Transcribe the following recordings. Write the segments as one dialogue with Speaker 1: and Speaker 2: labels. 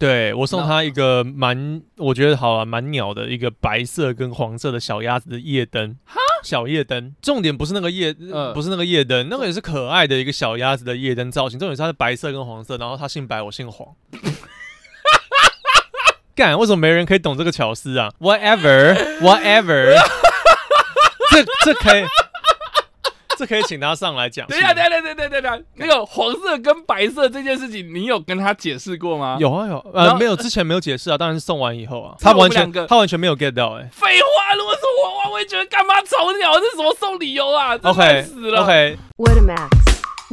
Speaker 1: 对我送
Speaker 2: 那
Speaker 1: 他一个蛮，我觉得好啊，蛮鸟的一个白色跟黄色的小鸭子的夜灯，哈，小夜灯。重点不是那个夜，
Speaker 2: 嗯
Speaker 1: 不是那个夜灯，那个也是可爱的一个小鸭子的夜灯造型。重点是它是白色跟黄色，然后他姓白，我姓黄。 干，为什么没人可以懂这个巧思啊？Whatever，whatever，这这可以，这可以请他上来讲。
Speaker 2: 等一下，等一下，等一下，等一下，那个黄色跟白色这件事情，你有跟他解释过吗？，
Speaker 1: 有啊有，
Speaker 2: 然
Speaker 1: 呃，
Speaker 2: 后
Speaker 1: 没有之前没有解释啊，当然是送完以后啊，
Speaker 2: 那
Speaker 1: 他
Speaker 2: 我们
Speaker 1: 完全
Speaker 2: 两个
Speaker 1: 他完全没有 get 到哎、
Speaker 2: 废话，如果是我的话，我也觉得干嘛吵鸟，这是什么送理由 啊？这
Speaker 1: OK
Speaker 2: 烂死了。
Speaker 1: OK，
Speaker 3: What a max.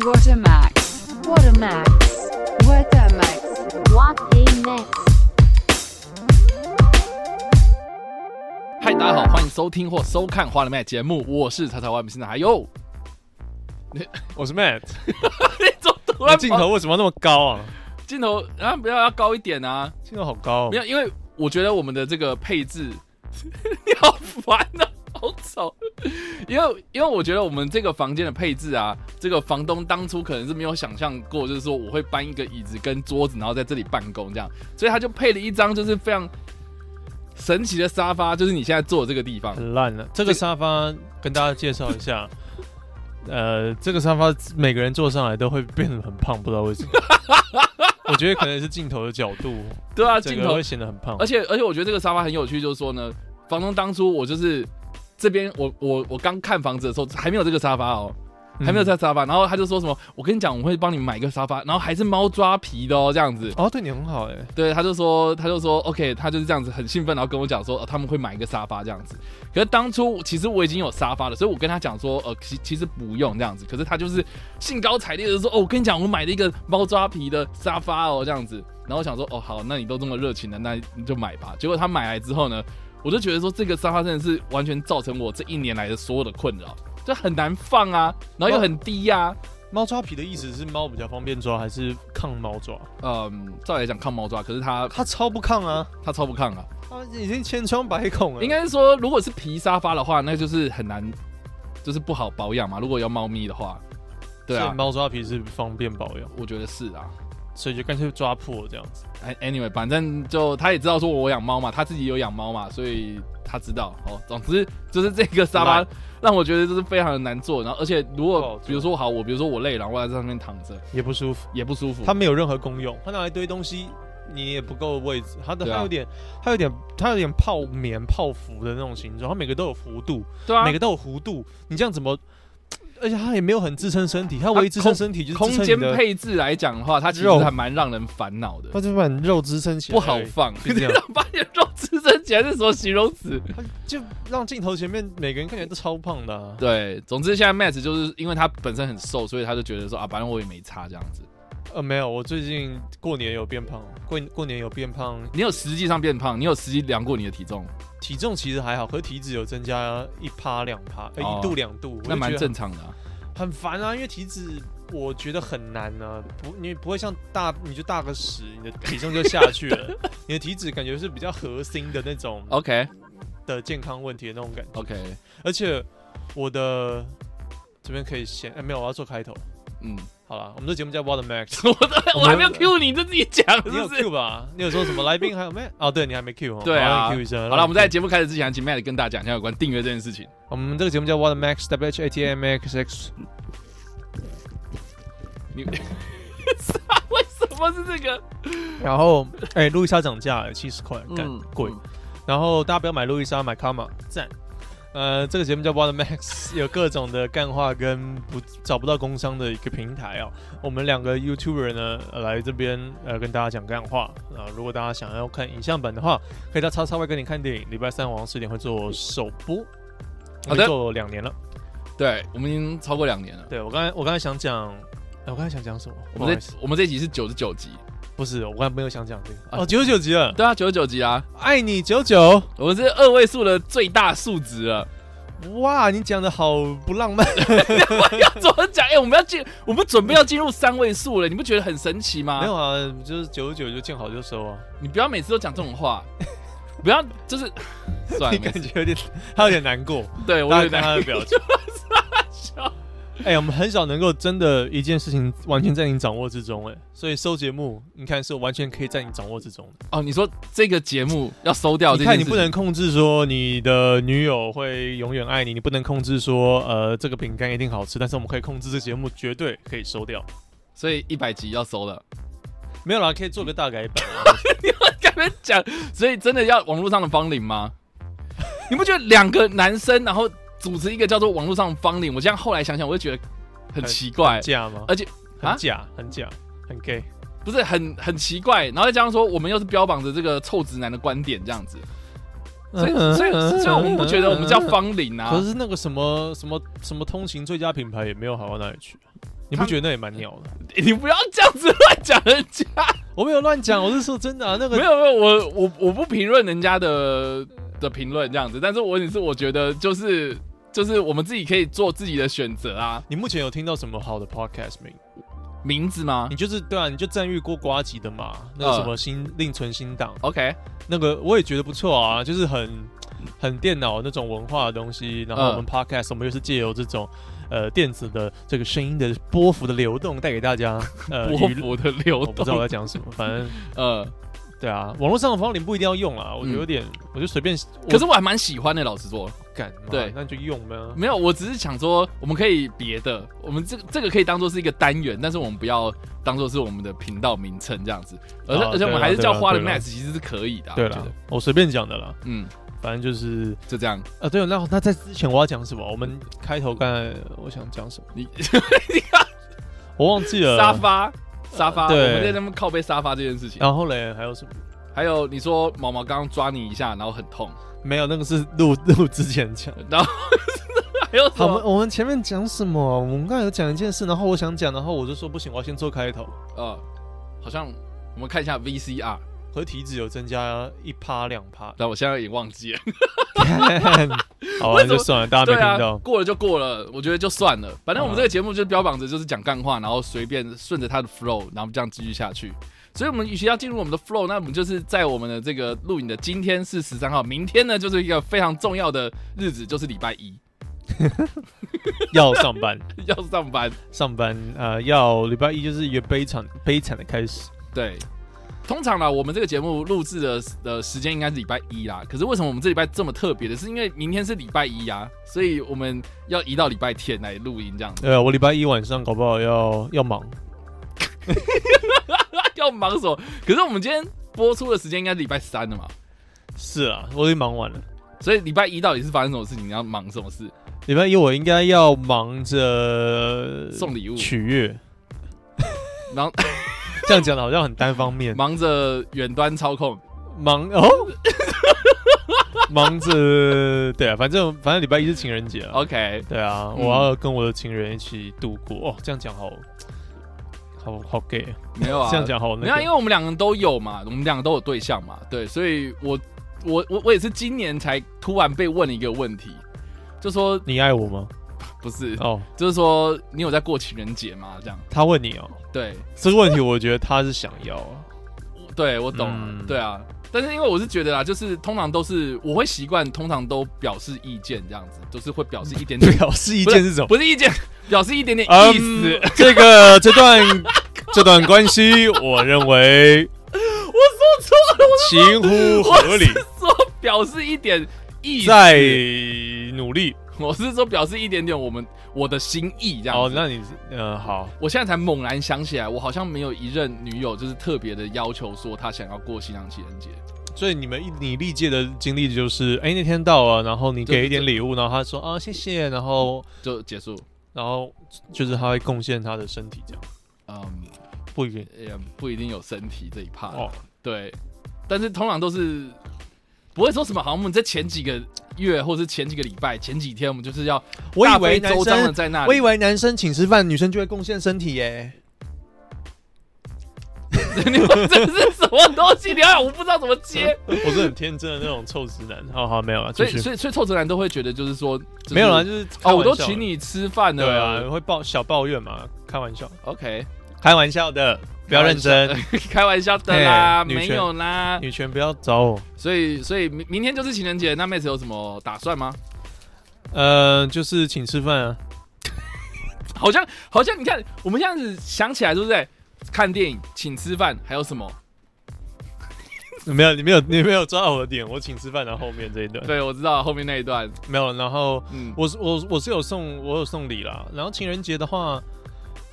Speaker 4: What a max.
Speaker 3: What a max.
Speaker 4: What a max.
Speaker 3: What a max.
Speaker 2: 嗨，大家好，欢迎收听或收看《花了麦》节目，我是叉叉 Y 不是男孩 哟。
Speaker 1: 我是 Matt，
Speaker 2: 那种突
Speaker 1: 那
Speaker 2: 然
Speaker 1: 镜头为什么要那么高啊？
Speaker 2: 镜头啊，不要要高一点啊！
Speaker 1: 镜头好高、哦
Speaker 2: 没，有，因为我觉得我们的这个配置， 你好烦啊，好吵。因为因为我觉得我们这个房间的配置啊，这个房东当初可能是没有想象过，就是说我会搬一个椅子跟桌子，然后在这里办公这样，所以他就配了一张就是非常神奇的沙发，就是你现在坐的这个地方。
Speaker 1: 很烂了。这个沙发跟大家介绍一 下，呃，这个沙发每个人坐上来都会变得很胖，不知道为 什么。我觉得可能是镜头的角度，
Speaker 2: 对啊，
Speaker 1: 整
Speaker 2: 镜
Speaker 1: 个
Speaker 2: 头
Speaker 1: 会显得很胖
Speaker 2: 而。且而且我觉得这个沙发很有趣，就是说呢，房东当初我就是这边我我我刚看房子的时候还没有这个沙发哦，还没有
Speaker 1: 在、
Speaker 2: 在沙发，然后他就说什么，我跟你讲，我会帮你买一个沙发，然后还是猫抓皮的哦，这样子。
Speaker 1: 哦，对你很好哎、
Speaker 2: 对，他就说，他就说，OK，他就是这样子很兴奋，然后跟我讲说、哦，他们会买一个沙发这样子。可是当初其实我已经有沙发了，所以我跟他讲说，呃，其其实不用这样子。可是他就是兴高采烈的说，哦，我跟你讲，我买了一个猫抓皮的沙发哦，这样子。然后我想说，哦，好，那你都这么热情了，那你就买吧。结果他买来之后呢，我就觉得说，这个沙发真的是完全造成我这一年来的所有的困扰，就很难放啊，然后又很低啊呀、
Speaker 1: 猫抓皮的意思是猫比较方便抓，还是抗猫抓？
Speaker 2: 嗯，照理来讲抗猫抓，可是他
Speaker 1: 它超不抗啊，
Speaker 2: 他超不抗啊。
Speaker 1: 它已经千疮百孔了。
Speaker 2: 应该是说，如果是皮沙发的话，那就是很难，就是不好保养嘛。如果要猫咪的话，对
Speaker 1: 所
Speaker 2: 啊
Speaker 1: 以，猫抓皮是方便保养，
Speaker 2: 我觉得是啊。
Speaker 1: 所以就干脆抓破这样子。
Speaker 2: 哎 Anyway，反正就他也知道说我养猫嘛，他自己有养猫嘛，所以他知道哦。总之就是这个沙发
Speaker 1: 懒
Speaker 2: 让我觉得就是非常的难做，然后而且如
Speaker 1: 不好
Speaker 2: 果
Speaker 1: 做
Speaker 2: 比如说好，我比如说我累了，我在上面躺着
Speaker 1: 也不舒服。
Speaker 2: 也不舒服。
Speaker 1: 它没有任何功用，它拿一堆东西，你也不够位置。它的
Speaker 2: 对啊
Speaker 1: 它有点，它有点，它有点泡棉泡芙的那种形状，它每个都有弧度，
Speaker 2: 对啊
Speaker 1: 每，个都有弧度，你这样怎么？而且它也没有很支撑身体，它
Speaker 2: 它
Speaker 1: 唯一支撑身体就是
Speaker 2: 空
Speaker 1: 支撑你
Speaker 2: 间
Speaker 1: 的，
Speaker 2: 配置来讲的话，它其实
Speaker 1: 肉
Speaker 2: 还蛮让人烦恼的，
Speaker 1: 它就是把你肉支撑起来，
Speaker 2: 不好放。
Speaker 1: 就这样
Speaker 2: 把 你的肉支撑起来是什么形容词？
Speaker 1: 它就让镜头前面每个人看起来都超胖的、啊。
Speaker 2: 对，总之现在 Matt 就是因为他本身很瘦，所以他就觉得说啊，反正我也没差这样子。
Speaker 1: 呃，没有，我最近过年有变胖，过过年有变胖，
Speaker 2: 你有实际上变胖，你有实际量过你的体重，
Speaker 1: 体重其实还好，可是体脂有增加一趴两趴，呃
Speaker 2: 哦
Speaker 1: 一度两度，我就
Speaker 2: 那蛮
Speaker 1: 觉得
Speaker 2: 正常的、啊。
Speaker 1: 很烦啊，因为体脂我觉得很难啊，不，你不会像大你就大个十，你的体重就下去 了，你的体脂感觉是比较核心的那种
Speaker 2: OK
Speaker 1: 的健康问题的那种感觉，
Speaker 2: OK，
Speaker 1: 而且我的这边可以先，哎、没有，我要做开头，
Speaker 2: 嗯，
Speaker 1: 好啦，我们这节目叫 What the Max，
Speaker 2: 我都 我还没有
Speaker 1: 我们
Speaker 2: Q 你，你就自己讲
Speaker 1: 你
Speaker 2: 是
Speaker 1: 有
Speaker 2: 不是？
Speaker 1: Q 吧？你有说什么来宾还有没？哦，对你还没 Q 哦，
Speaker 2: 对啊
Speaker 1: 好，Q 一声。
Speaker 2: 好了，我们在
Speaker 1: 再。
Speaker 2: 节目开始之前，请 Matt 跟大家讲一下有关订阅这件事情。
Speaker 1: 我们这个节目叫 What the Max W H A T M X X，
Speaker 2: 你为 什么是这个？
Speaker 1: 然后哎，路易莎涨价了，七十块，干
Speaker 2: 嗯
Speaker 1: 贵。
Speaker 2: 嗯
Speaker 1: 然后大家不要买路易莎，买卡玛，赞。呃，这个节目叫 w a t e Max，有 各种的干话跟不找不到工商的一个平台哦。我们两个 YouTuber 呢、呃来这边呃跟大家讲干话啊、如果大家想要看影像版的话，可以到叉叉 Y 跟你看电影，礼拜三晚上十点会做首播。我
Speaker 2: 好的
Speaker 1: 们做两年了。
Speaker 2: 对，我们已经超过两年了。
Speaker 1: 对我刚才我刚才想讲，哎我刚才想讲什么？不
Speaker 2: 我
Speaker 1: 好
Speaker 2: 们
Speaker 1: 意思
Speaker 2: 这我们这一集是九十九集，
Speaker 1: 不是，我刚才没有想讲这个。
Speaker 2: 啊
Speaker 1: 哦，九十九集了，
Speaker 2: 对啊，九十九集啊，
Speaker 1: 爱你九九。
Speaker 2: 我们是二位数的最大数值了。
Speaker 1: 哇，你讲的好不浪漫。
Speaker 2: 怎么讲？哎、我们要进，我们准备要进入三位数了，你不觉得很神奇吗？
Speaker 1: 没有啊，就是九十九就见好就收啊。
Speaker 2: 你不要每次都讲这种话， 不要就是算了，
Speaker 1: 你
Speaker 2: 啊没
Speaker 1: 感
Speaker 2: 事
Speaker 1: 觉有点，他有点难过，
Speaker 2: 对我
Speaker 1: 大
Speaker 2: 有
Speaker 1: 家看
Speaker 2: 点
Speaker 1: 他的表情。 哎、我们很少能够真的一件事情完全在你掌握之中、哎，所以收节目，你看是完全可以在你掌握之中的。
Speaker 2: 哦，你说这个节目要收掉这
Speaker 1: 你
Speaker 2: 件
Speaker 1: 看，
Speaker 2: 事情，
Speaker 1: 你不能控制说你的女友会永远爱你，你不能控制说呃这个饼干一定好吃，但是我们可以控制这节目绝对可以收掉。
Speaker 2: 所以一百集要收了。
Speaker 1: 没有啦，可以做个大改版。
Speaker 2: 刚才讲，所以真的要网络上的芳龄吗？你不觉得两个男生然后主持一个叫做网络上的芳龄，我这样后来想想，我就觉得很奇怪
Speaker 1: 很，假吗？
Speaker 2: 而且啊
Speaker 1: 很假，很假，很 gay。
Speaker 2: 不是很很奇怪，然后再加上说我们又是标榜着这个臭直男的观点这样子，所以
Speaker 1: 嗯
Speaker 2: 所以所以我们不觉得我们叫芳龄啊
Speaker 1: 可，是那个什么什么什么通勤最佳品牌也没有好到哪里去，啊你不觉得那也蛮鸟的？
Speaker 2: 你不要这样子乱讲人 家。
Speaker 1: 我没有乱讲，我是说真的啊，那
Speaker 2: 没
Speaker 1: 个
Speaker 2: 有没有，我我我不评论人家的的评论这样子，但是我也是我觉得就是就是我们自己可以做自己的选择啊，
Speaker 1: 你目前有听到什么好的 podcast 没？
Speaker 2: 名字吗
Speaker 1: 你就是对啊，你就赞誉过瓜吉的嘛，那
Speaker 2: 嗯
Speaker 1: 个什么新另存新档，
Speaker 2: ？OK，
Speaker 1: 那个我也觉得不错啊，就是很很电脑那种文化的东西，然后我
Speaker 2: 嗯
Speaker 1: 们 podcast 我们又是借由这种。呃，电子的这个声音的波幅的流动，带给大家呃
Speaker 2: 波
Speaker 1: 娱乐
Speaker 2: 幅的流
Speaker 1: 我不知道我
Speaker 2: 动
Speaker 1: 在，讲什么，反正
Speaker 2: 呃，
Speaker 1: 对啊，网络上的方龄不一定要用啊，我觉得有点，我就随便。
Speaker 2: 嗯可是我还蛮喜欢的，老实说，
Speaker 1: 我敢嘛
Speaker 2: 对嗯
Speaker 1: 那就用呗。
Speaker 2: 没有，我只是想说我们可以别的，我们这个这个可以当做是一个单元，但是我们不要当做是我们的频道名称这样子，而且、
Speaker 1: 啊
Speaker 2: 而且我
Speaker 1: 对
Speaker 2: 们
Speaker 1: 啦
Speaker 2: 还是叫花的
Speaker 1: 对啦
Speaker 2: max 其实是可以的、啊，
Speaker 1: 对
Speaker 2: 我觉
Speaker 1: 了
Speaker 2: 得，
Speaker 1: 我随便讲的啦，
Speaker 2: 嗯，
Speaker 1: 反正就是
Speaker 2: 就这样，
Speaker 1: 啊，对，那那在之前我要讲什么？我们开头刚才我想讲什么？
Speaker 2: 你
Speaker 1: 我忘记了。
Speaker 2: 沙。发。沙发，
Speaker 1: 啊对啊
Speaker 2: 我们在那边靠背沙发这件事情。
Speaker 1: 然后嘞，还有什么？
Speaker 2: 还有你说毛毛刚刚抓你一下，然后很痛，
Speaker 1: 没有，那个是录 录之前讲。
Speaker 2: 然后 还有什
Speaker 1: 好，我们
Speaker 2: 么？
Speaker 1: 我们前面讲什么？我们刚才有讲一件事，然后我想讲，然后我就说不行，我要先做开头。
Speaker 2: 呃，好像我们看一下 VCR，，
Speaker 1: 可是体脂有增加一趴两趴
Speaker 2: 但我现在也忘记了。
Speaker 1: 看好吧，
Speaker 2: 为
Speaker 1: 那
Speaker 2: 什么
Speaker 1: 就算了，大家
Speaker 2: 对
Speaker 1: 没听
Speaker 2: 啊
Speaker 1: 到，。
Speaker 2: 过了就过了，我觉得就算了。反正我们
Speaker 1: 嗯
Speaker 2: 这个节目就是标榜着就是讲干话，然后随便顺着它的 flow，然后这样继续下去。所以，我们与其要进入我们的 flow，那我们就是在我们的这个录影的今天是十三号，明天呢就是一个非常重要的日子，就是礼拜一 啊
Speaker 1: 要上班。
Speaker 2: 要上班。
Speaker 1: 上班，呃，要礼拜一就是一个悲惨悲惨的开始。
Speaker 2: 对，通常啦，我们这个节目录制的呃时间应该是礼拜一啦。可是为什么我们这礼拜这么特别的？是因为明天是礼拜一呀、所以我们要移到礼拜天来录音这样 子。
Speaker 1: 呃，我礼拜一晚上搞不好要要忙，
Speaker 2: 要忙什么？可是我们今天播出的时间应该是礼拜三了嘛，
Speaker 1: 是啊，我已经忙完了。
Speaker 2: 所以礼拜一到底是发生什么事情？你要忙什么事？
Speaker 1: 礼拜一我应该要忙着
Speaker 2: 送礼物，
Speaker 1: 取悦，
Speaker 2: 然后
Speaker 1: 这样讲的好像很单方 面，
Speaker 2: 忙着远端操控。
Speaker 1: 忙哦， 忙着对啊，反正反正礼拜一是情人节啊，
Speaker 2: OK，
Speaker 1: 对啊，
Speaker 2: 哦嗯
Speaker 1: 我要跟我的情人一起度过。哦，这样讲好好好 gay，
Speaker 2: 没有啊，
Speaker 1: 这样讲好
Speaker 2: 没
Speaker 1: 那
Speaker 2: 有啊，因
Speaker 1: 个
Speaker 2: 为我们两个人都有嘛，我们两个都有对象嘛，对，所以我我我我也是今年才突然被问了一个问题，就说
Speaker 1: 你爱我吗？
Speaker 2: 不是，
Speaker 1: 哦，
Speaker 2: 就是说你有在过情人节吗？这样，
Speaker 1: 他问你哦，
Speaker 2: 对
Speaker 1: 这个问题我觉得他是想要啊。
Speaker 2: 我对，我懂，
Speaker 1: 嗯
Speaker 2: 对啊。但是因为我是觉得啦，就是通常都是我会习惯，通常都表示意见这样子，就是会表示 一点点，
Speaker 1: 表示意见是什么？
Speaker 2: 不是意见， 表示一点点
Speaker 1: 嗯
Speaker 2: 意思。
Speaker 1: 这个这段 这段关系，我认为
Speaker 2: 我说错了，
Speaker 1: 情乎
Speaker 2: 我
Speaker 1: 合理，
Speaker 2: 我说表示一点意思，
Speaker 1: 在努力。
Speaker 2: 我是说表示一点点我们我的心意这样
Speaker 1: 哦，
Speaker 2: 子。
Speaker 1: 那你呃好，
Speaker 2: 我现在才猛然想起来，我好像没有一任女友就是特别的要求说她想要过新娘情人节。
Speaker 1: 所以你们你历届的经历就是，哎，那天到了，然后你
Speaker 2: 对
Speaker 1: 给一点礼物，然后他说啊谢谢，然后
Speaker 2: 就结束。
Speaker 1: 然后就是他会贡献他的身体这样，
Speaker 2: 嗯，
Speaker 1: 不一定
Speaker 2: 也不一定有身体这一趴。
Speaker 1: 哦。
Speaker 2: 对，但是通常都是不会说什么，好像我们在前几个月或是前几个礼拜、前几天，我们就是要
Speaker 1: 我以
Speaker 2: 大费
Speaker 1: 为男
Speaker 2: 周章的
Speaker 1: 生，
Speaker 2: 在那里。
Speaker 1: 我 以为男生请吃饭，女生就会贡献身体耶。
Speaker 2: 你们这是什么东西？你要我不知道怎么 接。
Speaker 1: 我是很天真的那种臭直男。好好，没有了，
Speaker 2: 所
Speaker 1: 继
Speaker 2: 以，
Speaker 1: 续。
Speaker 2: 所以，所以臭直男都会觉得就是说，就是
Speaker 1: 没有啦，就是开
Speaker 2: 哦，我
Speaker 1: 玩
Speaker 2: 都
Speaker 1: 笑
Speaker 2: 请
Speaker 1: 的
Speaker 2: 你吃饭了。
Speaker 1: 对啊，会抱小抱怨嘛，开玩笑，
Speaker 2: ，OK，
Speaker 1: 开玩笑的，不要认真，
Speaker 2: 开玩笑的啦，
Speaker 1: 嘿女
Speaker 2: 没
Speaker 1: 权
Speaker 2: 有啦。
Speaker 1: 女权不要找我。
Speaker 2: 所以，所以明明天就是情人节，那妹子有什么打算吗？
Speaker 1: 呃，就是请吃饭啊，
Speaker 2: 好像好像你看，我们这样子想起来，对不对？看电影，请吃饭，还有什么？
Speaker 1: 没有，你没有，你没有抓到我的点。我请吃饭的后面这一段，
Speaker 2: 对，我知道后面那一段，
Speaker 1: 没有。然后
Speaker 2: 嗯，
Speaker 1: 我是我我是有送我有送礼啦。然后情人节的话，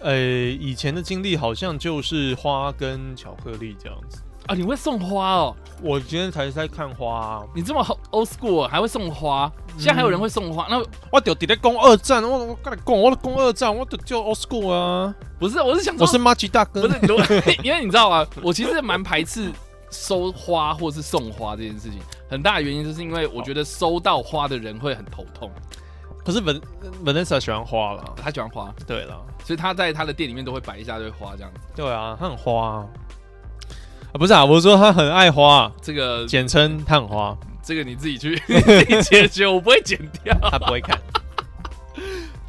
Speaker 1: 呃，以前的经历好像就是花跟巧克力这样子。
Speaker 2: 啊，你会送花哦？
Speaker 1: 我今天才在看花、啊，
Speaker 2: 你这么 old school 还会送花？现在还有人会送花？那
Speaker 1: 我就直接攻二战，我我跟你讲，我的攻二战，我就叫 old school 啊，
Speaker 2: 不是，我是想说
Speaker 1: 我是马吉大哥
Speaker 2: 不。是，如果 因为你知 道啊，我其实蛮排斥收花或是送花这件事情，很大的原因就是因为我觉得收到花的人会很头痛。
Speaker 1: 可是 Van Vanessa 喜欢花啦，
Speaker 2: 他喜欢花，
Speaker 1: 对啦，
Speaker 2: 所以他在他的店里面都会摆一大堆花这样子。
Speaker 1: 对啊，她很花啊，啊不是啊，我是说她很爱花，
Speaker 2: 这个
Speaker 1: 简称她很 花，
Speaker 2: 这个你自己 去自己解决，我不会剪掉。
Speaker 1: 她不会 看。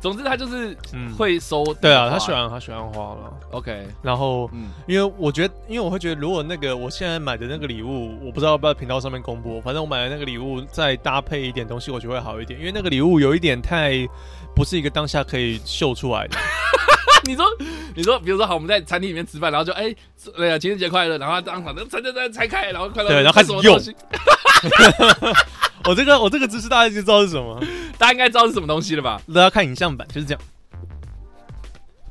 Speaker 2: 总之他就是
Speaker 1: 嗯
Speaker 2: 会收、
Speaker 1: 对啊，她喜。欢她喜欢花了。
Speaker 2: OK，
Speaker 1: 然后，
Speaker 2: 嗯，
Speaker 1: 因为我觉得，因为我会觉得，如果那个我现在买的那个礼物，我不知道要不要频道上面公布，反正我买的那个礼物再搭配一点东西，我觉得会好一点。因为那个礼物有一点太不是一个当下可以秀出来的。
Speaker 2: 你说，你说，比如说，好，我们在餐厅里面吃饭，然后就哎，那个情人节快乐，然后他当场就拆拆拆拆开，然后快乐，
Speaker 1: 对然后开始
Speaker 2: 什么东西，
Speaker 1: 我这个我这个姿势大家就知道是什么，
Speaker 2: 大家应该知道是什么东西了吧？
Speaker 1: 大家看影像版就是这样。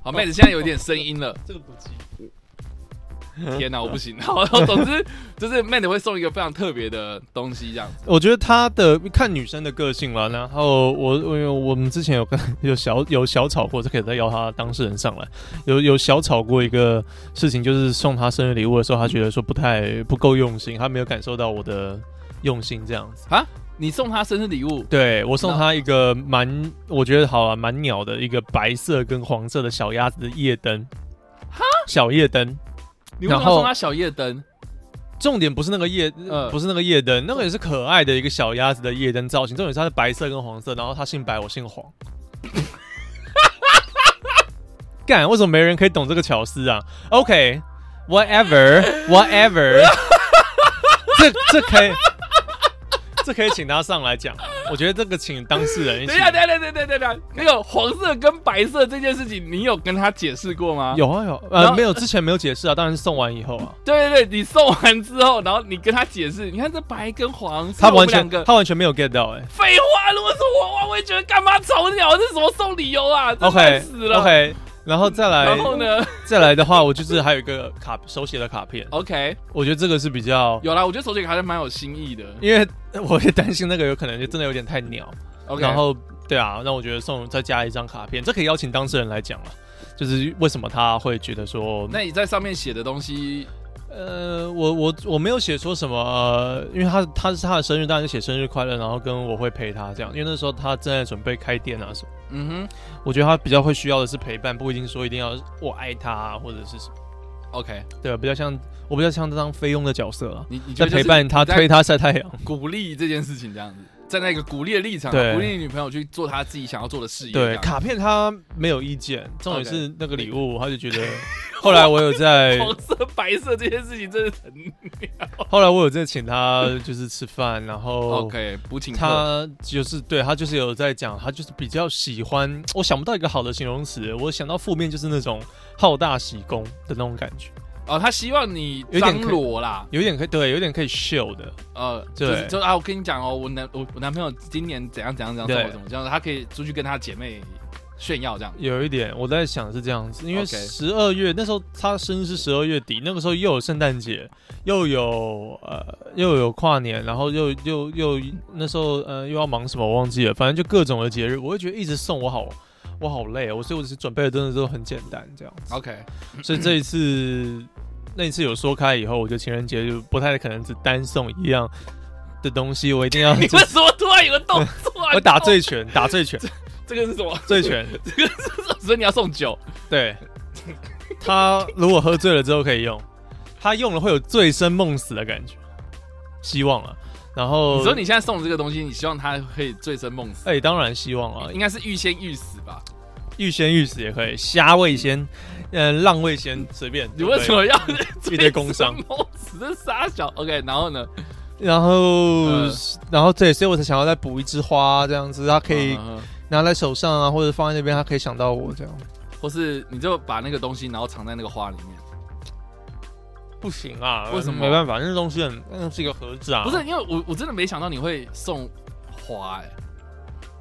Speaker 2: 好，妹子现在有点声音了，
Speaker 1: 这个不记。
Speaker 2: 天哪，我不行。 好，然后总之就是妹子会送一个非常特别的东西，这样子。
Speaker 1: 我觉得她的看女生的个性了，然后我我我们之前有跟 有小有小吵过，这可以再邀她当事人上来，有有小吵过一个事情，就是送她生日礼物的时候，她觉得说不太不够用心，她没有感受到我的用心这样子。
Speaker 2: 你送她生日礼物，
Speaker 1: 对我送她一个蛮我觉得好啊蛮鸟的一个白色跟黄色的小鸭子的夜灯，小夜灯。
Speaker 2: 你为什么
Speaker 1: 然
Speaker 2: 要
Speaker 1: 后
Speaker 2: 送她小夜灯？
Speaker 1: 重点不是那个夜，
Speaker 2: 嗯
Speaker 1: 不是那个夜灯，那个也是可爱的一个小鸭子的夜灯造型。重点是它是白色跟黄色，然后它姓白，我姓黄。 干，为什么没人可以懂这个巧思啊？OK，whatever，whatever，这这可以，这可以请他上来讲。我觉得这个请当事人一起
Speaker 2: 等一。下，等一下，等一下，等一下，等一下，那个黄色跟白色这件事情，你有跟她解释过吗？。
Speaker 1: 有啊有，
Speaker 2: 然
Speaker 1: 呃，
Speaker 2: 后
Speaker 1: 没有之前没有解释啊，当然是送完以后啊，
Speaker 2: 对对对，你送完之后，然后你跟她解释，你看这白跟黄，是
Speaker 1: 他
Speaker 2: 我们
Speaker 1: 完全
Speaker 2: 两个。
Speaker 1: 他完全没有 get 到哎、
Speaker 2: 废话，如果是我，我会觉得干嘛吵鸟？这是什么送理由啊？真
Speaker 1: OK
Speaker 2: 烦死了。
Speaker 1: OK，然哎后再来，
Speaker 2: 然后呢
Speaker 1: 再来的话，我就是还有一个卡手写的卡片，
Speaker 2: ？OK，
Speaker 1: 我觉得这个是比较，
Speaker 2: 有啦，我觉得手写卡还是蛮有新意的。
Speaker 1: 因为我也担心那个有可能就真的有点太鸟。
Speaker 2: OK，
Speaker 1: 然后对啊，那我觉得送再加一张卡片，这可以邀请当事人来讲了。就是为什么他会觉得说，
Speaker 2: 那你在上面写的东西
Speaker 1: 呃，我我我没有写说什么，呃，因为他他是他的生日，当然是写生日快乐，然后跟我会陪他这样，因为那时候他正在准备开店啊什么，
Speaker 2: 嗯
Speaker 1: 我觉得他比较会需要的是陪伴，不一定说一定要我爱他、啊、或者是什么，
Speaker 2: 哼，OK，
Speaker 1: 对啊，比较像我比较像当菲佣的角色啊，
Speaker 2: 你你
Speaker 1: 在
Speaker 2: 觉得就是
Speaker 1: 陪伴他，
Speaker 2: 你在
Speaker 1: 推他晒太阳。
Speaker 2: 鼓励这件事情这样子，站在一个鼓励的立场，啊
Speaker 1: 对
Speaker 2: 鼓励女朋友去做她自己想要做的事业。这
Speaker 1: 对，
Speaker 2: 样
Speaker 1: 卡片他没有意见，重点
Speaker 2: OK
Speaker 1: 是那个礼物，他就觉 得。后来我有在，
Speaker 2: 黄色、白色这件事情真的是很
Speaker 1: 后来我有在请他就是吃饭，然后
Speaker 2: OK，不请客。
Speaker 1: 哦他就是对他就是有在讲，他就是比较喜欢，我想不到一个好的形容词，我想到负面就是那种好大喜功的那种感觉，
Speaker 2: 哦，他希望你
Speaker 1: 有点
Speaker 2: 张
Speaker 1: 可
Speaker 2: 罗啦，
Speaker 1: 有点可以对，有点可以秀的，
Speaker 2: 呃，就
Speaker 1: 对
Speaker 2: 是就啊，我跟你讲哦，我男我我男朋友今年怎样怎样怎样
Speaker 1: 对
Speaker 2: 怎么怎么这样，他可以出去跟他姐妹炫耀这样。
Speaker 1: 有一点我在想是这样子，因为
Speaker 2: OK
Speaker 1: 十二月那时候他生日是十二月底，那个时候又有圣诞节，又有呃又有跨年，然后又又又那时候呃又要忙什么我忘记了，反正就各种的节日，我会觉得一直送我好我好累哦，我所以我只是准备的真的都很简单这样子，
Speaker 2: OK，
Speaker 1: 所以这一次那一次有说开以后，我觉得情人节就不太可能只单送一样的东西，我一定要
Speaker 2: 你为什么突然有个动作 啊？
Speaker 1: 我打醉拳，打醉拳，
Speaker 2: 这个是什么？
Speaker 1: 醉拳。
Speaker 2: 这个是所以你要送酒。
Speaker 1: 对，他如果喝醉了之后可以用， 他用了会有醉生梦死的感觉，希望啊。然后
Speaker 2: 你说你现在送的这个东西，你希望他可以醉生梦死？
Speaker 1: 哎、当然希望啊，
Speaker 2: 应该是欲仙欲死吧？
Speaker 1: 欲仙欲死也可以，虾味先，嗯、浪味先，随便。
Speaker 2: 你为什么要
Speaker 1: 一堆工伤
Speaker 2: 醉生梦死这傻小？OK，然后呢？
Speaker 1: 对？然后，
Speaker 2: 呃
Speaker 1: 嗯然后对，所以我才想要再补一枝花，这样子，它可以
Speaker 2: 嗯嗯嗯
Speaker 1: 拿在手上啊，或者放在那边，他可以想到我这样。
Speaker 2: 或是你就把那个东西然后藏在那个花里面。
Speaker 1: 不行啊，
Speaker 2: 为什么
Speaker 1: 没办法，那东西很，那是一个盒子啊。
Speaker 2: 不是，因为我我真的没想到你会送花哎、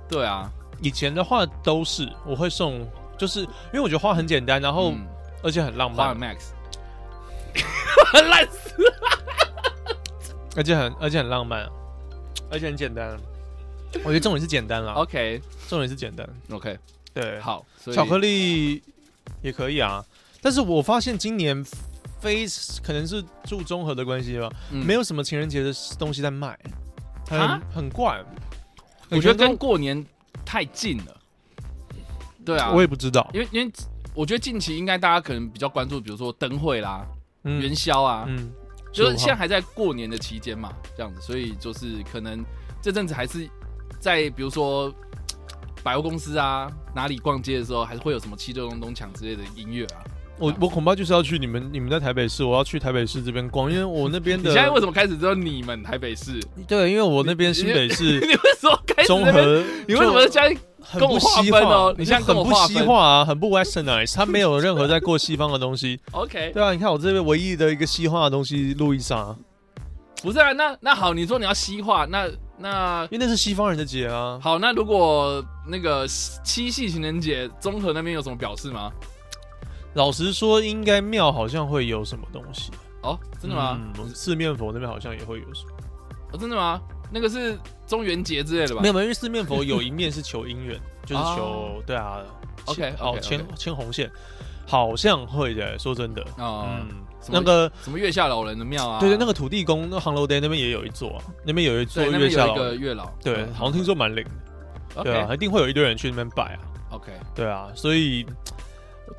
Speaker 2: 对啊，
Speaker 1: 以前的话都是我会送，就是因为我觉得花很简单，然后、
Speaker 2: 嗯
Speaker 1: 而且很浪
Speaker 2: 花
Speaker 1: 漫
Speaker 2: 很，max，很烂死。
Speaker 1: 而且很而且很浪漫，而且很简单。我觉得重点是简单啦，
Speaker 2: OK
Speaker 1: 重点是简单。
Speaker 2: OK，
Speaker 1: 啊对，
Speaker 2: 好，所以
Speaker 1: 巧克力也可以啊，但是我发现今年非可能是住综合的关系吧，
Speaker 2: 嗯
Speaker 1: 没有什么情人节的东西在卖，很
Speaker 2: 啊
Speaker 1: 很怪。
Speaker 2: 我觉得
Speaker 1: 很
Speaker 2: 跟过年太近了。对啊，
Speaker 1: 我也不知道，
Speaker 2: 因为因为我觉得近期应该大家可能比较关注，比如说灯会啦、
Speaker 1: 嗯
Speaker 2: 元宵啊，
Speaker 1: 嗯，
Speaker 2: 就
Speaker 1: 15
Speaker 2: 是
Speaker 1: 号
Speaker 2: 现在还在过年的期间嘛，这样子，所以就是可能这阵子还是在比如说百货公司啊哪里逛街的时候，还是会有什么七六咚咚锵之类的音乐啊。
Speaker 1: 我我恐怕就是要去你们你们在台北市，我要去台北市这边逛，因为我那边
Speaker 2: 你
Speaker 1: 的
Speaker 2: 现在为什么开始只有你们台北市？
Speaker 1: 对，因为我那边新北
Speaker 2: 你
Speaker 1: 市
Speaker 2: 为什么开始
Speaker 1: 综
Speaker 2: 那边？
Speaker 1: 合，
Speaker 2: 你为什么现在
Speaker 1: 很
Speaker 2: 跟我
Speaker 1: 不
Speaker 2: 划
Speaker 1: 西
Speaker 2: 分
Speaker 1: 化
Speaker 2: 哦你现在跟
Speaker 1: 很
Speaker 2: 我
Speaker 1: 不
Speaker 2: 划
Speaker 1: 西
Speaker 2: 分
Speaker 1: 化啊，很不 westernized，它没有任何在过西方的东西。
Speaker 2: OK？
Speaker 1: 对啊，你看我这边唯一的一个西化的东西，路易莎，
Speaker 2: 不是啊，那那好，你说你要西化，那那
Speaker 1: 因为那是西方人的节啊，
Speaker 2: 好，那如果那个七夕情人节综合那边有什么表示吗？
Speaker 1: 老实说，应该庙好像会有什么东西，
Speaker 2: 哦，真的吗？
Speaker 1: 嗯？四面佛那边好像也会有什么？
Speaker 2: 哦，真的吗？那个是中元节之类的吧
Speaker 1: 没？有，没有，因为四面佛有一面是求姻缘， 就是求对啊
Speaker 2: OK，OK，OK
Speaker 1: 好牵牵红线，好像会的。说真的，
Speaker 2: 哦，
Speaker 1: 嗯，
Speaker 2: 什么
Speaker 1: 那个
Speaker 2: 什么月下老人的庙啊？
Speaker 1: 对对，那个土地公，那杭楼 day 那边也有一座啊，那边有一座
Speaker 2: 对那
Speaker 1: 月
Speaker 2: 边
Speaker 1: 下
Speaker 2: 有
Speaker 1: 老
Speaker 2: 一个
Speaker 1: 人，
Speaker 2: 月老，
Speaker 1: 对，
Speaker 2: 嗯
Speaker 1: 好像听说蛮灵的，对啊，
Speaker 2: OK
Speaker 1: 一定会有一堆人去那边拜啊，
Speaker 2: OK，
Speaker 1: 对啊，所以，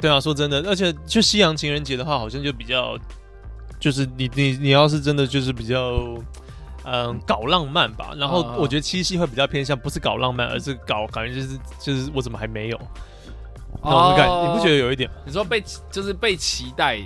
Speaker 1: 对啊，说真的，而且就西洋情人节的话，好像就比较，就是你你你要是真的就是比较，嗯，搞浪漫吧。然后
Speaker 2: 啊
Speaker 1: 我觉得七夕会比较偏向不是搞浪漫，而是搞感觉就是就是我怎么还没有那
Speaker 2: 哦
Speaker 1: 种感，你不觉得
Speaker 2: 得？
Speaker 1: 有一点？
Speaker 2: 你说被就是被期待，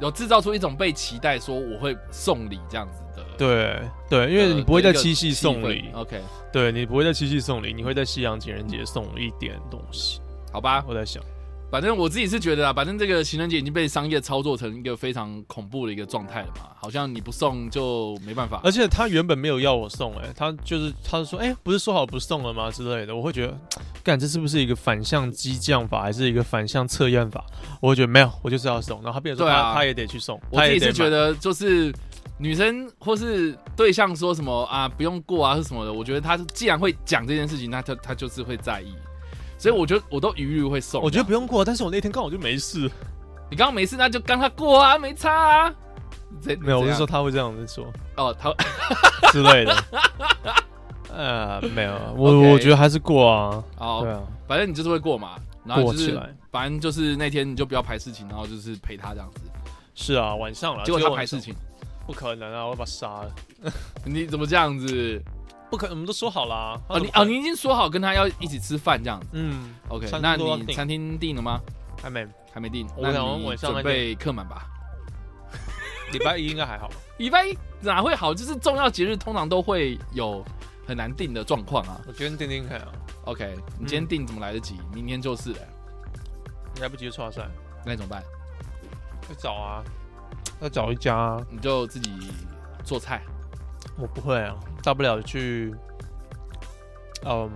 Speaker 2: 有制造出一种被期待，说我会送礼这样子的，
Speaker 1: 对对，因
Speaker 2: 呃，
Speaker 1: 为你不会在
Speaker 2: 的一个
Speaker 1: 七夕
Speaker 2: 气
Speaker 1: 送
Speaker 2: 氛哦
Speaker 1: 礼，
Speaker 2: OK，
Speaker 1: 对你不会在七夕送礼，你会在西洋情人节送一点东西。啊
Speaker 2: 好吧，
Speaker 1: 我在想，
Speaker 2: 反正我自己是觉得啦，反正这个情人节已经被商业操作成一个非常恐怖的一个状态了嘛，好像你不送就没办法
Speaker 1: 而。且他原本没有要我送、哎，他就是他说，哎、不是说好不送了吗之类的，我会觉得，干这是不是一个反向激将法，还是一个反向测验法？我会觉得没有，我就是要送。然后他变成说
Speaker 2: 对
Speaker 1: 他、
Speaker 2: 啊
Speaker 1: 他也得去送，
Speaker 2: 我
Speaker 1: 他
Speaker 2: 自
Speaker 1: 也得
Speaker 2: 己是觉
Speaker 1: 买，
Speaker 2: 得就是。女生或是对象说什么啊，不用过啊，是什么的？我觉得他既然会讲这件事情，那他他就是会在意，所以我就我都一律会送。啊
Speaker 1: 我觉得不用过，但是我那天刚好就没事，
Speaker 2: 你刚刚没事，那就跟他过啊，没差啊。这
Speaker 1: 没有，我
Speaker 2: 这
Speaker 1: 是
Speaker 2: 样
Speaker 1: 说他会这样子说
Speaker 2: 哦，他
Speaker 1: 之类的。 呃，没有，我
Speaker 2: OK
Speaker 1: 我觉得还是过啊，
Speaker 2: 哦
Speaker 1: 对，啊，
Speaker 2: 反正你就是会过嘛，然后
Speaker 1: 过
Speaker 2: 就是
Speaker 1: 起来
Speaker 2: 反正就是那天你就不要排事情，然后就是陪他这样子。
Speaker 1: 是啊，晚上了，
Speaker 2: 结果他
Speaker 1: 晚
Speaker 2: 排
Speaker 1: 上
Speaker 2: 事，情，
Speaker 1: 不可能啊，我要把他杀了，
Speaker 2: 你怎么这样子？
Speaker 1: 不可，我们都说好啦。他
Speaker 2: 哦，
Speaker 1: 怎么
Speaker 2: 你
Speaker 1: 可
Speaker 2: 哦，
Speaker 1: 能
Speaker 2: 你已经说好跟他要一起吃饭这样子。
Speaker 1: 嗯，
Speaker 2: OK，
Speaker 1: 餐厅
Speaker 2: 那
Speaker 1: 都要
Speaker 2: 你
Speaker 1: 订
Speaker 2: 餐厅定了吗？
Speaker 1: 还没，
Speaker 2: 还没定，
Speaker 1: 我
Speaker 2: 那
Speaker 1: 想
Speaker 2: 你
Speaker 1: 晚上那天
Speaker 2: 准备客满吧。
Speaker 1: 礼拜一应该还好吧。
Speaker 2: 礼拜一哪会好？就是重要节日通常都会有很难定的状况啊。
Speaker 1: 我决定定定看啊，
Speaker 2: OK，你今天
Speaker 1: 嗯
Speaker 2: 定怎么来得及？明天就是了，
Speaker 1: 你来不及就刷出来，
Speaker 2: 那你怎么办？
Speaker 1: 要找啊，要找一家、啊。
Speaker 2: 你就自己做菜。
Speaker 1: 我不会啊，大不了去，嗯，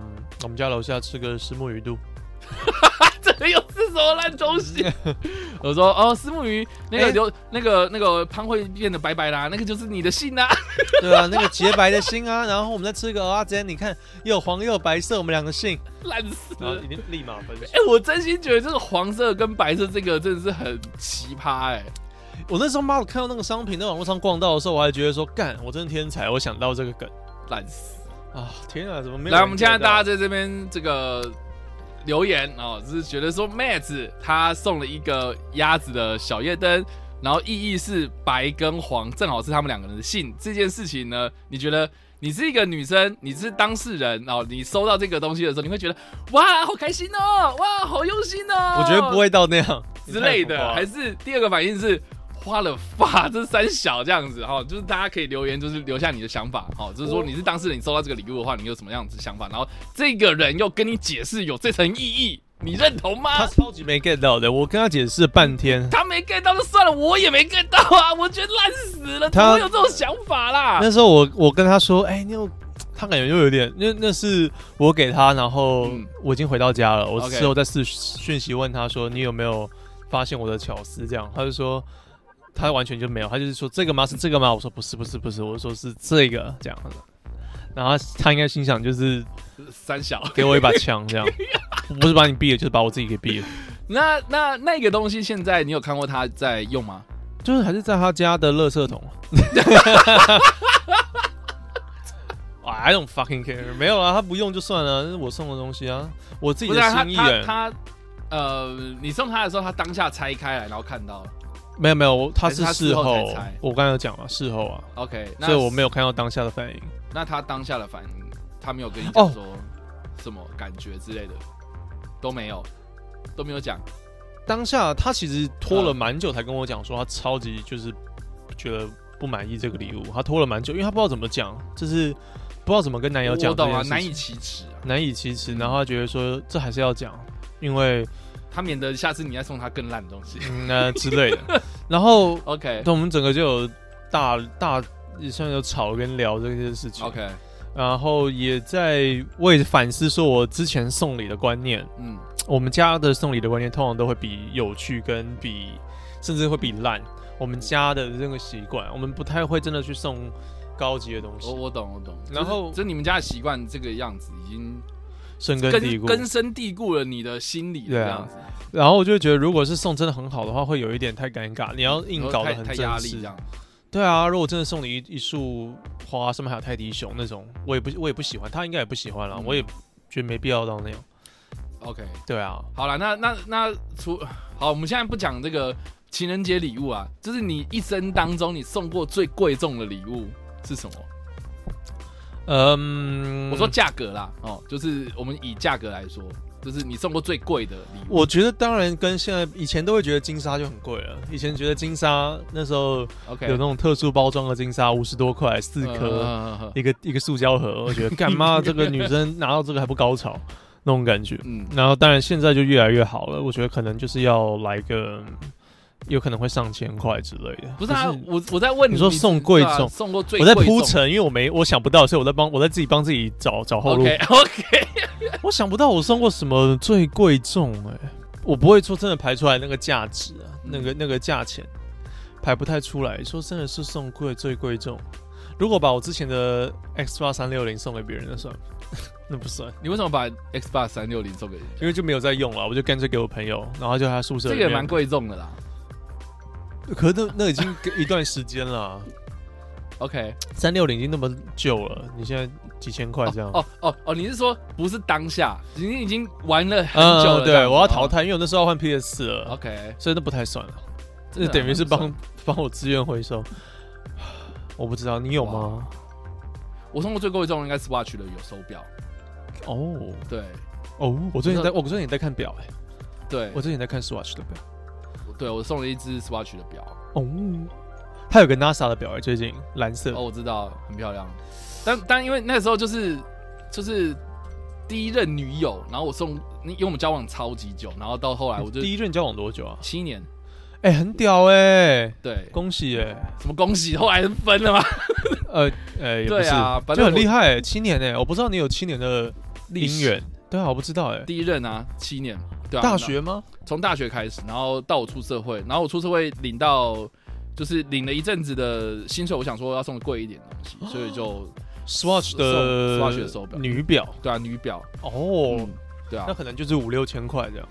Speaker 1: 我们家楼下吃个石目鱼肚。
Speaker 2: 这又是什么烂东西？ 我说哦，石木鱼那个
Speaker 1: 哎
Speaker 2: 流、那个那个汤会变得白白啦，那个就是你的信啦、啊。
Speaker 1: 对啊，那个洁白的心啊， 然后我们再吃个蚵仔煎，你看又有黄又有白色，我们两个姓，
Speaker 2: 烂死
Speaker 1: 然后
Speaker 2: 了
Speaker 1: 啊一！定立马分手
Speaker 2: 哎、。我真心觉得这个黄色跟白色这个真的是很奇葩哎、
Speaker 1: 我那时候妈，我看到那个商品在网络上逛到的时候，我还觉得说，干，我真的天才，我想到这个梗
Speaker 2: 烂死！
Speaker 1: 啊！天啊，怎么没有人
Speaker 2: 来，我们现在
Speaker 1: 想到
Speaker 2: 大家在这边这个留言哦，就是觉得说妹子她送了一个鸭子的小夜灯。然后意义是白跟黄，正好是他们两个人的姓。这件事情呢，你觉得你是一个女生，你是当事人，然后你收到这个东西的时候，你会觉得哇，好开心哦，哇，好用心哦，
Speaker 1: 我觉得不会到那样
Speaker 2: 之类
Speaker 1: 你太浮夸
Speaker 2: 的，
Speaker 1: 了
Speaker 2: 还是第二个反应是花了 发，这是三小这样子哈、就是大家可以留言，就是留下你的想法哈、就是说你是当事人，你收到这个礼物的话，你有什么样子的想法？然后这个人又跟你解释有这层意义，你认同
Speaker 1: 他
Speaker 2: 吗？
Speaker 1: 超级没 get 到的，我跟他解释半天，
Speaker 2: 他没 get 到就算了，我也没 get 到啊， 我觉得烂死了，怎
Speaker 1: 他
Speaker 2: 么会有这种想法啦？
Speaker 1: 那时候我我跟他说，哎、你有，他感觉又有点，那那是我给他，然后
Speaker 2: 嗯
Speaker 1: 我已经回到家了，我
Speaker 2: OK
Speaker 1: 之后再试讯息问他说，你有没有发现我的巧思？这样，他就说他完全就没有，他就是说这个吗？是这个吗？我说不是，不是，不是，我说是这个这样子。然后他他应该心想就是
Speaker 2: 三小，
Speaker 1: 给我一把枪这样，不是把你毙了，就是把我自己给毙了。
Speaker 2: 那那那个东西现在你有看过他在用吗？
Speaker 1: 就是还是在他家的垃圾桶。I don't fucking care，没有啊，他不用就算了，那是我送的东西啊，我自己
Speaker 2: 不
Speaker 1: 的
Speaker 2: 是、啊、他
Speaker 1: 心意
Speaker 2: 他
Speaker 1: 哎。
Speaker 2: 他呃，你送他的时候，他当下拆开来，然后看到了。
Speaker 1: 没有没有，我他
Speaker 2: 还是他
Speaker 1: 事
Speaker 2: 事后
Speaker 1: 后
Speaker 2: 才猜，
Speaker 1: 我刚才有讲嘛，事后啊，
Speaker 2: OK，那
Speaker 1: 所以我没有看到当下的反应。
Speaker 2: 那他当下的反应，他没有跟你讲
Speaker 1: 哦
Speaker 2: 说什么感觉之类的，都没有，都没有讲。
Speaker 1: 当下他其实拖了
Speaker 2: 嗯
Speaker 1: 蛮久才跟我讲说，他超级就是觉得不满意这个礼物，他拖了蛮久，因为他不知道怎么讲，就是不知道怎么跟男友
Speaker 2: 我
Speaker 1: 讲这
Speaker 2: 懂
Speaker 1: 件，
Speaker 2: 啊
Speaker 1: 事情，
Speaker 2: 难以启齿啊，
Speaker 1: 难以启齿，然后他觉得说这还是要讲，因为
Speaker 2: 他免得下次你再送他更烂的东西。
Speaker 1: 嗯呃之类的。 然后，
Speaker 2: OK
Speaker 1: 那我们整个就有大大算有吵跟聊这些事情。
Speaker 2: OK，
Speaker 1: 然后也在我也反思说，我之前送礼的观念，
Speaker 2: 嗯，
Speaker 1: 我们家的送礼的观念通常都会比有趣跟比甚至会比烂。我们家的这个习惯，我们不太会真的去送高级的东
Speaker 2: 我
Speaker 1: 西，
Speaker 2: 我懂我懂。
Speaker 1: 然后
Speaker 2: 就是就你们家的习惯这个样子，已经
Speaker 1: 深根蒂
Speaker 2: 根
Speaker 1: 固。
Speaker 2: 根深蒂固了你的心理
Speaker 1: 对
Speaker 2: 的
Speaker 1: 啊
Speaker 2: 这样子，
Speaker 1: 然后我就觉得，如果是送真的很好的话，会有一点太尴尬。你要硬搞得
Speaker 2: 太
Speaker 1: 很
Speaker 2: 太
Speaker 1: 正
Speaker 2: 压力
Speaker 1: 式
Speaker 2: 这，样。
Speaker 1: 对啊，如果真的送你一一束花，上面还有泰迪熊那种，我也不我也不喜欢，他应该也不喜欢啦，
Speaker 2: 嗯
Speaker 1: 我也觉得没必要到那样。
Speaker 2: OK，
Speaker 1: 对啊，
Speaker 2: 好了，那那那除好，我们现在不讲这个情人节礼物啊，就是你一生当中你送过最贵重的礼物是什么？
Speaker 1: 嗯，
Speaker 2: 我说价格啦，哦，就是我们以价格来说，就是你送过最贵的礼物。
Speaker 1: 我觉得当然跟现在以前都会觉得金沙就很贵了，以前觉得金沙那时候有
Speaker 2: OK，嗯
Speaker 1: 那种特殊包装的金沙，五十多块四颗，
Speaker 2: 颗，
Speaker 1: 一个一个塑胶盒，我觉 得干嘛这个女生拿到这个还不高潮那种感觉。
Speaker 2: 嗯，
Speaker 1: 然后当然现在就越来越好了，我觉得可能就是要来个，有可能会上千块之类的。
Speaker 2: 不是啊
Speaker 1: 可，
Speaker 2: 我我在问
Speaker 1: 你说送贵
Speaker 2: 对啊
Speaker 1: 重
Speaker 2: 送过最
Speaker 1: 我
Speaker 2: 贵
Speaker 1: 在
Speaker 2: 重，
Speaker 1: 铺陈，因为我没我想不到，所以我在帮我在自己帮自己找找后路。
Speaker 2: OK OK，
Speaker 1: 我想不到我送过什么最贵重哎、我不会说真的排出来那个价值啊，
Speaker 2: 嗯
Speaker 1: 那个那个价钱排不太出来。说真的是送贵最贵重，如果把我之前的 X 八三六零送给别人，那算吗 那不算，
Speaker 2: 你为什么把 X 八三六零送给人家？
Speaker 1: 因为就没有在用了，我就干脆给我朋友，然后就他宿舍
Speaker 2: 这
Speaker 1: 里
Speaker 2: 个也
Speaker 1: 面
Speaker 2: 蛮贵重的啦。
Speaker 1: 可是那那已经一段时间了啊，
Speaker 2: OK，
Speaker 1: 三六零已经那么久了，你现在几千块这样。
Speaker 2: 哦哦哦，你是说不是当下，你已经玩了
Speaker 1: 嗯，
Speaker 2: 很 久了这样
Speaker 1: 对，
Speaker 2: 子
Speaker 1: 我要淘
Speaker 2: 哦
Speaker 1: 汰，因为我那时候要换 PS 四了。
Speaker 2: OK，
Speaker 1: 所以那不太算了，这
Speaker 2: 真的啊
Speaker 1: 等于是
Speaker 2: 那
Speaker 1: 帮帮我自愿回收。 我不知道你有吗？
Speaker 2: 我送过最贵重的应该是 Swatch 的有手表，
Speaker 1: 哦
Speaker 2: 对
Speaker 1: 哦，我最近在，我最近在看表哎、
Speaker 2: 对，
Speaker 1: 我
Speaker 2: 我
Speaker 1: 最近在看 Swatch 的表。
Speaker 2: 对我送了一只 Swatch 的表，
Speaker 1: 哦，它有个 NASA 的表哎、最近蓝色。
Speaker 2: 哦，我知道，很漂亮，但但因为那时候就是就是第一任女友，然后我送，因为我们交往超级久，然后到后来我就
Speaker 1: 第一任交往多久啊？
Speaker 2: 七年，
Speaker 1: 哎、很屌哎、
Speaker 2: 对，
Speaker 1: 恭喜哎、
Speaker 2: 什么恭喜，后来分了嘛，
Speaker 1: 呃呃，也不
Speaker 2: 对
Speaker 1: 是，
Speaker 2: 啊，反
Speaker 1: 就
Speaker 2: 正
Speaker 1: 很厉
Speaker 2: 我
Speaker 1: 害哎、七年哎、我不知道你有七年的姻缘。对啊，我不知道哎、
Speaker 2: 第一任啊，七年，对啊，
Speaker 1: 大学吗？
Speaker 2: 从大学开始，然后到我出社会，然后我出社会领到就是领了一阵子的薪水，我想说要送贵一点的东西，所以就
Speaker 1: Swatch
Speaker 2: 送 Swatch 的
Speaker 1: 的
Speaker 2: 手表
Speaker 1: 女表
Speaker 2: 对啊女表，
Speaker 1: 哦，
Speaker 2: 嗯对啊
Speaker 1: 那，可能就是五六千块这样，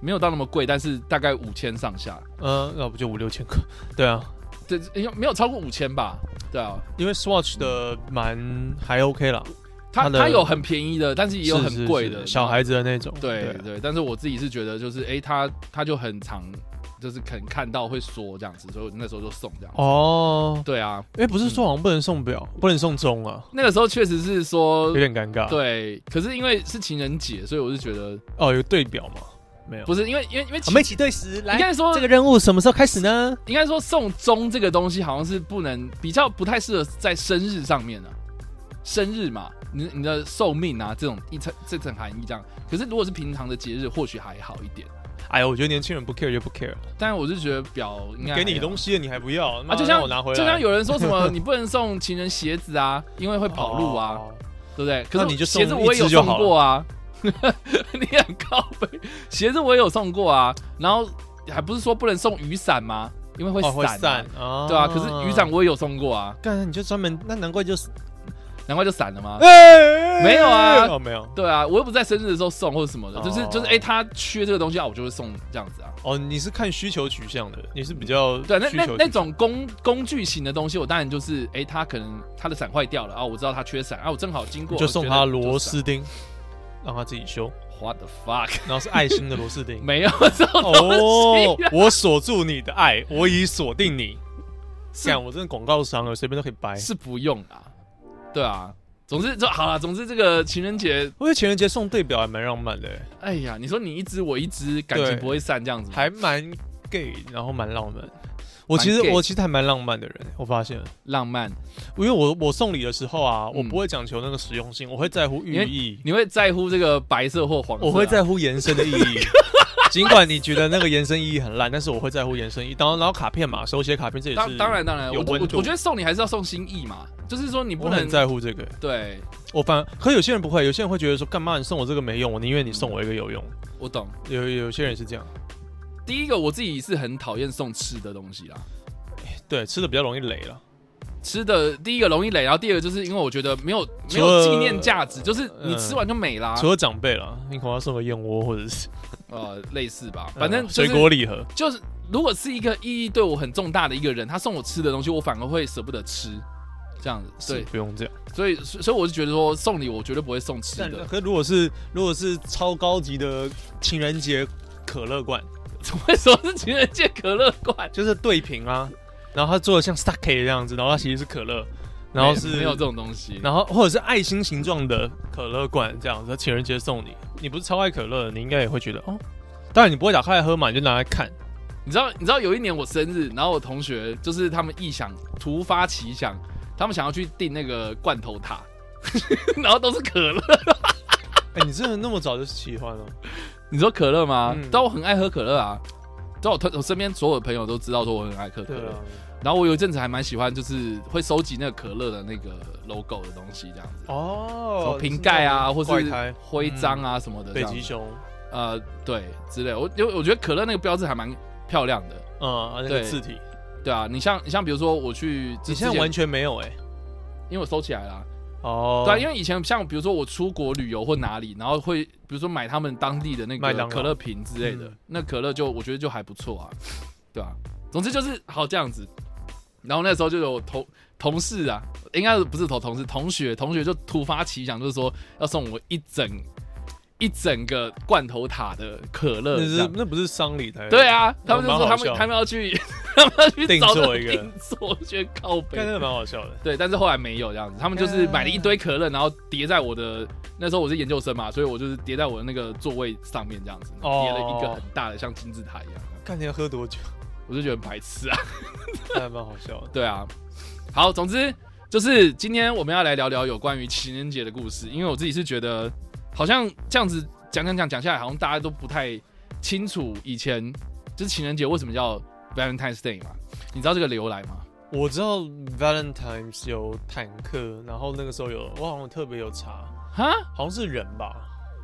Speaker 2: 没有到那么贵，但是大概五千上下，
Speaker 1: 嗯、那不就五六千块？对啊，
Speaker 2: 对，因为没有超过五千吧，对啊，
Speaker 1: 因为 Swatch 的蛮还 OK 啦，
Speaker 2: 它
Speaker 1: 它的
Speaker 2: 它有很便宜的，但是也有
Speaker 1: 是
Speaker 2: 很贵的
Speaker 1: 是是小孩子的那种，啊
Speaker 2: 对对，但是我自己是觉得就是哎，它它就很常就是肯看到会说这样子，所以我那时候就送这样。
Speaker 1: 哦，
Speaker 2: 对啊，
Speaker 1: 哎、不是说好像不能送表，不能送钟啊，
Speaker 2: 那个时候确实是说
Speaker 1: 有点尴尬。，
Speaker 2: 对，可是因为是情人节，所以我是觉得
Speaker 1: 哦，有对表嘛，没有，
Speaker 2: 不是因为因为因为
Speaker 1: 我
Speaker 2: 其
Speaker 1: 们一起对时来
Speaker 2: 应。该说
Speaker 1: 这个任务什么时候开始呢？
Speaker 2: 应该说送钟这个东西好像是不能比较不太适合在生日上面啊，生日嘛，你你的寿命啊这种一层这层含义这样。可是如果是平常的节日，或许还好一点。
Speaker 1: 哎呀，我觉得年轻人不 care 就不 care，
Speaker 2: 但我是觉得表应该
Speaker 1: 给你
Speaker 2: 还好
Speaker 1: 东西了你还不要，妈
Speaker 2: 啊，就
Speaker 1: 让
Speaker 2: 像
Speaker 1: 我拿回来，哦
Speaker 2: 就像有人说 什么你不能送情人鞋子啊，因为会跑路啊，
Speaker 1: 哦
Speaker 2: 对不对？可
Speaker 1: 那
Speaker 2: 是
Speaker 1: 你就送
Speaker 2: 鞋子我也有
Speaker 1: 一只就
Speaker 2: 送
Speaker 1: 好了
Speaker 2: 过啊， 你很高飞，鞋子我也有送过啊，然后还不是说不能送雨伞吗？因为会
Speaker 1: 哦
Speaker 2: 散、
Speaker 1: 会散，啊
Speaker 2: 对啊，可是雨伞，我也有送过啊，
Speaker 1: 干你就专门，那难怪就是，
Speaker 2: 难怪就散了吗？
Speaker 1: 哎
Speaker 2: 没有啊
Speaker 1: 哦没有，
Speaker 2: 对啊，我又不在生日的时候送或者什么的，
Speaker 1: 哦
Speaker 2: 就是就是，哎、他缺这个东西啊，我就会送这样子啊。
Speaker 1: 哦你是看需求取向的，你是比较
Speaker 2: 对啊，那
Speaker 1: 需求取
Speaker 2: 那那种工工具型的东西，我当然就是，哎、他可能他的伞坏掉了啊，我知道他缺伞啊，我正好经过，
Speaker 1: 你就
Speaker 2: 我
Speaker 1: 送
Speaker 2: 觉得
Speaker 1: 他
Speaker 2: 就
Speaker 1: 螺
Speaker 2: 伞。
Speaker 1: 丝钉，让他自己 修，
Speaker 2: What the fuck？
Speaker 1: 然后是爱心的螺丝钉。
Speaker 2: 没有这种
Speaker 1: 哦
Speaker 2: 东西、啊，
Speaker 1: 我锁住你的爱，我已锁定你。干，我真的广告商了，随便都可以掰。
Speaker 2: 是不用啊。对啊，总之就好了。总之这个情人节，
Speaker 1: 我觉得情人节送对表还蛮浪漫的欸，
Speaker 2: 哎呀，你说你一只我一只，感
Speaker 1: 对
Speaker 2: 情不会散这样子吗。
Speaker 1: 还蛮 gay，然后蛮浪漫。我
Speaker 2: 蛮
Speaker 1: 其实
Speaker 2: gay
Speaker 1: 我其实还蛮浪漫的人，我发现了，
Speaker 2: 浪漫，
Speaker 1: 因为我我送礼的时候啊，我
Speaker 2: 嗯
Speaker 1: 不会讲求那个实用性，我会在乎
Speaker 2: 因
Speaker 1: 寓
Speaker 2: 为
Speaker 1: 意，
Speaker 2: 你会在乎这个白色或黄色啊、
Speaker 1: 我会在乎延伸的意义。
Speaker 2: 啊
Speaker 1: 尽管你觉得那个延伸意义很烂，但是我会在乎延伸意义。当然，然后卡片嘛，手写卡片这也
Speaker 2: 当
Speaker 1: 是
Speaker 2: 当然当然，
Speaker 1: 有
Speaker 2: 我
Speaker 1: 温
Speaker 2: 我
Speaker 1: 度
Speaker 2: 我觉得送你还是要送心意嘛，就是说你
Speaker 1: 我
Speaker 2: 不能
Speaker 1: 很在乎这个。
Speaker 2: 对，
Speaker 1: 我反可有些人不会，有些人会觉得说，干嘛你送我这个没用，我宁愿你送我一个有用。
Speaker 2: 我懂。
Speaker 1: 有有些人是这样，
Speaker 2: 第一个我自己是很讨厌送吃的东西啦，
Speaker 1: 对，吃的比较容易累了。
Speaker 2: 吃的第一个容易累，然后第二个就是因为我觉得没有没
Speaker 1: 除了呃
Speaker 2: 有纪念价值，就是你吃完就没啊啦，
Speaker 1: 除了长辈了，你可能要送个燕窝或者是
Speaker 2: 呃，类似吧，反正
Speaker 1: 嗯
Speaker 2: 就是
Speaker 1: 水果礼盒。
Speaker 2: 就是如果是一个意义对我很重大的一个人，他送我吃的东西，我反而会舍不得吃，这样子。
Speaker 1: 是
Speaker 2: 对，
Speaker 1: 不用这样。
Speaker 2: 所以所以所以我就觉得说送礼我绝对不会送吃
Speaker 1: 但
Speaker 2: 的，
Speaker 1: 可如果是如果是超高级的情人节可乐罐，
Speaker 2: 怎么会说是情人节可乐罐？
Speaker 1: 就是对瓶啊，然后它做的像 sake 这样子，然后它其实是可乐，然后
Speaker 2: 没有没
Speaker 1: 是
Speaker 2: 有这种东西。
Speaker 1: 然后或者是爱心形状的可乐罐这样子，情人节送你。你不是超爱可乐的，你应该也会觉得哦。当然你不会打开来喝嘛，你就拿来看。
Speaker 2: 你知道你知道有一年我生日，然后我同学就是他们异想突发奇想，他们想要去订那个罐头塔， 然后都是可乐。
Speaker 1: 哎、你真的那么早就喜欢了？
Speaker 2: 你说可乐吗？
Speaker 1: 嗯
Speaker 2: 但我很爱喝可乐啊。但我同我身边所有的朋友都知道说我很爱喝可乐，，
Speaker 1: 啊
Speaker 2: 然后我有一阵子还蛮喜欢，就是会收集那个可乐的那个 logo 的东西，这样子，什
Speaker 1: 哦
Speaker 2: 么，瓶盖啊，或
Speaker 1: 怪
Speaker 2: 是
Speaker 1: 胎嗯
Speaker 2: 徽章啊什么的，这
Speaker 1: 北
Speaker 2: 样
Speaker 1: 极
Speaker 2: 子，
Speaker 1: 熊，
Speaker 2: 呃，对，之类。我因为我觉得可乐那个标志还蛮漂亮的，
Speaker 1: 嗯，而且
Speaker 2: 对
Speaker 1: 字体，
Speaker 2: 对啊，你像你像比如说我去之，
Speaker 1: 你现在
Speaker 2: 之前
Speaker 1: 完全没有哎、
Speaker 2: 因为我收起来了，
Speaker 1: 哦，嗯
Speaker 2: 对啊，因为以前像比如说我出国旅游或哪里，然后会比如说买他们当地的那
Speaker 1: 麦当
Speaker 2: 个
Speaker 1: 劳
Speaker 2: 可乐瓶之类的
Speaker 1: 嗯，
Speaker 2: 那可乐就我觉得就还不错啊，对啊，总之就是好这样子。然后那时候就有同同事啊，应该不是同同事，同学同学就突发奇想，就是说要送我一整一整个罐头塔的可乐
Speaker 1: 那
Speaker 2: 这
Speaker 1: 是
Speaker 2: 样。
Speaker 1: 那不是丧礼台，
Speaker 2: 对，啊，他们
Speaker 1: 蛮
Speaker 2: 就说
Speaker 1: 好
Speaker 2: 他
Speaker 1: 笑
Speaker 2: 们他们要去 他们要去
Speaker 1: 定
Speaker 2: 找
Speaker 1: 做
Speaker 2: 人
Speaker 1: 一个
Speaker 2: 定 做，我觉得靠北
Speaker 1: 看那个蛮好笑的。
Speaker 2: 对，但是后来没有这样子，他们就是买了一堆可乐，然后叠在我的那时候我是研究生嘛，所以我就是叠在我的那个座位上面这样子，
Speaker 1: 哦
Speaker 2: 叠了一个很大的像金字塔一样，
Speaker 1: 看你要喝多久，
Speaker 2: 我就觉得很白痴啊。
Speaker 1: 那还蛮好笑的。
Speaker 2: 对啊，好，总之就是今天我们要来聊聊有关于情人节的故事，因为我自己是觉得好像这样子讲讲讲讲下来，好像大家都不太清楚以前就是情人节为什么叫 Valentine's Day 嘛，你知道这个由来吗？
Speaker 1: 我知道 Valentine's 有坦克，然后那个时候有，我好像特别有查，
Speaker 2: 哈
Speaker 1: 好像是人吧，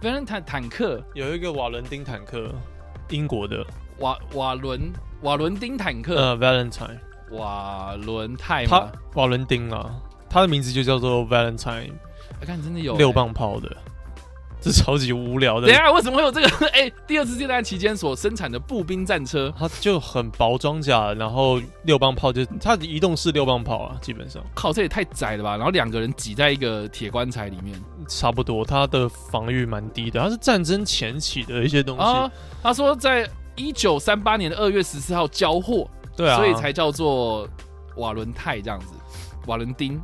Speaker 2: ，Valentine 坦克。
Speaker 1: 有一个瓦伦丁坦克，英国的，
Speaker 2: 瓦瓦伦瓦伦丁坦克，
Speaker 1: 呃，Valentine，
Speaker 2: 瓦伦泰
Speaker 1: 他
Speaker 2: 吗？
Speaker 1: 瓦伦丁啊，他的名字就叫做 Valentine，
Speaker 2: 啊看真的有欸
Speaker 1: 六。磅炮的，这超级无聊的
Speaker 2: 等一，下为什么会有这个？ 哎、第二次世界大战期间所生产的步兵战车，
Speaker 1: 它就很薄装甲，然后六磅炮就它的移动式六磅炮啊，基本上
Speaker 2: 靠，这也太窄了吧！然后两个人挤在一个铁棺材里面
Speaker 1: 差不多，它的防御蛮低的，它是战争前期的一些东西，
Speaker 2: 啊。他说在一九三八年的二月十四号交货，
Speaker 1: 对啊，
Speaker 2: 所以才叫做瓦伦泰这样子，瓦伦丁。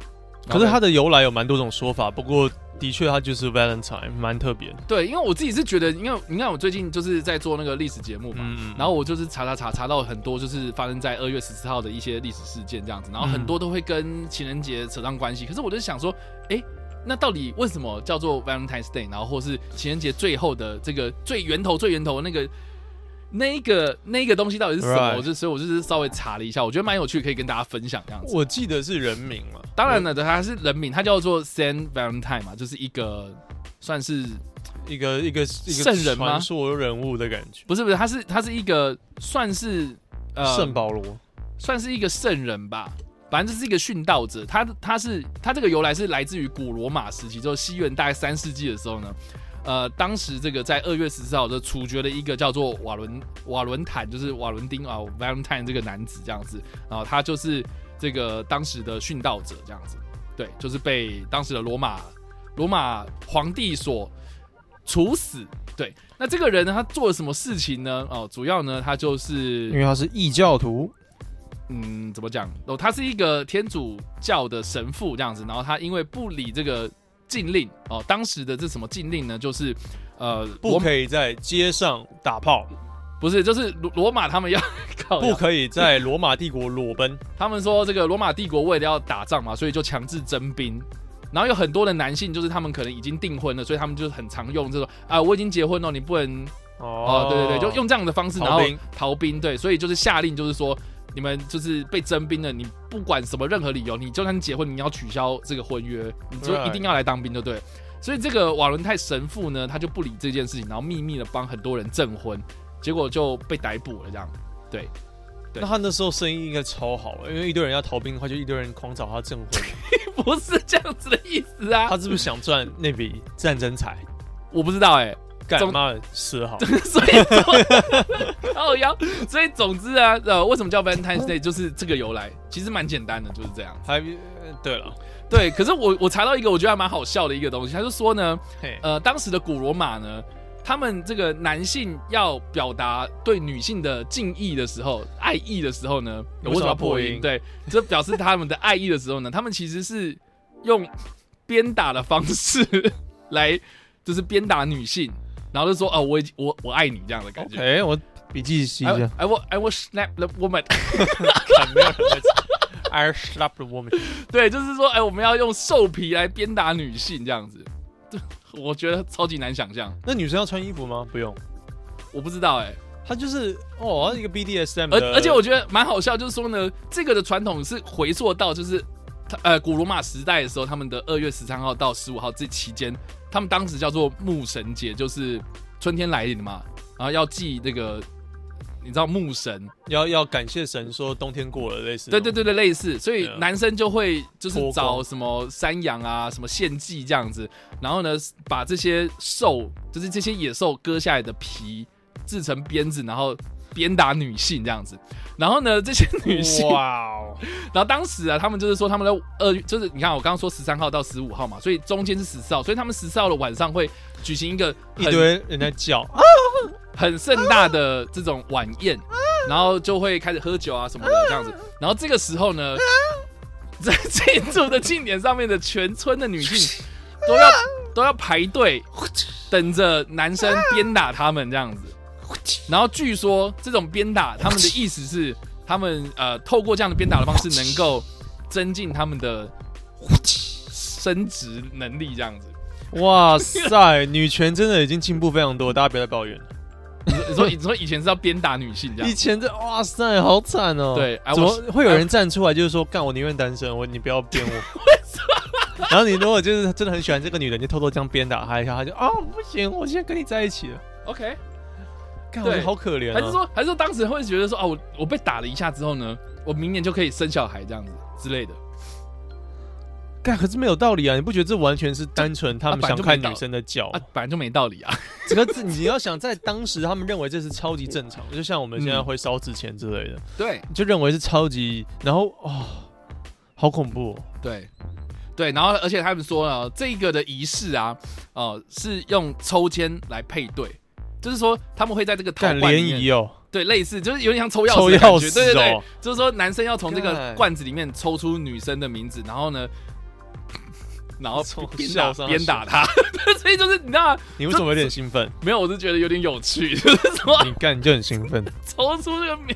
Speaker 1: 可是它的由来有蛮多种说法，不过的确它就是 Valentine，蛮特别的。
Speaker 2: 对，因为我自己是觉得，因为你看我最近就是在做那个历史节目嘛，
Speaker 1: 嗯，
Speaker 2: 然后我就是查查查查到很多就是发生在二月十四号的一些历史事件这样子，然后很
Speaker 1: 嗯
Speaker 2: 多都会跟情人节扯上关系。可是我就想说，哎，那到底为什么叫做 Valentine's Day，然后或是情人节最后的这个最源头最源头的那个那一个那一个东西到底是什么
Speaker 1: Right
Speaker 2: 我就所以我就是稍微查了一下，我觉得蛮有趣，可以跟大家分享这样子。
Speaker 1: 我记得是人名嘛，
Speaker 2: 当然了，它是人名，它叫做 Saint Valentine 嘛，就是一个算是
Speaker 1: 一个一个一个
Speaker 2: 圣人吗
Speaker 1: 传说人物的感觉，
Speaker 2: 不是不是，他是他是一个算是呃
Speaker 1: 圣保罗。
Speaker 2: 算是一个圣人吧，反正就是一个殉道者。他他是他这个由来是来自于古罗马时期，就是西元大概三世纪的时候呢，呃，当时这个在二月十四号就处决了一个叫做瓦伦瓦伦坦，就是瓦伦丁啊 Valentine 这个男子这样子，然后他就是这个当时的殉道者这样子，对，就是被当时的罗马罗马皇帝所处死。对，那这个人呢，他做了什么事情呢？哦，主要呢，他就是
Speaker 1: 因为他是异教徒，
Speaker 2: 嗯，怎么讲？哦，他是一个天主教的神父这样子，然后他因为不理这个禁令哦，当时的这什么禁令呢？就是呃，
Speaker 1: 不
Speaker 2: 罗
Speaker 1: 可以在街上打炮，
Speaker 2: 不是，就是罗罗马他们要靠
Speaker 1: 不
Speaker 2: 呀，
Speaker 1: 可以在罗马帝国裸奔。
Speaker 2: 他们说这个罗马帝国为了要打仗嘛，所以就强制征兵。然后有很多的男性，就是他们可能已经订婚了，所以他们就是很常用这种啊，我已经结婚了，你不能哦，
Speaker 1: 啊
Speaker 2: 对对对，就用这样的方式，
Speaker 1: 逃
Speaker 2: 然后
Speaker 1: 兵
Speaker 2: 逃兵，对，所以就是下令，就是说你们就是被征兵了，你不管什么任何理由，你就算结婚，你要取消这个婚约，你就
Speaker 1: Right
Speaker 2: 一定要来当兵，对不对？所以这个瓦伦泰神父呢，他就不理这件事情，然后秘密的帮很多人证婚，结果就被逮捕了，这样。对
Speaker 1: 那他那时候生意应该超好，因为一堆人要逃兵的话，就一堆人狂找他证婚。
Speaker 2: 不是这样子的意思啊
Speaker 1: 他，是不是想赚那笔战争财？
Speaker 2: 我不知道哎、
Speaker 1: 干
Speaker 2: 总
Speaker 1: 妈的死好，
Speaker 2: 所以总 靠腰，所以总之啊，呃，为什么叫 Valentine's Day，就是这个由来，其实蛮简单的，就是这样。
Speaker 1: 还呃对了，
Speaker 2: 对，可是我我查到一个我觉得还蛮好笑的一个东西，他就说呢，
Speaker 1: 嘿，
Speaker 2: 呃，当时的古罗马呢，他们这个男性要表达对女性的敬意的时候、爱意的时候呢，
Speaker 1: 有
Speaker 2: 为
Speaker 1: 什
Speaker 2: 什么
Speaker 1: 么
Speaker 2: 要
Speaker 1: 破
Speaker 2: 破
Speaker 1: 音
Speaker 2: 音？对，这表示他们的爱意的时候呢，他们其实是用鞭打的方式来，就是鞭打女性，然后就说哦，我已经我我爱你这样的感觉。
Speaker 1: 哎，我笔记记一
Speaker 2: I
Speaker 1: 下。
Speaker 2: I will I will snap the woman，
Speaker 1: 看没有人在 猜 I slap the woman。
Speaker 2: 对，就是说，哎，我们要用兽皮来鞭打女性这样子，这我觉得超级难想象，
Speaker 1: 那女生要穿衣服吗？不用，
Speaker 2: 我不知道哎、
Speaker 1: 她就是哦，一个 BDSM
Speaker 2: 而
Speaker 1: 的。
Speaker 2: 而且我觉得蛮好笑，就是说呢，这个的传统是回溯到就是他呃古罗马时代的时候，他们的二月十三号到十五号这期间，他们当时叫做牧神节，就是春天来临嘛，然后要祭那个你知道牧神，
Speaker 1: 要要感谢神说冬天过了，类似。
Speaker 2: 对对，对对，类似，所以
Speaker 1: 对啊
Speaker 2: 男生就会就是
Speaker 1: 脱光
Speaker 2: 找什么山羊啊、什么献祭这样子，然后呢，把这些兽，就是这些野兽割下来的皮制成鞭子，然后鞭打女性这样子，然后呢，这些女性，
Speaker 1: 哇哦，
Speaker 2: 然后当时啊，他们就是说他们在二，就是你看我刚刚说十三号到十五号嘛，所以中间是十四号，所以他们十四号的晚上会举行一个
Speaker 1: 一
Speaker 2: 很
Speaker 1: 堆人在叫，
Speaker 2: 啊很盛大的这种晚宴，然后就会开始喝酒啊什么的这样子。然后这个时候呢，在庆祝的庆典上面的全村的女性都要都要排队等着男生鞭打他们这样子。然后据说这种鞭打他们的意思是，他们呃透过这样的鞭打的方式，能够增进他们的生殖能力这样子。
Speaker 1: 哇塞，女权真的已经进步非常多，大家不要再抱怨了。
Speaker 2: 你说你说以前是要鞭打女性这样
Speaker 1: 以？前这哇塞，好惨哦。
Speaker 2: 对，I 哎
Speaker 1: 怎么
Speaker 2: was-
Speaker 1: 会有人站出来就是说，干我宁愿单身，我你不要 鞭我。然后你如果就是真的很喜欢这个女人，你就偷偷这样鞭打她一下，她就啊不行，我现在跟你在一起了。
Speaker 2: OK，
Speaker 1: 干，我觉得
Speaker 2: 对
Speaker 1: 好可怜、啊。
Speaker 2: 还是说，还是说当时会觉得说，啊，我我被打了一下之后呢，我明年就可以生小孩这样子之类的。
Speaker 1: 哦干，可是没有道理啊！你不觉得这完全是单纯他们
Speaker 2: 啊本来
Speaker 1: 想
Speaker 2: 就
Speaker 1: 看
Speaker 2: 没道
Speaker 1: 女生的脚？
Speaker 2: 啊，本来就没 道理啊。
Speaker 1: 这个字你要想，在当时他们认为这是超级正常，就像我们现在
Speaker 2: 嗯
Speaker 1: 会烧纸钱之类的，
Speaker 2: 对
Speaker 1: 就认为是超级，然后哦，好恐怖、哦，
Speaker 2: 对对，然后而且他们说呢，这个的仪式啊，哦、是用抽签来配对，就是说他们会在这个陶
Speaker 1: 干
Speaker 2: 罐里
Speaker 1: 联
Speaker 2: 面
Speaker 1: 谊哦，
Speaker 2: 对，类似就是有点像抽钥
Speaker 1: 抽
Speaker 2: 匙的感
Speaker 1: 钥
Speaker 2: 觉，
Speaker 1: 匙
Speaker 2: 对对对
Speaker 1: 哦，
Speaker 2: 就是说男生要从这个
Speaker 1: 干
Speaker 2: 罐子里面抽出女生的名字，然后呢，然后
Speaker 1: 从
Speaker 2: 边
Speaker 1: 笑
Speaker 2: 打
Speaker 1: 上
Speaker 2: 边打他， 所以就是你知道
Speaker 1: 你为什么有点兴奋？
Speaker 2: 没有，我是觉得有点有趣， 就是什么
Speaker 1: 你干你就很兴 奋，
Speaker 2: 抽出这个名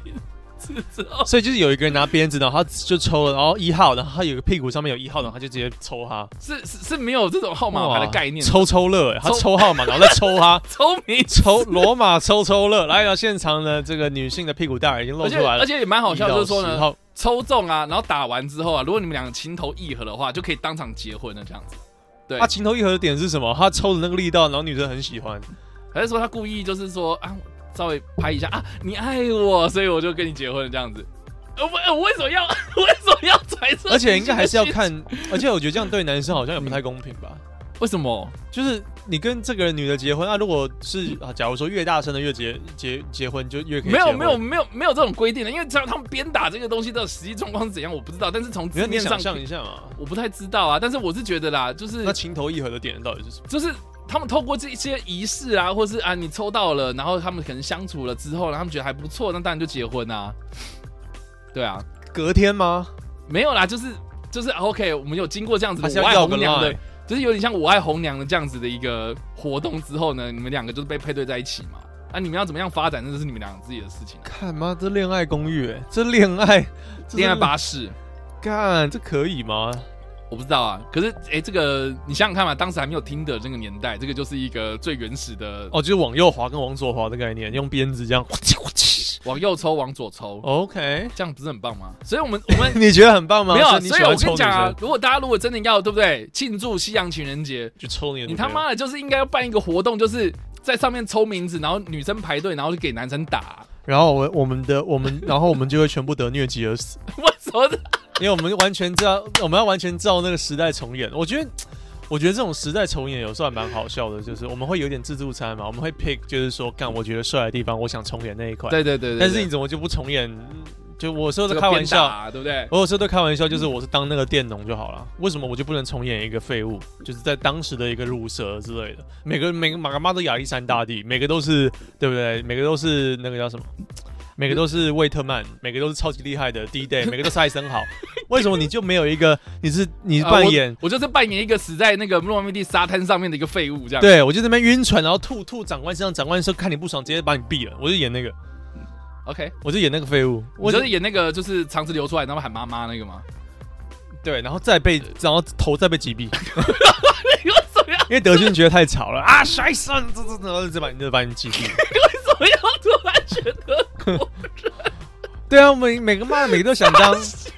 Speaker 2: 字之后，
Speaker 1: 所以就是有一个人拿鞭子，然后他就抽了，然后一号，然后他有个屁股上面有一号，然后他就直接抽他
Speaker 2: 是是是没有这种号码哦牌的概念，
Speaker 1: 抽抽乐、欸，他
Speaker 2: 抽
Speaker 1: 抽号码，然后再抽 他，
Speaker 2: 抽名字
Speaker 1: 抽罗马抽抽乐，来，然后现场呢，这个女性的屁股蛋儿已经露
Speaker 2: 而且
Speaker 1: 出来了，
Speaker 2: 而且也蛮好笑，就是说
Speaker 1: 一到十
Speaker 2: 呢，
Speaker 1: 号
Speaker 2: 抽中啊，然后打完之后啊，如果你们俩情投意合的话，就可以当场结婚了这样子。对
Speaker 1: 啊他，情投意合的点是什么？他抽的那个力道，然后女生很喜欢，
Speaker 2: 还是说他故意就是说啊，稍微拍一下啊，你爱我，所以我就跟你结婚了这样子。呃，我呃我为什么要 我为什么要揣测？
Speaker 1: 而且应该还是要，看，而且我觉得这样对男生好像也不太公平吧。
Speaker 2: 为什么？
Speaker 1: 就是你跟这个女的结婚，那、如果是啊，假如说越大声的越结结结婚，就越可以
Speaker 2: 没有
Speaker 1: 结婚
Speaker 2: 没有，没有没有这种规定的，因为只要他们鞭打这个东西的实际状况是怎样，我不知道。但是从
Speaker 1: 你
Speaker 2: 字
Speaker 1: 要你
Speaker 2: 面
Speaker 1: 想
Speaker 2: 上，
Speaker 1: 象一下嘛，
Speaker 2: 我不太知道啊。但是我是觉得啦，就是
Speaker 1: 那情投意合的点到底是什么？
Speaker 2: 就是他们透过这一些仪式啊，或是啊你抽到了，然后他们可能相处了之后，然后他们觉得还不错，那当然就结婚啊。对啊，
Speaker 1: 隔天吗？
Speaker 2: 没有啦，就是就是 OK，我们有经过这样子
Speaker 1: 还是
Speaker 2: 的我
Speaker 1: 要
Speaker 2: 爱
Speaker 1: 要个
Speaker 2: 红娘的
Speaker 1: line？，
Speaker 2: 就是有点像我爱红娘的这样子的一个活动之后呢，你们两个就是被配对在一起嘛。啊，你们要怎么样发展，那就是你们两个自己的事情、啊。
Speaker 1: 看妈，这恋爱公寓、欸，这恋爱，这是
Speaker 2: 恋爱巴士，
Speaker 1: 干，这可以吗？
Speaker 2: 我不知道啊。可是哎、诶这个你想想看嘛，当时还没有听的这个年代，这个就是一个最原始的
Speaker 1: 哦，就是往右滑跟往左滑的概念，用鞭子这样。
Speaker 2: 往右抽，往左抽，
Speaker 1: OK，
Speaker 2: 这样不是很棒吗？所以我们我们
Speaker 1: 你觉得很棒吗？
Speaker 2: 没有啊，
Speaker 1: 所以你
Speaker 2: 所
Speaker 1: 喜
Speaker 2: 以我
Speaker 1: 欢
Speaker 2: 跟
Speaker 1: 抽
Speaker 2: 你
Speaker 1: 女
Speaker 2: 讲啊
Speaker 1: 生，，
Speaker 2: 如果大家如果真的要对不对庆祝西洋情人节，
Speaker 1: 就抽你的女
Speaker 2: 你
Speaker 1: 朋友。
Speaker 2: 他妈的就是应该要办一个活动，就是在上面抽名字，然后女生排队，然后就给男生打。
Speaker 1: 然后我我们的我们，然后我们就会全部得疟疾而 死，
Speaker 2: 我操！
Speaker 1: 因为我们完全照，我们要完全照那个时代重演。我觉得，我觉得这种时代重演有时候还蛮好笑的，就是我们会有点自助餐嘛，我们会 pick，就是说，干我觉得帅的地方，我想重演那一块。
Speaker 2: 对对对对，
Speaker 1: 但是
Speaker 2: 对
Speaker 1: 你怎么就不重演？嗯就我说的
Speaker 2: 这个
Speaker 1: 开玩
Speaker 2: 鞭打
Speaker 1: 笑，
Speaker 2: 啊，对不对？
Speaker 1: 我有时哦候都开玩笑，就是我是当那个佃农就好了，为什么我就不能重演一个废物？就是在当时的一个入蛇之类的，每个每个马干妈都亚历山大帝，每个都是对不对？每个都是那个叫什么？每个都是魏特曼，每个都是超级厉害的 D Day，每个都是艾森豪。为什么你就没有一个？你是你是
Speaker 2: 呃
Speaker 1: 扮演？
Speaker 2: 我我就是扮演一个死在那个诺曼底沙滩上面的一个废物，这样。
Speaker 1: 对，我就在那边晕船，然后吐吐长官身上，长官说看你不爽，直接把你毙了。我就演那个，
Speaker 2: ，OK，
Speaker 1: 我就演那个废物，
Speaker 2: 我
Speaker 1: 我
Speaker 2: 就是演那个就是肠子流出来，然后喊妈妈那个嘛。
Speaker 1: 对，然后再被，然后头再被击毙，
Speaker 2: 你为什么要
Speaker 1: 因为德军觉得太吵了啊！帅son，这这，然后就把你就把你击毙。
Speaker 2: 怎么要突然觉得
Speaker 1: 对啊，我们每个妈每个都想当，
Speaker 2: 笑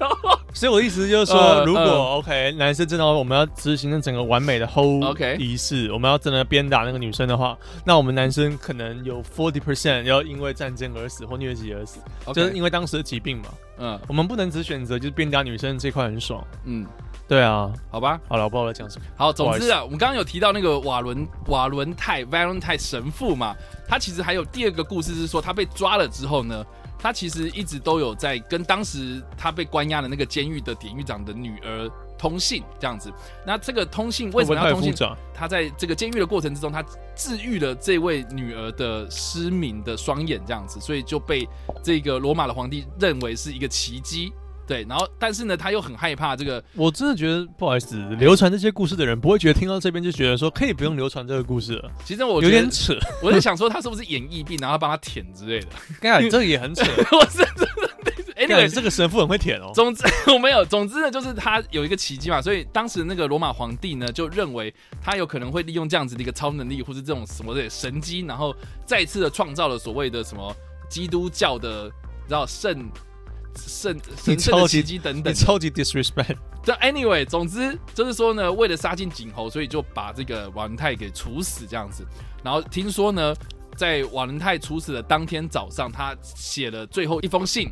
Speaker 1: 所以我的意思就是说，
Speaker 2: 呃
Speaker 1: 如果、
Speaker 2: 呃
Speaker 1: OK 男生真的我们要执行那整个完美的 whole
Speaker 2: OK
Speaker 1: 仪式，我们要真的鞭打那个女生的话，那我们男生可能有 forty percent 要因为战争而死或疟疾而死就是
Speaker 2: ？OK，
Speaker 1: 因为当时的疾病嘛。
Speaker 2: 嗯
Speaker 1: 我们不能只选择就是鞭打女生这块很爽。
Speaker 2: 嗯，
Speaker 1: 对啊，
Speaker 2: 好吧。
Speaker 1: 好了，我不知道我在讲什么。
Speaker 2: 好，
Speaker 1: 不
Speaker 2: 总
Speaker 1: 好意
Speaker 2: 之啊，我们刚刚有提到那个瓦伦瓦伦泰 Valentine 神父嘛，他其实还有第二个故事是说，他被抓了之后呢，他其实一直都有在跟当时他被关押的那个监狱的典狱长的女儿通信这样子。那这个通信为什么
Speaker 1: 会
Speaker 2: 要
Speaker 1: 不
Speaker 2: 通
Speaker 1: 会太
Speaker 2: 信
Speaker 1: 复？杂？
Speaker 2: 他在这个监狱的过程之中，他治愈了这位女儿的失明的双眼，这样子，所以就被这个罗马的皇帝认为是一个奇迹。对，然后但是呢，他又很害怕这个
Speaker 1: 我真的觉得不好意思，流传这些故事的人不会觉得听到这边就觉得说可以不用流传这个故事了，
Speaker 2: 其实我
Speaker 1: 有
Speaker 2: 觉得
Speaker 1: 点扯。
Speaker 2: 我是想说他是不是演艺病，然后帮他舔之类的。
Speaker 1: 干，这个也 很扯。
Speaker 2: 我是真的
Speaker 1: 干，
Speaker 2: ，anyway，
Speaker 1: 这个神父很会舔哦。
Speaker 2: 总之 我没有，总之呢，就是他有一个奇迹嘛，所以当时那个罗马皇帝呢，就认为他有可能会利用这样子的一个超能力，或是这种什么的神机，然后再次的创造了所谓的什么基督教的，你知道圣圣神圣
Speaker 1: 超
Speaker 2: 的
Speaker 1: 级
Speaker 2: 奇迹等
Speaker 1: 你
Speaker 2: 等的。
Speaker 1: 超级 disrespect，
Speaker 2: 这 anyway，总之就是说呢，为了杀进景侯，所以就把这个瓦伦泰给处死这样子。然后听说呢，在瓦伦泰处死的当天早上，他写了最后一封信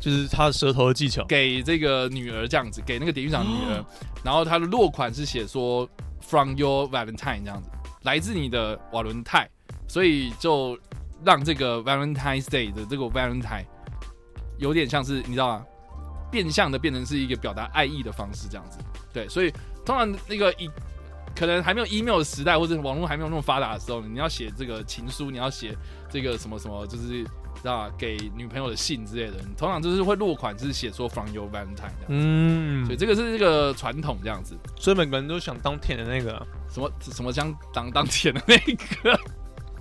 Speaker 1: 就是他的舌头的技巧。
Speaker 2: 给这个女儿，这样子，给那个典狱长的女儿。然后他的落款是写说 “From your Valentine” 这样子，来自你的瓦伦泰，所以就让这个 Valentine's Day 的这个 Valentine 有点像是你知道吗？变相的变成是一个表达爱意的方式，这样子。对，所以通常那个以可能还没有 email 的时代，或者网络还没有那么发达的时候，你要写这个情书，你要写这个什么什么，就是知道吧？给女朋友的信之类的，通常就是会落款是写说 “from your Valentine” 这样。
Speaker 1: 嗯
Speaker 2: 所以，这个是这个传统这样子，
Speaker 1: 所以每个人都想当舔的那个啊，
Speaker 2: 什么什么像当当舔的那个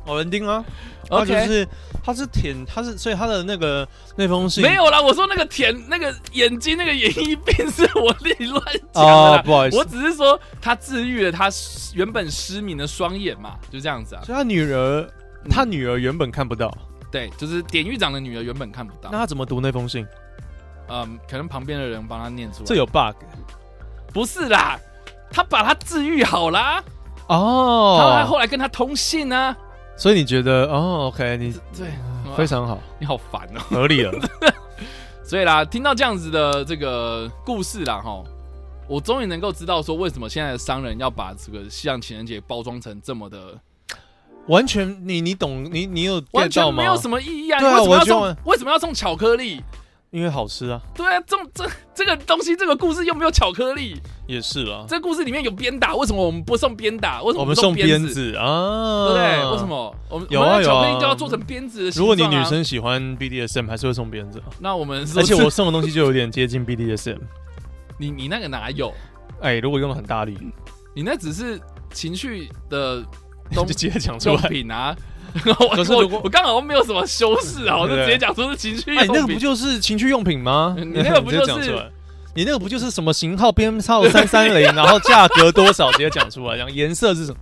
Speaker 1: 老人丁啊，他就
Speaker 2: ，OK，、
Speaker 1: 是他是舔，他是所以他的那个那封信
Speaker 2: 没有啦，我说那个舔那个眼睛那个眼翳病是我自己乱讲的
Speaker 1: 哦
Speaker 2: 啦，
Speaker 1: 不好意思
Speaker 2: 我只是说他治愈了他原本失明的双眼嘛，就这样子啊，
Speaker 1: 所以他女儿，他女儿原本看不到，
Speaker 2: 对，就是典狱长的女儿原本看不到
Speaker 1: 那，他怎么读那封信？
Speaker 2: 嗯，可能旁边的人帮他念出来，
Speaker 1: 这有 bug
Speaker 2: 不是啦，他把他治愈好啦，他
Speaker 1: 哦。
Speaker 2: 后来跟他通信啊，
Speaker 1: 所以你觉得哦，OK，你
Speaker 2: 对，
Speaker 1: 啊非常好，
Speaker 2: 你好烦哦、
Speaker 1: 合理了。
Speaker 2: 所以啦，听到这样子的这个故事啦，哈，我终于能够知道说为什么现在的商人要把这个西洋情人节包装成这么的
Speaker 1: 完全，你你懂，你你有 get
Speaker 2: 完
Speaker 1: 到
Speaker 2: 全
Speaker 1: 吗
Speaker 2: 没有什么意义啊！你
Speaker 1: 对啊
Speaker 2: 为什么要
Speaker 1: 我觉得
Speaker 2: 送为什么要送巧克力？
Speaker 1: 因为好吃啊，
Speaker 2: 对啊，这种这这个东西，这个故事又没有巧克力。
Speaker 1: 也是啦。
Speaker 2: 这故事里面有鞭打，为什么我们不送鞭打？为什么
Speaker 1: 我们
Speaker 2: 送
Speaker 1: 送鞭
Speaker 2: 子？
Speaker 1: 子啊，
Speaker 2: 对不对？为什？么我们
Speaker 1: 有
Speaker 2: 我
Speaker 1: 啊
Speaker 2: 们的巧克
Speaker 1: 有
Speaker 2: 力
Speaker 1: 啊
Speaker 2: 就要做成鞭子的形
Speaker 1: 如果你
Speaker 2: 状啊
Speaker 1: 女，生喜欢 BDSM，还是会送鞭 子啊。
Speaker 2: 那我们是不
Speaker 1: 而且我
Speaker 2: 是
Speaker 1: 送的东西就有点接近 BDSM。
Speaker 2: 你你那个哪有？
Speaker 1: 哎，如果用的很大力，
Speaker 2: 你那只是情绪的
Speaker 1: 就
Speaker 2: 东
Speaker 1: 直接讲出
Speaker 2: 用
Speaker 1: 来。
Speaker 2: 品啊。我
Speaker 1: 可是
Speaker 2: 我
Speaker 1: 如果
Speaker 2: 我刚好没有什么修饰啊，我就
Speaker 1: 对
Speaker 2: 直接讲说是情绪
Speaker 1: 哎，你那
Speaker 2: 用
Speaker 1: 个不
Speaker 2: 品。
Speaker 1: 就是情趣用品吗？
Speaker 2: 你那个不
Speaker 1: 直接
Speaker 2: 就是
Speaker 1: 讲出来？你那个不就是什么型号编号三三 零，然后价格多少直接讲出来，讲颜色是什么，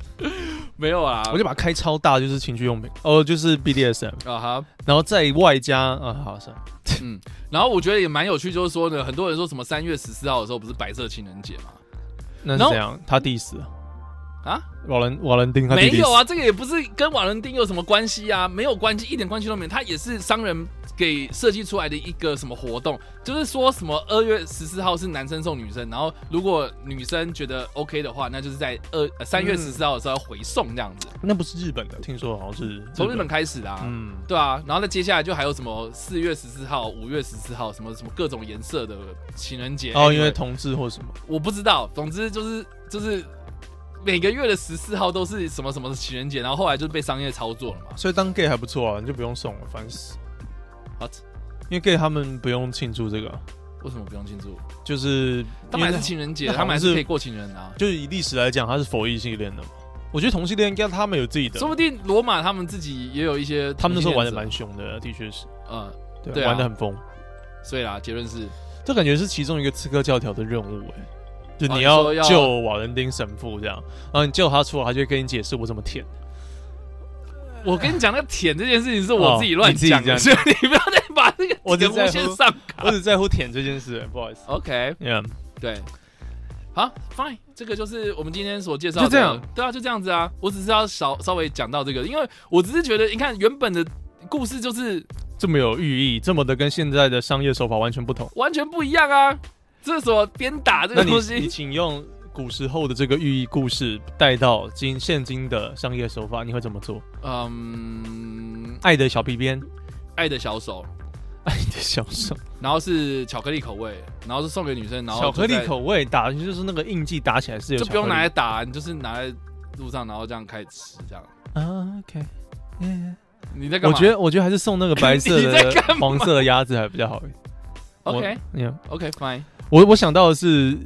Speaker 2: 没有啊，
Speaker 1: 我就把它开超大，就是情趣用品，哦，就是 BDSM，
Speaker 2: 啊哈，
Speaker 1: 然后再外加啊，好是
Speaker 2: 然后我觉得也蛮有趣，就是说呢，很多人说什么三月十四号的时候不是白色情人节嘛？
Speaker 1: 那
Speaker 2: 然
Speaker 1: 是
Speaker 2: 后
Speaker 1: 怎样？他 diss 了
Speaker 2: 啊，
Speaker 1: 瓦伦瓦伦丁他
Speaker 2: 没
Speaker 1: diss
Speaker 2: 有啊，这个也不是跟瓦伦丁有什么关系啊，没有关系，一点关系都没有。它也是商人给设计出来的一个什么活动，就是说什么二月十四号是男生送女生，然后如果女生觉得 OK 的话，那就是在二呃三月
Speaker 1: 嗯
Speaker 2: 十四号的时候要回送这样子，
Speaker 1: 那不是日本的，听说好像是
Speaker 2: 从日本开始的啊。
Speaker 1: 嗯，
Speaker 2: 对啊，然后再接下来就还有什么四月十四号、五月十四号，什么什么各种颜色的情人节。
Speaker 1: 哦，因为
Speaker 2: anyway
Speaker 1: 同志或什么，
Speaker 2: 我不知道，总之就是就是每个月的十四号都是什么什么情人节，然后后来就被商业操作了嘛。
Speaker 1: 所以当 gay 还不错啊，你就不用送了，烦死。
Speaker 2: 好，
Speaker 1: 因为 gay 他们不用庆祝这个啊，
Speaker 2: 啊为什么不用庆祝？
Speaker 1: 就是
Speaker 2: 他们还是情人节，啊
Speaker 1: 那好
Speaker 2: 他们还是
Speaker 1: 像是
Speaker 2: 可以过情人啊。
Speaker 1: 就是以历史来讲，他是否异性恋的嘛。我觉得同性恋应该他们有自己的
Speaker 2: 说，不定罗马他们自己也有一些同性恋者，
Speaker 1: 他们那时候玩的蛮凶的，的确是，
Speaker 2: 呃，
Speaker 1: 对，
Speaker 2: 对啊
Speaker 1: 玩的很疯。
Speaker 2: 所以啦，结 论是
Speaker 1: 这感觉是其中一个刺客教条的任务、哎，就
Speaker 2: 哦
Speaker 1: 你
Speaker 2: 你
Speaker 1: 要
Speaker 2: 说要
Speaker 1: 救瓦伦丁神父这样，然后你救他出来，他就会跟你解释我怎么舔。
Speaker 2: 我跟你讲，那个舔这件事情是我自己
Speaker 1: 哦
Speaker 2: 乱
Speaker 1: 你自己
Speaker 2: 讲的，
Speaker 1: 这
Speaker 2: 所以你不要再把这个
Speaker 1: 我只是
Speaker 2: 节目
Speaker 1: 在
Speaker 2: 先
Speaker 1: 乎
Speaker 2: 上
Speaker 1: 我
Speaker 2: 卡。
Speaker 1: 只在乎舔这件事、哎 不好意思。
Speaker 2: OK，
Speaker 1: Yeah，
Speaker 2: 对，好，Fine，这个就是我们今天所介绍的。
Speaker 1: 就这样，
Speaker 2: 对啊，就这样子啊。我只是要稍稍微讲到这个，因为我只是觉得，你看原本的故事就是
Speaker 1: 这么有寓意，这么的跟现在的商业手法完全不同。
Speaker 2: 完全不一样啊。这是我鞭打这
Speaker 1: 那
Speaker 2: 个
Speaker 1: 你
Speaker 2: 东
Speaker 1: 你
Speaker 2: 西，
Speaker 1: 请用古时候的这个寓意故事带到今现今的商业手法，你会怎么做？
Speaker 2: 嗯，
Speaker 1: 爱的小皮 鞭，
Speaker 2: 爱的小手，
Speaker 1: 爱的小手，
Speaker 2: 然后是巧克力口味，然后是送给女生，然后
Speaker 1: 巧克
Speaker 2: 就
Speaker 1: 力
Speaker 2: 在
Speaker 1: 口味打就是那个印记打起来是有
Speaker 2: 就
Speaker 1: 巧
Speaker 2: 不用
Speaker 1: 克
Speaker 2: 拿
Speaker 1: 力
Speaker 2: 来打，你就是拿在路上，然后这样开始吃这样。
Speaker 1: 啊，OK。嗯
Speaker 2: 你在干
Speaker 1: 我
Speaker 2: 嘛？
Speaker 1: 觉得，我觉得还是送那个白色
Speaker 2: 你在干
Speaker 1: 的、
Speaker 2: 嘛
Speaker 1: 黄色的鸭子还比较好一 点。我
Speaker 2: OK
Speaker 1: 你看，
Speaker 2: OK Fine，
Speaker 1: 我我想到的是，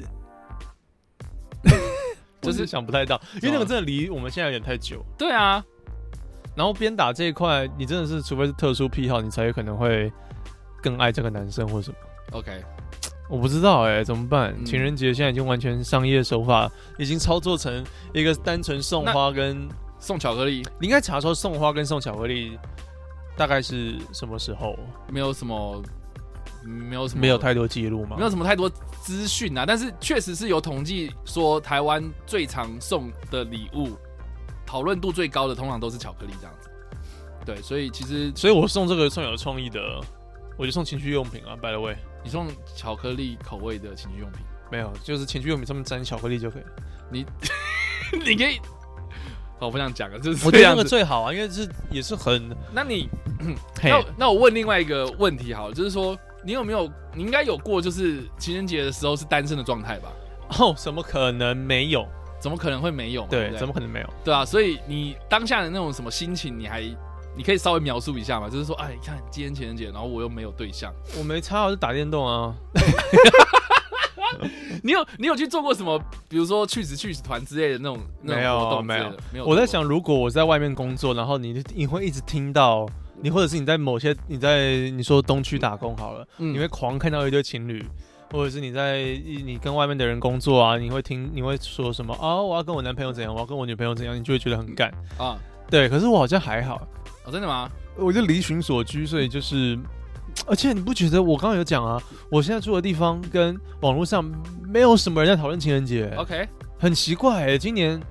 Speaker 2: 就
Speaker 1: 就是是想不太到，因为那个真的离我们现在有点太久。
Speaker 2: 对啊，
Speaker 1: 然后鞭打这一块，你真的是，除非是特殊癖好，你才有可能会更爱这个男生或什么。
Speaker 2: OK，
Speaker 1: 我不知道哎、怎么办？
Speaker 2: 嗯
Speaker 1: 情人节现在已经完全商业手法，已经操作成一个单纯送花跟，
Speaker 2: 送巧克力
Speaker 1: 你应该查说送花跟送巧克力大概是什么时候？
Speaker 2: 没有什么，没有什么，
Speaker 1: 没有太多记录吗？
Speaker 2: 没有什么太多资讯啊，但是确实是有统计说，台湾最常送的礼物，讨论度最高的通常都是巧克力这样子。对，所以其实
Speaker 1: 所以我送这个算有创意的，我就送情趣用品啊。By the way，
Speaker 2: 你送巧克力口味的情趣用品，
Speaker 1: 没有，就是情趣用品上面沾巧克力就可以 了。
Speaker 2: 你可以，好，我不想讲了，就是
Speaker 1: 我觉得
Speaker 2: 这样
Speaker 1: 那个
Speaker 2: 子。
Speaker 1: 最好啊，因为是也是很
Speaker 2: 那你
Speaker 1: 嘿
Speaker 2: 那那我问另外一个问题好了，就是说你有没有，你应该有过就是情人节的时候是单身的状态吧？
Speaker 1: 哦，怎么可能没有？
Speaker 2: 怎么可能会没有嘛？对
Speaker 1: 对
Speaker 2: 不，对，
Speaker 1: 怎么可能没有？
Speaker 2: 对啊，所以你当下的那种什么心情，你还你可以稍微描述一下嘛，就是说，哎，你看今天情人节，然后我又没有对象，
Speaker 1: 我没差，我就打电动啊。
Speaker 2: 你有你有去做过什么，比如说去死去死团之类的那种那
Speaker 1: 没
Speaker 2: 种活
Speaker 1: 有
Speaker 2: 动之
Speaker 1: 没
Speaker 2: 类
Speaker 1: 有
Speaker 2: 的，没有做过。
Speaker 1: 我在想，如果我在外面工作，然后你你会一直听到，你或者是你在某些你在你说东区打工好了，
Speaker 2: 嗯，
Speaker 1: 你
Speaker 2: 因
Speaker 1: 会
Speaker 2: 为
Speaker 1: 狂看到一对情侣，或者是你在你跟外面的人工作啊，你会听你会说什么啊，我要跟我男朋友怎样，我要跟我女朋友怎样，你就会觉得很干。
Speaker 2: 啊，
Speaker 1: 对，可是我好像还好，
Speaker 2: 哦，真的吗？
Speaker 1: 我就离群所居，所以就是，而且你不觉得我刚刚有讲啊，我现在住的地方跟网络上没有什么人在讨论情人节
Speaker 2: OK，
Speaker 1: 很奇怪、欸。今年啊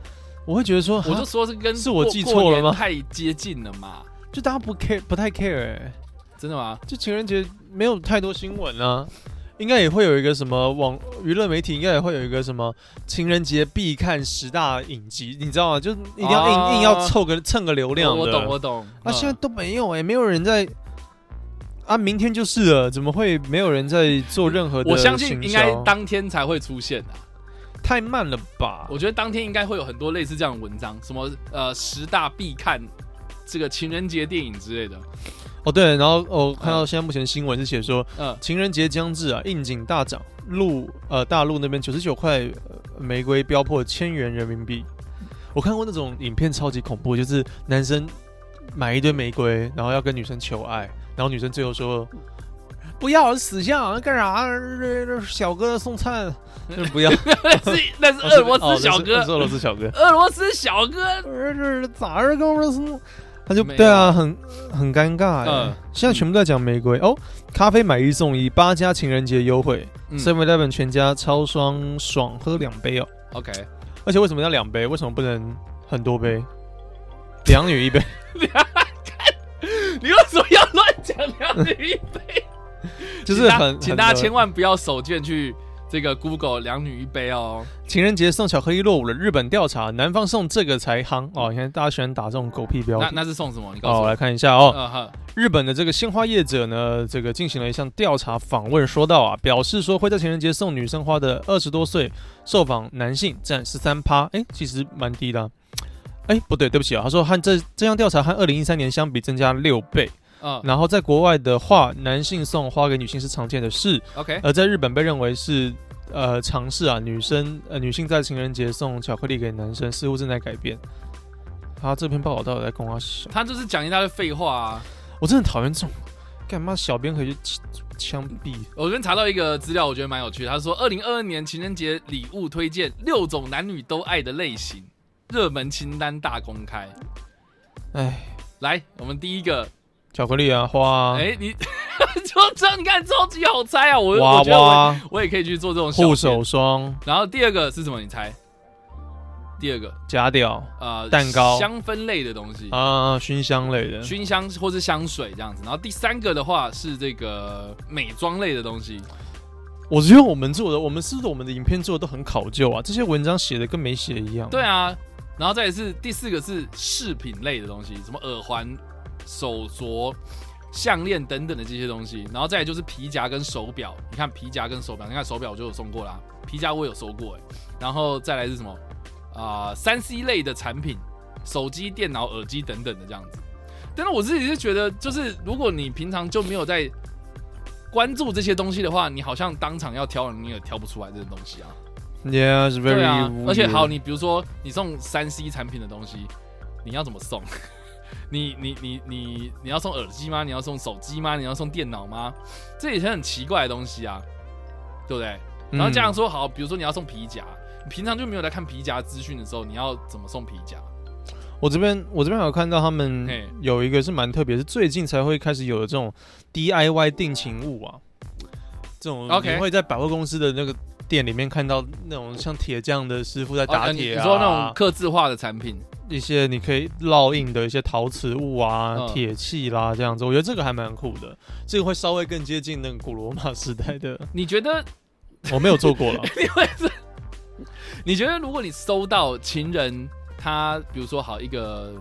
Speaker 1: 我会觉得说，啊
Speaker 2: 我
Speaker 1: 哈
Speaker 2: 就说是跟
Speaker 1: 是我
Speaker 2: 过
Speaker 1: 记
Speaker 2: 过
Speaker 1: 错了
Speaker 2: 年
Speaker 1: 吗
Speaker 2: 太接近了嘛，
Speaker 1: 就大家不 care，不太 care，、欸、
Speaker 2: 真的吗？
Speaker 1: 就情人节没有太多新闻啊。应该也会有一个什么网娱乐媒体，应该也会有一个什么情人节必看十大影集，你知道吗？就一定要硬、
Speaker 2: 啊
Speaker 1: 硬要凑个蹭个流量的。
Speaker 2: 我我懂我懂。
Speaker 1: 啊，
Speaker 2: 嗯
Speaker 1: 现在都没有哎、没有人在。啊，明天就是了，怎么会没有人在做任何的
Speaker 2: 我相信
Speaker 1: 行
Speaker 2: 应该
Speaker 1: 销
Speaker 2: 当天才会出现的、啊
Speaker 1: 太慢了吧？
Speaker 2: 我觉得当天应该会有很多类似这样的文章，什么呃十大必看这个情人节电影之 类的。
Speaker 1: 哦对，然后我、看到现在目前新闻是写说，
Speaker 2: 嗯，
Speaker 1: 情人节将至啊，应景大涨，陆呃大陆那边九十九块呃玫瑰飙破千元人民币。我看过那种影片，超级恐怖，就是男生买一堆玫瑰，然后要跟女生求爱，然后女生最后说不要死相干啥？呃小哥送餐，就是不要。
Speaker 2: 那是那是 俄罗斯小
Speaker 1: 哦哦那是那是
Speaker 2: 哥，
Speaker 1: 俄罗斯小哥。
Speaker 2: 俄罗斯小哥。
Speaker 1: 这咋是跟我说？他就
Speaker 2: 没有
Speaker 1: 对啊，很很尴尬哎、
Speaker 2: 嗯
Speaker 1: 现在全部都在讲玫瑰哦，咖啡买一送一，八家情人节优惠
Speaker 2: 嗯
Speaker 1: ，Seven Eleven 全家超双爽喝两杯哦。
Speaker 2: OK，
Speaker 1: 而且为什么要两杯？为什么不能很多杯？两女一杯，
Speaker 2: 你为什么要乱讲两女一杯？
Speaker 1: 就是
Speaker 2: 请大
Speaker 1: 很
Speaker 2: 请大家千
Speaker 1: 万
Speaker 2: 万不要手贱去这个 Google 两女一杯哦。
Speaker 1: 情人节送巧克力落伍了。日本调查，男方送这个才夯哦。你看大家喜欢打这种狗屁标
Speaker 2: 那
Speaker 1: 题
Speaker 2: 那是送什么？你告
Speaker 1: 哦。
Speaker 2: 诉
Speaker 1: 我
Speaker 2: 我。
Speaker 1: 来看一下哦，
Speaker 2: 嗯哼，
Speaker 1: 日本的这个鲜花业者呢，这个进行了一项调查访问，说到啊，表示说会在情人节送女生花的二十多岁受访男性占十三趴，哎，其实蛮低的、啊。哎，不对，对不起啊，他说和这这项调查和二零一三年相比增加六倍。
Speaker 2: 嗯
Speaker 1: 然后在国外的话，男性送花给女性是常见的事，
Speaker 2: ，OK，
Speaker 1: 而在日本被认为是呃尝试啊，女生呃女性在情人节送巧克力给男生，似乎正在改变。他、这篇报道到底在啊跟我小
Speaker 2: 他就是讲一大堆废话啊。
Speaker 1: 我真的很讨厌这种，干嘛小编可以去枪枪毙？
Speaker 2: 我这边查到一个资料，我觉得蛮有趣的。他说，二零二二年情人节礼物推荐六种男女都爱的类型，热门清单大公开。
Speaker 1: 哎，
Speaker 2: 来，我们第一个，
Speaker 1: 巧克力啊，花啊，
Speaker 2: 哎、你 就这样，你看超级好猜啊！我
Speaker 1: 娃
Speaker 2: 我觉得我
Speaker 1: 娃、
Speaker 2: 我也可以去做这种小
Speaker 1: 护
Speaker 2: 片
Speaker 1: 手。霜、
Speaker 2: 然后第二个是什么？你猜？第二个
Speaker 1: 假屌
Speaker 2: 呃，
Speaker 1: 蛋糕
Speaker 2: 香氛类的东西，
Speaker 1: 啊，熏香类的，
Speaker 2: 熏香或是香水这样子。然后第三个的话是这个美妆类的东西。
Speaker 1: 我觉得我们做的，我们是不是我们的影片做的都很考究啊？这些文章写的跟没写一样。
Speaker 2: 对，啊，然后再来是第四个是饰品类的东西，什么耳环、手镯、项链等等的这些东西，然后再来就是皮夹跟手表。你看皮夹跟手表，你看手表我就有送过啦，皮夹我有收过哎、然后再来是什么啊？三、C 类的产品，手机、电脑、耳机等等的这样子。但是我自己是觉得，就是如果你平常就没有在关注这些东西的话，你好像当场要挑，你也挑不出来这些东西啊。
Speaker 1: ，Yeah，是 very，
Speaker 2: 对啊
Speaker 1: weird，
Speaker 2: 而且好，你比如说你送三 C 产品的东西，你要怎么送？ 你你你你你要送耳机吗？你要送手机吗？你要送电脑吗？这也是很奇怪的东西啊，对不对？然后这样
Speaker 1: 嗯
Speaker 2: 说好，比如说你要送皮夹，你平常就没有在看皮夹资讯的时候，你要怎么送皮夹？
Speaker 1: 我这边我这边还有看到他们
Speaker 2: 嘿
Speaker 1: 有一个是蛮特别，是最近才会开始有的这种 DIY 定情物啊，这种
Speaker 2: OK
Speaker 1: 你会在百货公司的那个店里面看到那种像铁匠的师傅在打
Speaker 2: 哦
Speaker 1: 铁
Speaker 2: 你
Speaker 1: 啊，
Speaker 2: 你说那种刻字化的产品，
Speaker 1: 一些你可以烙印的一些陶瓷物啊、
Speaker 2: 嗯
Speaker 1: 铁、器啦这样子，我觉得这个还蛮酷的，这个会稍微更接近那个古罗马时代 的，
Speaker 2: 你觉得
Speaker 1: 我没有做 过了。啊
Speaker 2: 你会是？你觉得如果你收到情人他，比如说好一个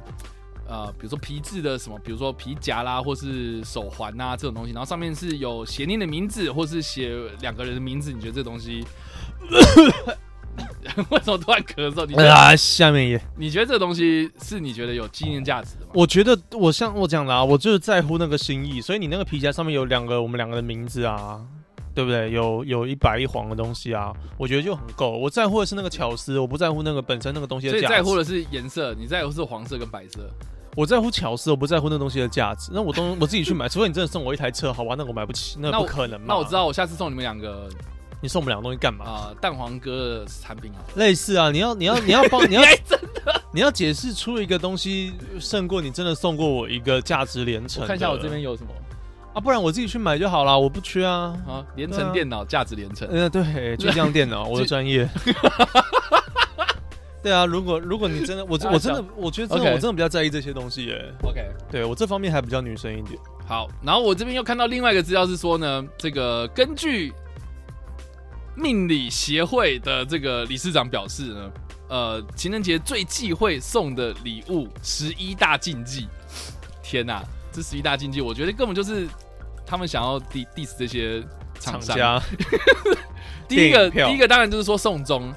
Speaker 2: 呃，比如说皮质的什么，比如说皮夹啦，或是手环呐、这种东西，然后上面是有写你的名字，或是写两个人的名字，你觉得这东西？ 为什么突然咳嗽？你觉 得
Speaker 1: 啊，下面也，
Speaker 2: 你觉得这个东西是你觉得有纪念价值的吗？
Speaker 1: 我觉得我像我讲的啊，我就是在乎那个心意，所以你那个皮夹上面有两个我们两个的名字啊，对不对？有有一白一黄的东西啊，我觉得就很够。我在乎的是那个巧思，我不在乎那个本身那个东西
Speaker 2: 所
Speaker 1: 的
Speaker 2: 以
Speaker 1: 价值。
Speaker 2: 在乎的是颜色，你在乎是黄色跟白色。
Speaker 1: 我在乎巧思，我不在乎那东西的价值。那我东我自己去买，除非你真的送我一台车，好啊吧？那个我买不起，那
Speaker 2: 那我
Speaker 1: 不可能嘛。
Speaker 2: 那我知，道，我下次送你们两个
Speaker 1: 你送我们两个东西干嘛？
Speaker 2: 啊、呃蛋黄哥的产品好了。
Speaker 1: 类似啊，你要你要你要帮 你要
Speaker 2: 哎
Speaker 1: 你要解释出一个东西胜过你真的送过我一个价值连城的。
Speaker 2: 我看一下我这边有什么
Speaker 1: 啊，不然我自己去买就好啦，我不缺啊。
Speaker 2: 啊？连
Speaker 1: 对
Speaker 2: 城
Speaker 1: 啊
Speaker 2: 电脑，价值连城。
Speaker 1: 嗯、对，就这样电脑，我的专业。 对啊，如果如果你真的，我我真的，我觉得真的
Speaker 2: OK
Speaker 1: 我真的比较在意这些东西耶。
Speaker 2: OK，
Speaker 1: 对我这方面还比较女生一点。
Speaker 2: 好。然后我这边又看到另外一个资料是说呢，这个根据命理协会的这个理事长表示呢，呃，情人节最忌讳送的礼物十一大禁忌。天呐、这十一大禁忌，我觉得根本就是他们想要 dis- diss 这些
Speaker 1: 厂
Speaker 2: 厂商。
Speaker 1: 家，
Speaker 2: 第一
Speaker 1: 电影
Speaker 2: 个，
Speaker 1: 票哦
Speaker 2: 第一个当然就是说送钟，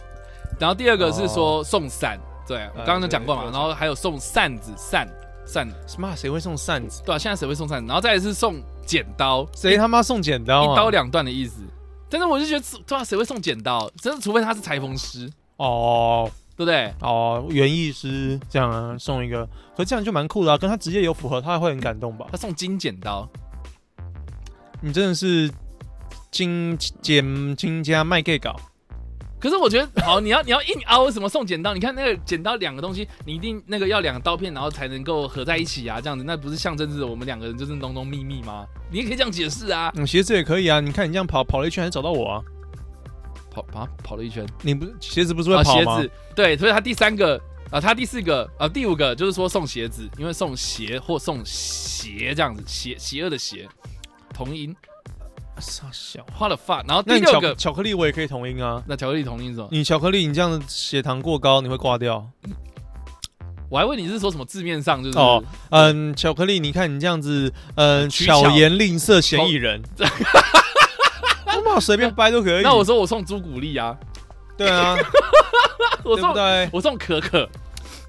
Speaker 2: 然后第二个是说送伞，对，啊我刚刚就讲过嘛，
Speaker 1: 啊对
Speaker 2: 然后还有送扇子、扇啊扇，
Speaker 1: 妈谁会送扇子？
Speaker 2: 对啊，现在谁会送扇子？然后再来是送剪刀，
Speaker 1: 谁他妈送剪刀
Speaker 2: 一
Speaker 1: 啊？
Speaker 2: 刀两断的意思。但是我就觉得，对啊，谁会送剪刀？真的，除非他是裁缝师，
Speaker 1: 哦
Speaker 2: 对不对？
Speaker 1: 哦，园艺师这样啊，送一个，可这样就蛮酷的啊，跟他职业有符合，他会很感动吧？
Speaker 2: 他送金剪刀，
Speaker 1: 你真的是金剪金家卖 gay 搞，
Speaker 2: 可是我觉得， 好，你要你要硬凹什么送剪刀？你看那个剪刀两个东西，你一定那个要两个刀片，然后才能够合在一起啊，这样子，那不是象征着我们两个人就是浓浓密密吗？你也可以这样解释啊。
Speaker 1: 嗯，鞋子也可以啊。你看你这样跑跑了一圈，还找到我啊？
Speaker 2: 跑跑跑了一圈，
Speaker 1: 你不鞋子不是
Speaker 2: 啊，
Speaker 1: 会跑
Speaker 2: 鞋
Speaker 1: 吗？
Speaker 2: 子，对，所以他第三个啊，他第四个啊，第五个就是说送鞋子，因为送鞋或送鞋这样子，邪邪恶的邪，同音，
Speaker 1: 啊傻小。
Speaker 2: 花了发，然后第
Speaker 1: 那你
Speaker 2: 六
Speaker 1: 巧
Speaker 2: 个，
Speaker 1: 巧克力我也可以同音啊。
Speaker 2: 那巧克力同音是什么？
Speaker 1: 你巧克力，你这样血糖过高，你会挂掉。
Speaker 2: 我还问你是说什么字面上就是
Speaker 1: 哦嗯，巧克力，你看你这样子，嗯，
Speaker 2: 取巧
Speaker 1: 巧言令色，嫌疑人。 他妈随便掰都可以。
Speaker 2: 那我说我送朱古力啊，
Speaker 1: 对啊，
Speaker 2: 我
Speaker 1: 对不
Speaker 2: 送
Speaker 1: 对？
Speaker 2: 我送可可，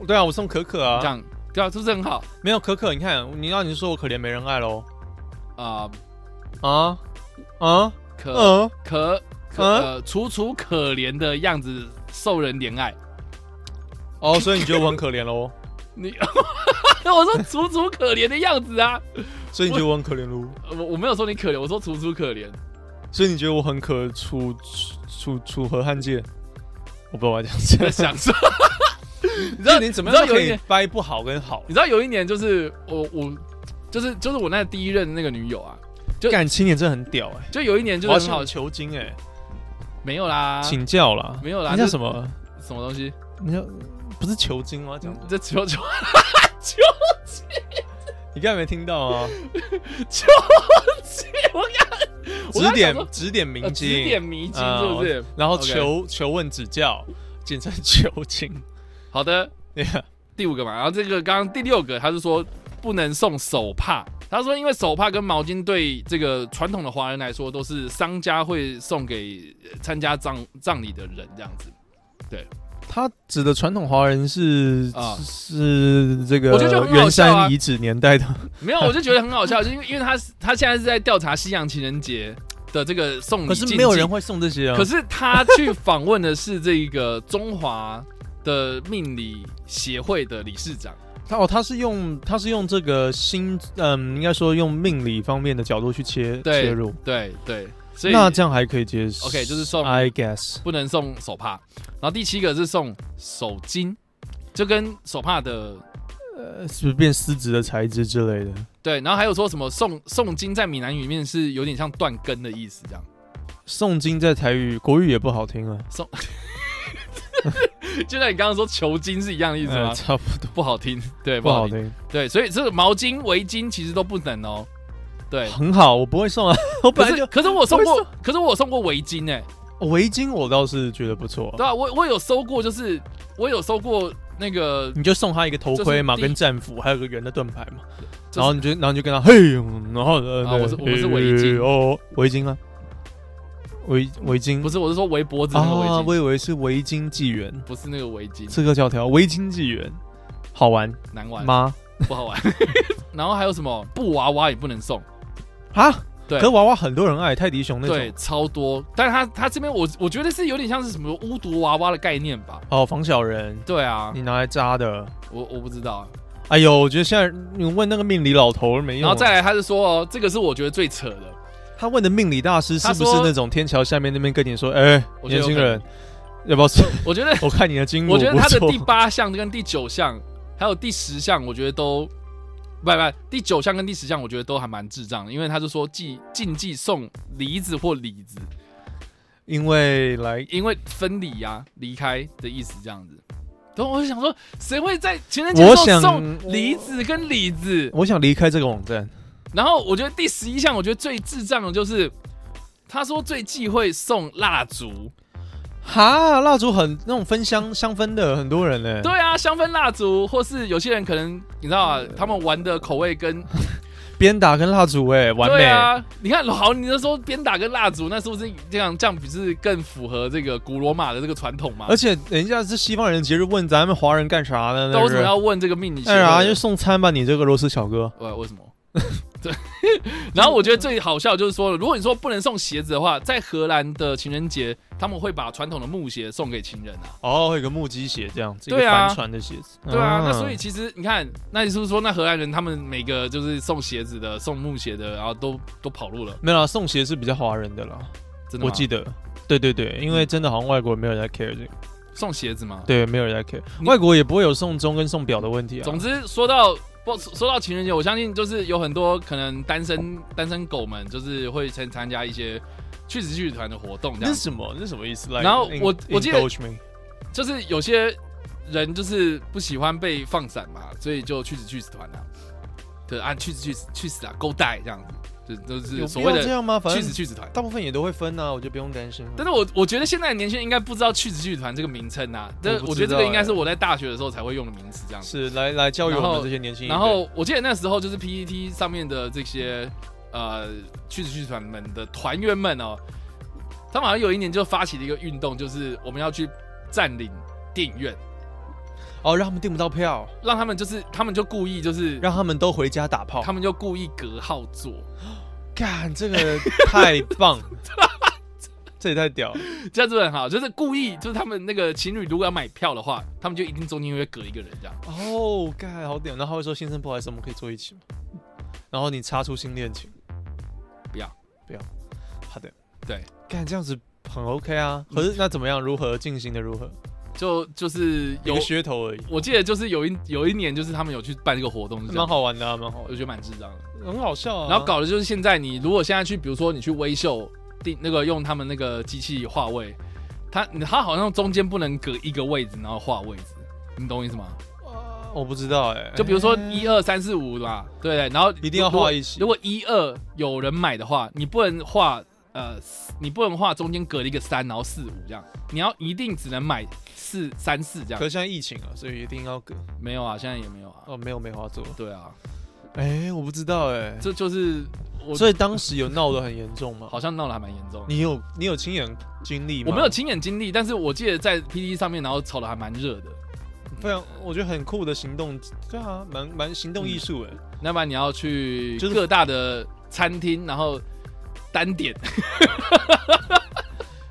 Speaker 1: 对啊，我送可可
Speaker 2: 这
Speaker 1: 啊。
Speaker 2: 样对啊，是不是很好
Speaker 1: 没有可可，你看，你让你说我可怜没人爱喽？
Speaker 2: 啊？
Speaker 1: 啊
Speaker 2: 呃
Speaker 1: 啊
Speaker 2: 可
Speaker 1: 嗯，
Speaker 2: 可可
Speaker 1: 嗯
Speaker 2: 呃楚楚可怜的样子，受人怜爱。
Speaker 1: 哦，所以你觉得我很可怜喽？
Speaker 2: 你我说楚楚可怜的样子啊，
Speaker 1: 所以你觉得我很可怜喽？
Speaker 2: 呃我我没有说你可怜，我说楚楚可怜。
Speaker 1: 所以你觉得我很可楚楚楚河汉界？我不知道我要讲
Speaker 2: 你在
Speaker 1: 什么。
Speaker 2: 想说， 你知
Speaker 1: 那
Speaker 2: 道
Speaker 1: 你怎么
Speaker 2: 知道
Speaker 1: 样都
Speaker 2: 有
Speaker 1: 可
Speaker 2: 一
Speaker 1: 以
Speaker 2: 年，
Speaker 1: 掰不好跟好？
Speaker 2: 你知道有一年就是我我就是就是我那第一任那个女友啊，就
Speaker 1: 干青年真的很屌哎、
Speaker 2: 就有一年就
Speaker 1: 我要
Speaker 2: 很
Speaker 1: 向
Speaker 2: 好
Speaker 1: 你，求经哎、
Speaker 2: 没有啦，
Speaker 1: 请教啦。
Speaker 2: 没有啦
Speaker 1: 那叫
Speaker 2: 就
Speaker 1: 什么？
Speaker 2: 什么东西？
Speaker 1: 你叫不是求经吗？讲
Speaker 2: 这求求
Speaker 1: 你刚才没听到 啊？
Speaker 2: 求解，我刚我
Speaker 1: 指
Speaker 2: 刚
Speaker 1: 点
Speaker 2: 想说
Speaker 1: 指点迷
Speaker 2: 呃
Speaker 1: 津，
Speaker 2: 指点迷津是不是
Speaker 1: 啊？然后
Speaker 2: OK
Speaker 1: 求求问指教，简称求 经。
Speaker 2: 好的，
Speaker 1: 对啊，
Speaker 2: 第五个嘛，然后这个刚刚第六个，他是说不能送手帕。他说，因为手帕跟毛巾对这个传统的华人来说，都是商家会送给呃参加葬葬礼的人这样子。
Speaker 1: 他指的传统华人是
Speaker 2: 啊
Speaker 1: 是这个
Speaker 2: 我觉得就很好
Speaker 1: 元
Speaker 2: 笑啊
Speaker 1: 山遗址年代的
Speaker 2: 没有，我就觉得很好笑，就因为因为他是他现在是在调查西洋情人节的这个送礼，
Speaker 1: 可是没有人，会送这些啊。
Speaker 2: 可是他去访问的是这个中华的命理协会的理事长，
Speaker 1: 他哦，他是用他是用这个星，嗯，应该说用命理方面的角度去切
Speaker 2: 对
Speaker 1: 切入，
Speaker 2: 对对，所以
Speaker 1: 那这样还可以接受。
Speaker 2: OK，就是送
Speaker 1: I guess
Speaker 2: 不能送手帕，然后第七个是送手巾，就跟手帕的
Speaker 1: 呃，是不是变丝质的材质之类的？
Speaker 2: 对，然后还有说什么送送巾在闽南语里面是有点像断根的意思，这样
Speaker 1: 诵经在台语、国语也不好听啊，
Speaker 2: 送，就像你刚刚说求巾是一样的意思吗？
Speaker 1: 呃差不多
Speaker 2: 不好听，对，
Speaker 1: 不
Speaker 2: 不好
Speaker 1: 好
Speaker 2: 听，
Speaker 1: 听，
Speaker 2: 对，所以这个毛巾、围巾其实都不能哦。对，
Speaker 1: 很好，我不会送啊， 我
Speaker 2: 可
Speaker 1: 本来
Speaker 2: 是
Speaker 1: 就
Speaker 2: 可是我送
Speaker 1: 我
Speaker 2: 过
Speaker 1: 也，
Speaker 2: 可是我送过围巾哎、
Speaker 1: 围巾我倒是觉得不错，
Speaker 2: 对啊，我我有收过，就是我有收过那个，
Speaker 1: 你就送他一个头盔嘛，
Speaker 2: 这是第
Speaker 1: 跟战斧，还有个圆的盾牌嘛，
Speaker 2: 就是
Speaker 1: 然后你 就然后你就跟他嘿，然后呃，
Speaker 2: 啊我是
Speaker 1: 对
Speaker 2: 我们是围巾
Speaker 1: 嘿哦，围巾啊，围围巾
Speaker 2: 不是，我是说围脖子那个围
Speaker 1: 啊，
Speaker 2: 巾，
Speaker 1: 我以为是围巾纪元，
Speaker 2: 不是那个围巾，
Speaker 1: 刺客教条围巾纪元，好玩
Speaker 2: 难玩，
Speaker 1: 吗？
Speaker 2: 不好玩。 然后还有什么布娃娃也不能送，
Speaker 1: 啊，
Speaker 2: 对
Speaker 1: 可娃娃很多人爱，泰迪熊那
Speaker 2: 对
Speaker 1: 种，
Speaker 2: 超多。但是他他这边我我觉得是有点像是什么巫毒娃娃的概念吧？
Speaker 1: 哦，防小人，
Speaker 2: 对啊，
Speaker 1: 你拿来扎的。
Speaker 2: 我我不知道。
Speaker 1: 哎呦，我觉得现在你问那个命理老头没用啊。
Speaker 2: 然后再来，他是说哦，这个是我觉得最扯的，
Speaker 1: 他问的命理大师是
Speaker 2: 他
Speaker 1: 不
Speaker 2: 说
Speaker 1: 是那种天桥下面那边跟你说，哎、
Speaker 2: 我觉
Speaker 1: 年
Speaker 2: 得有
Speaker 1: 轻
Speaker 2: 可能
Speaker 1: 人，要不要吃？
Speaker 2: 我觉得
Speaker 1: 嗯我看你的经络
Speaker 2: 我
Speaker 1: 不
Speaker 2: 觉
Speaker 1: 错，
Speaker 2: 得他的第八项跟第九项，还有第十项，我觉得都不不，第九项跟第十项，我觉得都还蛮智障的，因为他就说禁禁忌送梨子或李子，
Speaker 1: 因为来
Speaker 2: 因为分离呀、离开的意思这样子。然后我就想说，谁会在情人节
Speaker 1: 我
Speaker 2: 的时
Speaker 1: 想
Speaker 2: 候送梨子跟李子？
Speaker 1: 我想离开这个网站。
Speaker 2: 然后我觉得第十一项，我觉得最智障的就是他说最忌讳送蜡烛。
Speaker 1: 哈，蜡烛很那种分 香香氛的，很多人呢、
Speaker 2: 对啊，香氛蜡烛，或是有些人可能你知道啊，他们玩的口味跟
Speaker 1: 鞭打跟蜡烛哎、完美。
Speaker 2: 对啊，你看好，你那时候鞭打跟蜡烛，那是不是这样？这样不是更符合这个古罗马的这个传统吗？
Speaker 1: 而且人家是西方人节日，问咱们华人干啥呢？
Speaker 2: 那
Speaker 1: 那
Speaker 2: 为什么
Speaker 1: 是
Speaker 2: 要问这个命理学
Speaker 1: 哎
Speaker 2: 会的？
Speaker 1: 呀，就送餐吧，你这个螺丝小哥。
Speaker 2: 呃，为什么？ 对，然后我觉得最好笑就是说，如果你说不能送鞋子的话，在荷兰的情人节，他们会把传统的木鞋送给情人啊。
Speaker 1: 哦，有个木屐鞋这样子，一
Speaker 2: 对
Speaker 1: 个
Speaker 2: 啊
Speaker 1: 帆船的鞋子。
Speaker 2: 对啊，那所以其实你看，那你是不是说那荷兰人他们每个就是送鞋子的、送木鞋的，然后都都跑路了？
Speaker 1: 没有啦，送鞋是比较华人的啦，
Speaker 2: 真的
Speaker 1: 我
Speaker 2: 吗
Speaker 1: 记得。对对对，因为真的好像外国没有人在 care 这个，
Speaker 2: 送鞋子吗？
Speaker 1: 对，没有人在 care，
Speaker 2: 你
Speaker 1: 外国也不会有送钟跟送表的问题啊。
Speaker 2: 总之，说到不说到情人节，我相信就是有很多可能单身单身狗们，就是会参参加一些去子剧团的活动，这
Speaker 1: 那
Speaker 2: 样
Speaker 1: 是什么？那是什么意思？Like,
Speaker 2: 然后我
Speaker 1: in-
Speaker 2: 我记得
Speaker 1: indulge me
Speaker 2: 就是有些人就是不喜欢被放散嘛，所以就去死去死团啊，对啊，去死去死去死啊，勾带这样子，就就
Speaker 1: 有
Speaker 2: 是
Speaker 1: 必
Speaker 2: 所
Speaker 1: 要
Speaker 2: 谓
Speaker 1: 这
Speaker 2: 的
Speaker 1: 样吗？反
Speaker 2: 去
Speaker 1: 正
Speaker 2: 死去死团。
Speaker 1: 大部分也都会分啊，我就不用担心了。
Speaker 2: 但是我我觉得现在的年轻人应该不知道去死剧团这个名称啊，这
Speaker 1: 我不知道
Speaker 2: 我觉得这个应该
Speaker 1: 欸
Speaker 2: 是我在大学的时候才会用的名词这样子。
Speaker 1: 是来来教育我
Speaker 2: 然
Speaker 1: 们
Speaker 2: 后
Speaker 1: 这些年轻人。
Speaker 2: 然后我记得那时候就是 PPT 上面的这些呃去死去死团们的团员们哦，他们好像有一年就发起了一个运动，就是我们要去占领电影院，
Speaker 1: 哦，让他们订不到票，
Speaker 2: 让他们就是他们就故意就是
Speaker 1: 让他们都回家打炮。
Speaker 2: 他们就故意隔号坐，
Speaker 1: 干这个太棒，这也太屌了。
Speaker 2: 这样子很好，就是故意就是他们那个情侣如果要买票的话，他们就一定中间会隔一个人这样。
Speaker 1: 哦，干好屌。然后他会说：“先生，不好意思，我们可以坐一起吗？”然后你擦出新恋情，
Speaker 2: 不要，
Speaker 1: 不要。好的，
Speaker 2: 对，
Speaker 1: 干这样子很 OK 啊。可是那怎么样？如何进行的？如何？
Speaker 2: 就就是
Speaker 1: 有
Speaker 2: 有
Speaker 1: 个，噱头而已，
Speaker 2: 我记得就是有一有一年就是他们有去办这个活动，是这
Speaker 1: 蛮
Speaker 2: 样，
Speaker 1: 好玩的、啊，蛮好
Speaker 2: 我觉得蛮智障的。
Speaker 1: 很好笑啊。
Speaker 2: 然后搞的就是现在你如果现在去，比如说你去微秀定那个用他们那个机器画位，它它好像中间不能隔一个位置，然后画位置，你懂我意思吗？
Speaker 1: 呃，我不知道哎、
Speaker 2: 就比如说一二三四五嘛，对不对，然后
Speaker 1: 一定要
Speaker 2: 如果
Speaker 1: 画一起
Speaker 2: 如果一二有人买的话，你不能画呃，四你不能画中间隔了一个三，然后四五这样，你要一定只能买四三四这
Speaker 1: 可是
Speaker 2: 样。
Speaker 1: 现在疫情啊，所以一定要隔
Speaker 2: 没有啊，现在也没有啊。
Speaker 1: 哦，没有梅花座。
Speaker 2: 对啊，
Speaker 1: 哎、我不知道哎、
Speaker 2: 这就是我
Speaker 1: 所以当时有闹得很严重吗？
Speaker 2: 好像闹得还蛮严重的。
Speaker 1: 你有你有亲眼经历吗？
Speaker 2: 我没有亲眼经历，但是我记得在 PPT 上面，然后吵得还蛮热的。
Speaker 1: 非常，我觉得很酷的行动，对啊，蛮蛮行动艺术哎。
Speaker 2: 那不然你要去
Speaker 1: 就是
Speaker 2: 各大的餐厅，然后单点，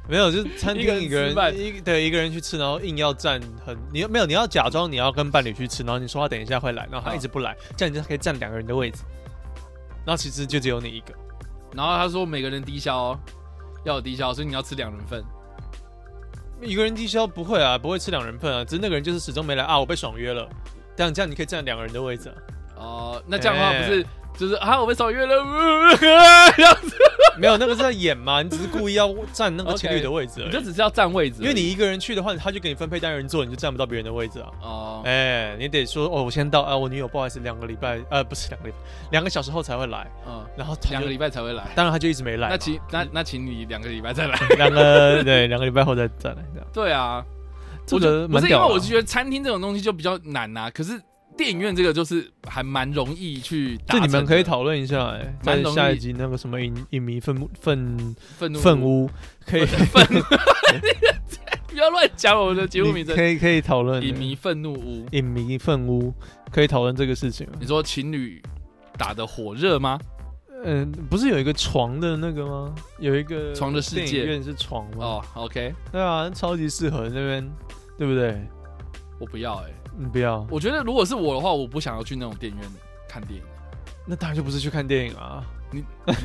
Speaker 1: 没有，就是餐
Speaker 2: 一个
Speaker 1: 厅
Speaker 2: 人
Speaker 1: 一个人
Speaker 2: 吃饭
Speaker 1: 一对一个人去吃，然后硬要站很，你没有你要假装你要跟伴侣去吃，然后你说他等一下会来，然后他
Speaker 2: 好
Speaker 1: 一直不来，
Speaker 2: 嗯
Speaker 1: 这样你就可以占两个人的位置，然后其实就只有你一个。
Speaker 2: 然后他说每个人低消、哦，要有低消，所以你要吃两人份。
Speaker 1: 一个人低消不会啊，不会吃两人份啊，只是那个人就是始终没来啊，我被爽约了。这样这样你可以占两个人的位置、啊，
Speaker 2: 哦、那这样的话
Speaker 1: 哎
Speaker 2: 不是、就是啊，我被爽约了， 呃这样子
Speaker 1: 没有那个是在演嘛， 你只是故意要占那个情侣
Speaker 2: OK，
Speaker 1: 的位置而
Speaker 2: 你
Speaker 1: 已
Speaker 2: 就只是要占位置而已，
Speaker 1: 因为你一个人去的话，他就给你分配单人座，你就占不到别人的位置啊。
Speaker 2: 哦、
Speaker 1: 哎、你得说哦，我先到啊，我女友不好意思，两个礼拜呃不是两个礼拜，两个小时后才会来，
Speaker 2: 嗯，
Speaker 1: 然后他
Speaker 2: 两个
Speaker 1: 就
Speaker 2: 礼拜才会来。
Speaker 1: 当然他就一直没来嘛。
Speaker 2: 那请那那请你两个礼拜再来。
Speaker 1: 两 个对两个礼拜后再再来这样。
Speaker 2: 对啊，
Speaker 1: 这个
Speaker 2: 我觉得不
Speaker 1: 蛮
Speaker 2: 是因
Speaker 1: 屌
Speaker 2: 为
Speaker 1: 的啊
Speaker 2: 我是觉得餐厅这种东西就比较难呐、可是电影院这个就是还蛮容易去达
Speaker 1: 这
Speaker 2: 成
Speaker 1: 你
Speaker 2: 的，
Speaker 1: 们可以讨论一下、哎，
Speaker 2: 蛮
Speaker 1: 在
Speaker 2: 容易
Speaker 1: 下一集那个什么影影迷愤愤
Speaker 2: 愤怒
Speaker 1: 愤，屋，可以
Speaker 2: 愤怒，不要乱讲我们的 节目名
Speaker 1: 你
Speaker 2: 称，
Speaker 1: 可以可以讨论
Speaker 2: 影迷愤怒屋。
Speaker 1: 影迷愤屋，可以讨论这个事情。
Speaker 2: 你说情侣打的火热吗？
Speaker 1: 嗯，不是有一个床的那个吗？有一个
Speaker 2: 床的世界
Speaker 1: 电影院是床吗？
Speaker 2: 哦，OK，
Speaker 1: 对啊，超级适合那边，对不对？
Speaker 2: 我不要哎、
Speaker 1: 你不要，
Speaker 2: 我觉得如果是我的话，我不想要去那种电影院看电影。
Speaker 1: 那当然就不是去看电影啊。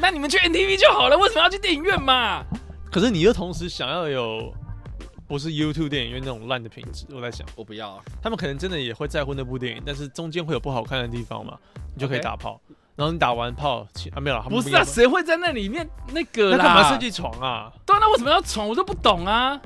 Speaker 2: 那你们去 NTV 就好了，为什么要去电影院嘛？
Speaker 1: 可是你又同时想要有不是 YouTube 电影院那种烂的品质，我在想，
Speaker 2: 我不要，啊
Speaker 1: 他们可能真的也会在乎那部电影，但是中间会有不好看的地方嘛，你就可以
Speaker 2: OK
Speaker 1: 打炮。然后你打完炮，其啊没有了，他们
Speaker 2: 不是啊，
Speaker 1: 要
Speaker 2: 谁会在那里面那个
Speaker 1: 那
Speaker 2: 啦？
Speaker 1: 干嘛设计床啊？
Speaker 2: 对啊，那为什么要宠？我就不懂啊。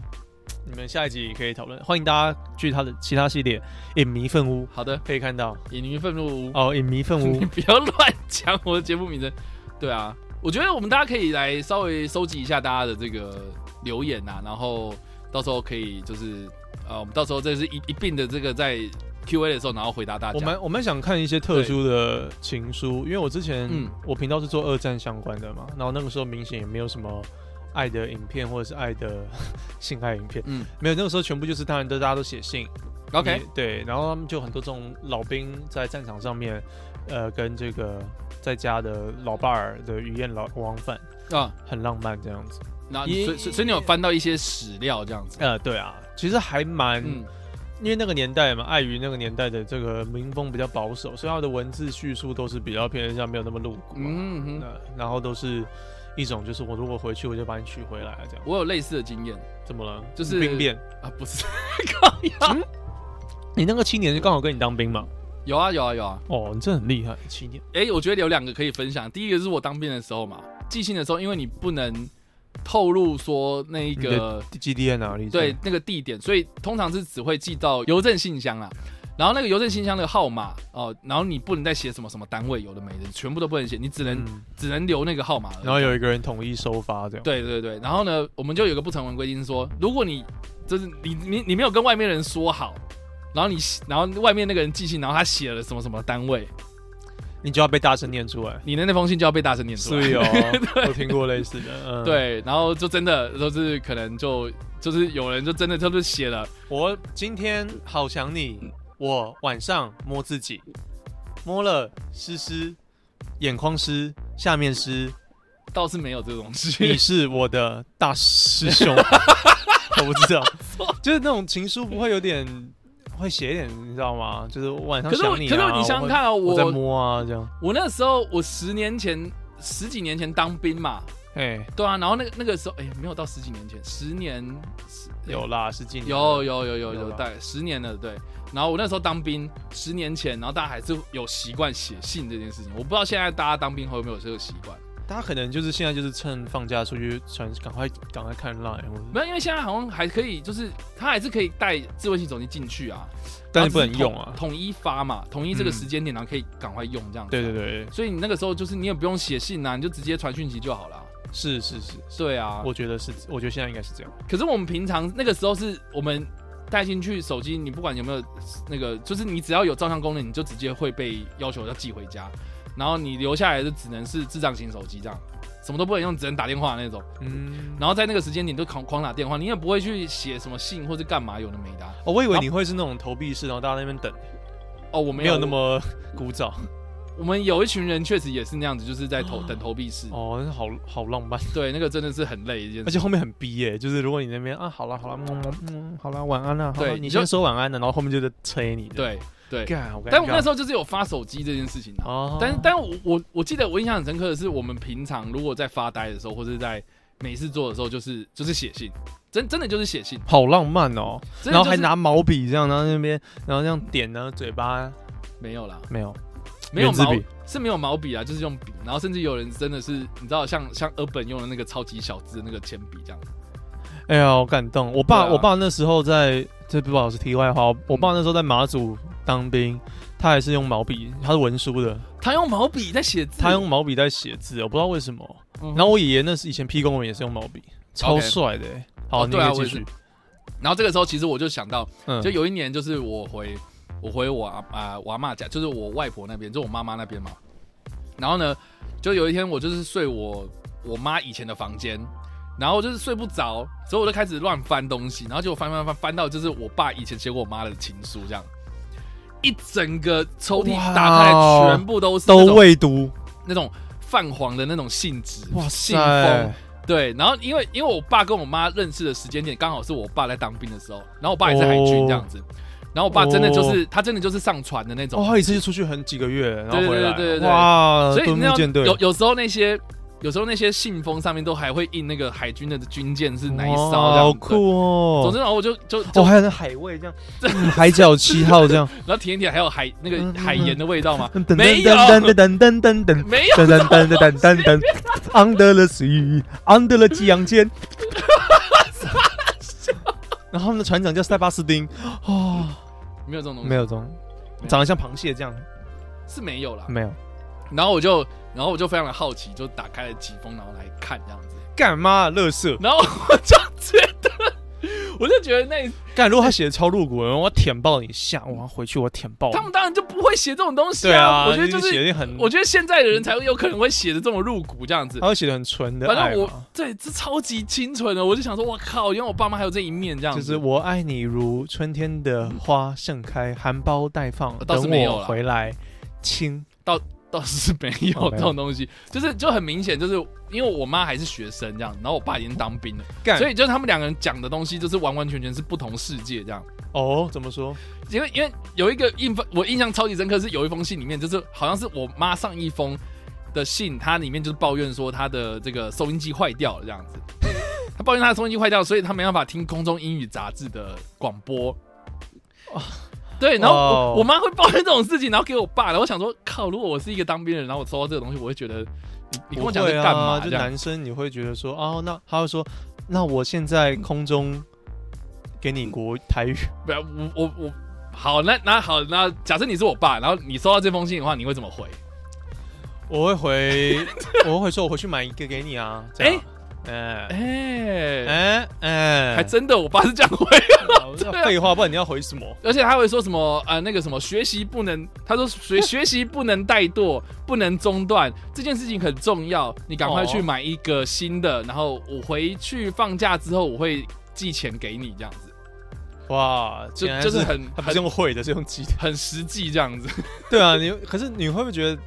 Speaker 1: 你们下一集可以讨论，欢迎大家去他的其他系列《影迷粪屋》
Speaker 2: 好的，
Speaker 1: 可以看到
Speaker 2: 影迷愤怒屋，
Speaker 1: 哦，《影迷粪屋
Speaker 2: 你》不要乱讲我的节目名称。对啊，我觉得我们大家可以来稍微收集一下大家的这个留言啊，然后到时候可以就是呃，我们到时候这是一一并的这个在 Q&A 的时候，然后回答大家。
Speaker 1: 我们我们想看一些特殊的情书，因为我之前、
Speaker 2: 嗯
Speaker 1: 我频道是做二战相关的嘛，然后那个时候明显也没有什么爱的影片或者是爱的 性爱影片，
Speaker 2: 嗯
Speaker 1: 没有，那个时候全部就是当然都大家都写信
Speaker 2: OK，
Speaker 1: 你对，然后他们就很多这种老兵在战场上面，呃，跟这个在家的老伴儿的雨燕老往返，
Speaker 2: 啊，
Speaker 1: 很浪漫这样子，
Speaker 2: 然后
Speaker 1: 也
Speaker 2: 所以所以所以你有翻到一些史料这样子，
Speaker 1: 呃，对啊，其实还蛮。
Speaker 2: 嗯，
Speaker 1: 因为那个年代嘛，碍于那个年代的这个民风比较保守，所以他的文字叙述都是比较偏向没有那么露骨、啊。
Speaker 2: 嗯哼，
Speaker 1: 那然后都是一种就是我如果回去我就把你娶回来这样，
Speaker 2: 我有类似的经验
Speaker 1: 怎么了？
Speaker 2: 就是
Speaker 1: 兵变。
Speaker 2: 啊，不是， 靠呀
Speaker 1: 你那个七年就刚好跟你当兵嘛？
Speaker 2: 有啊有啊有啊，
Speaker 1: 哦，你真的很厉害，七年。
Speaker 2: 哎、我觉得有两个可以分享，第一个是我当兵的时候嘛，寄信的时候，因为你不能透露说那一
Speaker 1: 你
Speaker 2: 个
Speaker 1: 的 G D N 哪里？
Speaker 2: 对，那个地点，所以通常是只会寄到邮政信箱啦。然后那个邮政信箱的号码哦、然后你不能再写什么什么单位，有的没的，全部都不能写，你只能、
Speaker 1: 嗯，
Speaker 2: 只能留那个号码而已。
Speaker 1: 然后有一个人统一收发这样。
Speaker 2: 对对对，然后呢，我们就有个不成文规定是说，如果你就是你你你没有跟外面的人说好，然后你然后外面那个人寄信，然后他写了什么什么单位，
Speaker 1: 你就要被大声念出 来。
Speaker 2: 你的那封信就要被大声念出来。
Speaker 1: 是哦，我听过类似的。嗯，
Speaker 2: 对，然后就真的都是可能就就是有人就真的就是写了，
Speaker 1: 我今天好想你，我晚上摸自己，摸了湿湿，眼眶湿，下面 湿，
Speaker 2: 倒是没有这种东
Speaker 1: 你
Speaker 2: 西。
Speaker 1: 是我的大师兄，我不知道，就是那种情书不会有点会写一点，你知道吗？就是晚上
Speaker 2: 可是
Speaker 1: 想
Speaker 2: 我可
Speaker 1: 你、啊，
Speaker 2: 是你想想看啊，
Speaker 1: 我
Speaker 2: 我
Speaker 1: 会，我在摸啊，这样，
Speaker 2: 我那时候我十年前十几年前当兵嘛，
Speaker 1: 哎，
Speaker 2: 对啊，然后那个那个时候哎、没有到十几年前，十年十
Speaker 1: 有啦，是今年
Speaker 2: 有有有有
Speaker 1: 有
Speaker 2: 有，
Speaker 1: 吧
Speaker 2: 大概十年了，对。然后我那时候当兵，十年前，然后大家还是有习惯写信这件事情。我不知道现在大家当兵后有没有这个习惯，
Speaker 1: 大家可能就是现在就是趁放假出去传，赶快赶快看 Line，或者
Speaker 2: 没有，因为现在好像还可以，就是他还是可以带智慧型手机进去啊，
Speaker 1: 但
Speaker 2: 然后
Speaker 1: 是不
Speaker 2: 只
Speaker 1: 能用啊
Speaker 2: 统，统一发嘛，统一这个时间点，然后可以赶快用这样子。啊
Speaker 1: 嗯对对。对，
Speaker 2: 所以你那个时候就是你也不用写信啊，你就直接传讯息就好了啊。
Speaker 1: 是是是，
Speaker 2: 对啊，
Speaker 1: 我觉得是，我觉得现在应该是这样，
Speaker 2: 可是我们平常那个时候是我们带进去手机，你不管有没有那个，就是你只要有照相功能，你就直接会被要求要寄回家，然后你留下来的只能是智障型手机这样，什么都不能用，只能打电话那种。
Speaker 1: 嗯，
Speaker 2: 然后在那个时间点就狂狂打电话，你也不会去写什么信或者干嘛有的没的啊。
Speaker 1: 哦，我以为
Speaker 2: 然后
Speaker 1: 你会是那种投币式，然后大家在那边等，
Speaker 2: 哦，我
Speaker 1: 没
Speaker 2: 没
Speaker 1: 有那，么鼓掌，
Speaker 2: 我们有一群人确实也是那样子，就是在 投等投币式。
Speaker 1: 哦，那好好浪漫。
Speaker 2: 对，那个真的是很累的一件
Speaker 1: 而
Speaker 2: 事。
Speaker 1: 且后面很逼耶、就是如果你那边啊，好了好了，嗯嗯嗯，好了，晚安了，好了
Speaker 2: 对
Speaker 1: 你
Speaker 2: 你就
Speaker 1: 先说晚安了，啊然后后面就在催你，，
Speaker 2: 对对，
Speaker 1: 干，好尴尬
Speaker 2: 但我们那时候就是有发手机这件事情啊。
Speaker 1: 哦，
Speaker 2: 但但我我我记得我印象很深刻的是，我们平常如果在发呆的时候，或者在没事做的时候，就是就是写信，真真的就是写信，
Speaker 1: 好浪漫哦，
Speaker 2: 真的就是
Speaker 1: 然后还拿毛笔这样，然后那边，然后这样点呢，嘴巴
Speaker 2: 没有啦，
Speaker 1: 没有，
Speaker 2: 没有
Speaker 1: 圆珠
Speaker 2: 毛
Speaker 1: 笔
Speaker 2: 是没有毛笔啊，就是用笔，然后甚至有人真的是你知道像像 urban 用的那个超级小字的那个铅笔这样子，
Speaker 1: 哎呀，好感动，我爸、
Speaker 2: 对啊
Speaker 1: 我爸那时候在，这不好是题外话，我我爸那时候在马祖当兵，他还是用毛笔，他是文书的，
Speaker 2: 他用毛笔在写字，
Speaker 1: 他用毛笔在写字，我不知道为什么，
Speaker 2: 嗯
Speaker 1: 然后我爷爷那是以前批公文也是用毛笔，超
Speaker 2: OK
Speaker 1: 帅的耶、好，
Speaker 2: 哦
Speaker 1: 你
Speaker 2: 对啊
Speaker 1: 可以继
Speaker 2: 我也
Speaker 1: 续
Speaker 2: 是，然后这个时候其实我就想到，
Speaker 1: 嗯
Speaker 2: 就有一年就是我回我回我阿啊、我阿妈家，就是我外婆那边，就我妈妈那边嘛。然后呢，就有一天我就是睡我我妈以前的房间，然后就是睡不着，所以我就开始乱翻东西，然后结果翻翻翻翻到就是我爸以前写给我妈的情书这样。一整个抽屉
Speaker 1: 哇
Speaker 2: 打开来，全部都是那
Speaker 1: 都
Speaker 2: 种
Speaker 1: 未读，
Speaker 2: 那种泛黄的那种信纸，
Speaker 1: 哇
Speaker 2: 信封
Speaker 1: 塞，，
Speaker 2: 对，然后因为因为我爸跟我妈认识的时间点刚好是我爸在当兵的时候，然后我爸也是海军这样子，然后我爸真的就是、他真的就是上船的那
Speaker 1: 哦，
Speaker 2: 种，
Speaker 1: 他一次就出去很几个月，然后回来，
Speaker 2: 对对对对对
Speaker 1: 哇，
Speaker 2: 所以
Speaker 1: 敦
Speaker 2: 那
Speaker 1: 睦舰
Speaker 2: 样
Speaker 1: 队
Speaker 2: 有有时候那些有时候那些信封上面都还会印那个海军的军舰是哪一
Speaker 1: 哇
Speaker 2: 艘这样
Speaker 1: 好
Speaker 2: 子。
Speaker 1: 酷哦！
Speaker 2: 对总之，然后我就就
Speaker 1: 哦，
Speaker 2: 就，
Speaker 1: 还有那海味这样，嗯海角七号这样，
Speaker 2: 然后舔一舔，还有海那
Speaker 1: 嗯嗯
Speaker 2: 个
Speaker 1: 嗯
Speaker 2: 海盐的味道嘛，
Speaker 1: 噔噔
Speaker 2: 没
Speaker 1: 噔
Speaker 2: 有
Speaker 1: 噔噔噔噔噔噔。
Speaker 2: 没有，
Speaker 1: 噔 噔噔噔噔噔噔，Under the sea，Under the 激昂间。然后他们的船长叫塞巴斯丁，哦，
Speaker 2: 没有这种东西，
Speaker 1: 没有这种，长得像螃蟹这样，
Speaker 2: 是没有啦。
Speaker 1: 没有。
Speaker 2: 然后我就，然后我就非常的好奇，就打开了几封，然后来看这样子。
Speaker 1: 干妈乐色，
Speaker 2: 然后我就觉得， 我就觉得那
Speaker 1: 干！如果他写的超露骨，我要舔爆你下，我要回去我舔爆你。
Speaker 2: 嗯他们当然就不会写这种东西
Speaker 1: 哦对啊，
Speaker 2: 我觉得就
Speaker 1: 写
Speaker 2: 是，
Speaker 1: 的很，
Speaker 2: 我觉得现在的人才会有可能会写的这么入骨这样子
Speaker 1: 他。会写的很纯的
Speaker 2: 反
Speaker 1: 爱
Speaker 2: 正我
Speaker 1: 嘛，
Speaker 2: 对这超级清纯的，我就想说，我靠，原来我爸妈还有这一面这样
Speaker 1: 就
Speaker 2: 子。
Speaker 1: 是我爱你如春天的花盛开，含苞待放，
Speaker 2: 倒是
Speaker 1: 等
Speaker 2: 没有
Speaker 1: 我
Speaker 2: 啦
Speaker 1: 回来亲。
Speaker 2: 倒是没有
Speaker 1: 哦没有
Speaker 2: 这种东西，就是就很明显，就是因为我妈还是学生这样，然后我爸已经当兵了，
Speaker 1: 干，
Speaker 2: 所
Speaker 1: 以
Speaker 2: 以就是他们两个人讲的东西就是完完全全是不同世界这样。
Speaker 1: 哦，怎么说？
Speaker 2: 因为因为有一个印我印象超级深刻是有一封信里面，就是好像是我妈上一封的信，它里面就是抱怨说她的这个收音机坏掉了这样子， 她抱怨她的收音机坏掉，所以她没办法听空中英语杂志的广播。对，然后我,、
Speaker 1: 哦
Speaker 2: 我妈会抱怨这种事情，然后给我爸，然后我想说，靠，如果我是一个当兵的人，然后我收到这个东西，我会觉得你你跟我讲
Speaker 1: 不
Speaker 2: 是
Speaker 1: 会啊
Speaker 2: 干嘛
Speaker 1: 就
Speaker 2: 这样？
Speaker 1: 男生你会觉得说，哦，那他会说，那我现在空中给你国台语，
Speaker 2: 不要，我我我好，那那好，那假设你是我爸，然后你收到这封信的话，你会怎么回？
Speaker 1: 我会回，我会说，我回去买一个给你啊。这样，哎
Speaker 2: 哎、
Speaker 1: 哎哎，
Speaker 2: 还真的，我爸是这样回。
Speaker 1: 好那
Speaker 2: 对啊
Speaker 1: 废话，不然你要回什么？
Speaker 2: 而且他会说什么呃那个什么学习不能，他说 学学习不能怠惰，不能中断，这件事情很重要，你赶快
Speaker 1: 哦
Speaker 2: 去买一个新的，然后我回去放假之后我会寄钱给你这样子，
Speaker 1: 哇，
Speaker 2: 就
Speaker 1: 竟然
Speaker 2: 就是很
Speaker 1: 他不是用会的，是用 记的。
Speaker 2: 很实际这样子。
Speaker 1: 对啊，你可是你会不会觉得？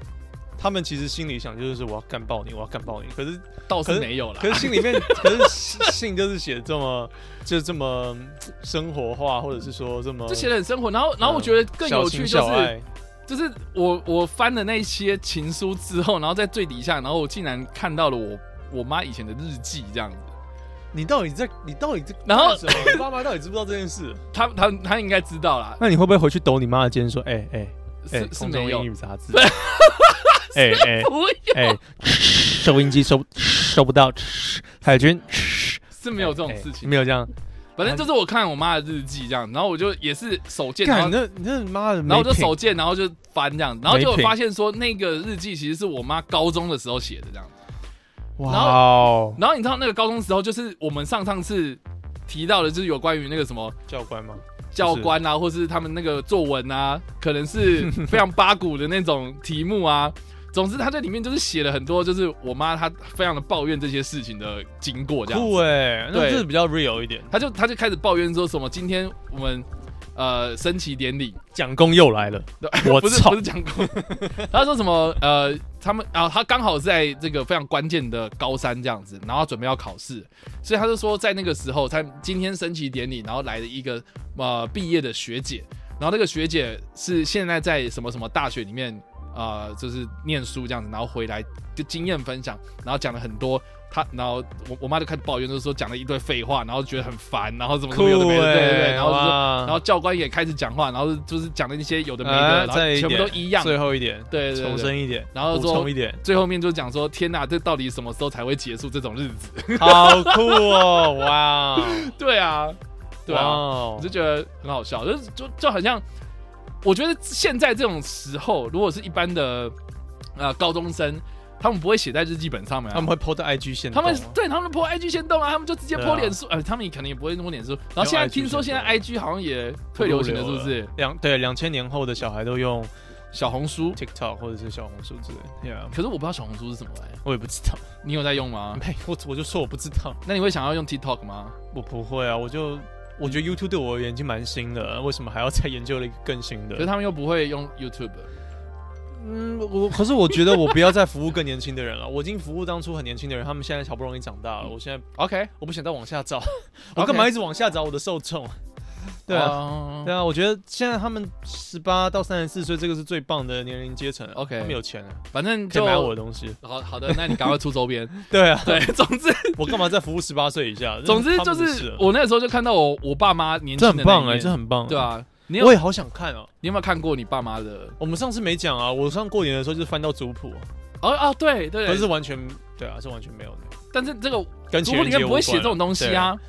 Speaker 1: 他们其实心里想就是我要干爆你，我要干爆你。可是，
Speaker 2: 倒
Speaker 1: 可
Speaker 2: 是
Speaker 1: 是
Speaker 2: 没有啦
Speaker 1: 可，是心里 面，可是信信就是写这么，就这么生活化，或者是说这么
Speaker 2: 就写的很生活。然后然后我
Speaker 1: 嗯
Speaker 2: 觉得更有趣
Speaker 1: 小情小
Speaker 2: 就是
Speaker 1: 爱
Speaker 2: 就是我我翻了那些情书之后，然后在最底下，然后我竟然看到了我我妈以前的日记这样子。
Speaker 1: 你到底在，你到底在，
Speaker 2: 然后
Speaker 1: 干什么你爸妈到底知不知道这件事？
Speaker 2: 他他他应该知道啦，
Speaker 1: 那你会不会回去抖你妈的肩说，哎哎
Speaker 2: 是
Speaker 1: 哎，
Speaker 2: 是
Speaker 1: 空中
Speaker 2: 没有
Speaker 1: 英， 语杂志，哎哎
Speaker 2: 不
Speaker 1: 哎，收音机收收不 到，海军哎
Speaker 2: 是没有这种事情。
Speaker 1: 没有这样。
Speaker 2: 反正就是我看我妈的日记这样，然后我就也是手贱，然
Speaker 1: 哎干，
Speaker 2: 后
Speaker 1: 那你这妈的没品，
Speaker 2: 然后我就手贱，然后就翻这样，然后
Speaker 1: 没
Speaker 2: 就
Speaker 1: 品
Speaker 2: 发现说那个日记其实是我妈高中的时候写的这样。
Speaker 1: 哇
Speaker 2: 然
Speaker 1: 哦，
Speaker 2: 然后你知道那个高中时候就是我们上上次提到的，就是有关于那个什么
Speaker 1: 教官吗？
Speaker 2: 教官啊，或是他们那个作文啊，可能 是非常八股的那种题目啊。总之，他在里面就是写了很多，就是我妈她非常的抱怨这些事情的经过这样子。
Speaker 1: 酷哎，那
Speaker 2: 对
Speaker 1: 这是比较 real 一点。
Speaker 2: 他就他就开始抱怨说什么今天我们呃升旗典礼，
Speaker 1: 蒋公又来了，
Speaker 2: 对
Speaker 1: 我
Speaker 2: 不是
Speaker 1: 操
Speaker 2: 不是讲过，他说什么呃他们啊他刚好在这个非常关键的高三这样子，然后准备要考试，所以他就说在那个时候他今天升旗典礼，然后来了一个呃毕业的学姐，然后那个学姐是现在在什么什么大学里面。呃，就是念书这样子，然后回来就经验分享，然后讲了很多，他然后我我妈就开始抱怨，就是说讲了一堆废话，然后觉得很烦，然后怎么怎
Speaker 1: 酷
Speaker 2: 么
Speaker 1: 哎，
Speaker 2: 有的没的，对对对，然后就说
Speaker 1: 然
Speaker 2: 然后教官也开始讲话，然后就是讲了一些有的没的，
Speaker 1: 嗯哎
Speaker 2: 然后
Speaker 1: 再一
Speaker 2: 全部
Speaker 1: 点
Speaker 2: 都一样。
Speaker 1: 最后一点，
Speaker 2: 对对
Speaker 1: 重
Speaker 2: 对，
Speaker 1: 申一点，
Speaker 2: 然后
Speaker 1: 补
Speaker 2: 说
Speaker 1: 充一 点，
Speaker 2: 最后面就讲说：“天哪，这到底什么时候才会结束这种日 子
Speaker 1: 好酷哦，哇，？”
Speaker 2: 对啊， 对啊，
Speaker 1: 哇哦
Speaker 2: 我就觉得很好笑，就是就就很像，我觉得现在这种时候，如果是一般的呃高中生，他们不会写在日记本上面、啊，
Speaker 1: 他们会 PO 到 IG 线
Speaker 2: 他
Speaker 1: 动啊，
Speaker 2: 们对他们泼 IG 先动啊，他们就直接
Speaker 1: 对
Speaker 2: 泼
Speaker 1: 啊
Speaker 2: 脸书，呃，他们也可能也不会弄脸书。然后现在
Speaker 1: IG
Speaker 2: 听说现在
Speaker 1: 先啊
Speaker 2: IG 好像也退流行了，是不是？
Speaker 1: 两对两千年后的小孩都用
Speaker 2: 小红书？
Speaker 1: TikTok 或者是小红书之类，Yeah，
Speaker 2: 可是我不知道小红书是什么哎、
Speaker 1: 我也不知道，
Speaker 2: 你有在用吗？
Speaker 1: 没我我就说我不知道，
Speaker 2: 那你会想要用 TikTok 吗？
Speaker 1: 我不会啊，我就我觉得 YouTube 对我而言已经蛮新的，为什么还要再研究了一个更新
Speaker 2: 可是
Speaker 1: 的？
Speaker 2: 他们又不会用 YouTube，
Speaker 1: 嗯，我可是我觉得我不要再服务更年轻的人了，我已经服务当初很年轻的人，他们现在好不容易长大了，我现在
Speaker 2: OK，
Speaker 1: 我不想再往下 找，我干嘛一直往下找我的受 众？对啊。
Speaker 2: 啊
Speaker 1: 对啊，我觉得现在他们十八到三十四岁，这个是最棒的年龄阶层了。
Speaker 2: OK
Speaker 1: 他们有钱了，
Speaker 2: 反正
Speaker 1: 可以
Speaker 2: 就
Speaker 1: 买我的东西。
Speaker 2: 好好的，那你赶快出 周边。
Speaker 1: 对啊，
Speaker 2: 对，总之
Speaker 1: 我干嘛在服务十八岁以 下？
Speaker 2: 总之
Speaker 1: 他
Speaker 2: 就
Speaker 1: 们的
Speaker 2: 是
Speaker 1: 事啊
Speaker 2: 我那时候就看到我我爸妈年轻
Speaker 1: 这
Speaker 2: 的
Speaker 1: 很棒
Speaker 2: 哎、
Speaker 1: 哎，这很棒。
Speaker 2: 对，啊。你有
Speaker 1: 我也好想看哦。
Speaker 2: 你有没有看过你爸妈的？
Speaker 1: 我们上次没讲啊，我上过年的时候就是翻到族谱，
Speaker 2: 哦哦，对对，
Speaker 1: 可是完全对啊，是完全没有的。
Speaker 2: 但是这个
Speaker 1: 跟
Speaker 2: 主
Speaker 1: 情
Speaker 2: 播
Speaker 1: 人
Speaker 2: 里
Speaker 1: 节
Speaker 2: 面
Speaker 1: 无
Speaker 2: 不会
Speaker 1: 关啊
Speaker 2: 写这种东西。啊，
Speaker 1: 对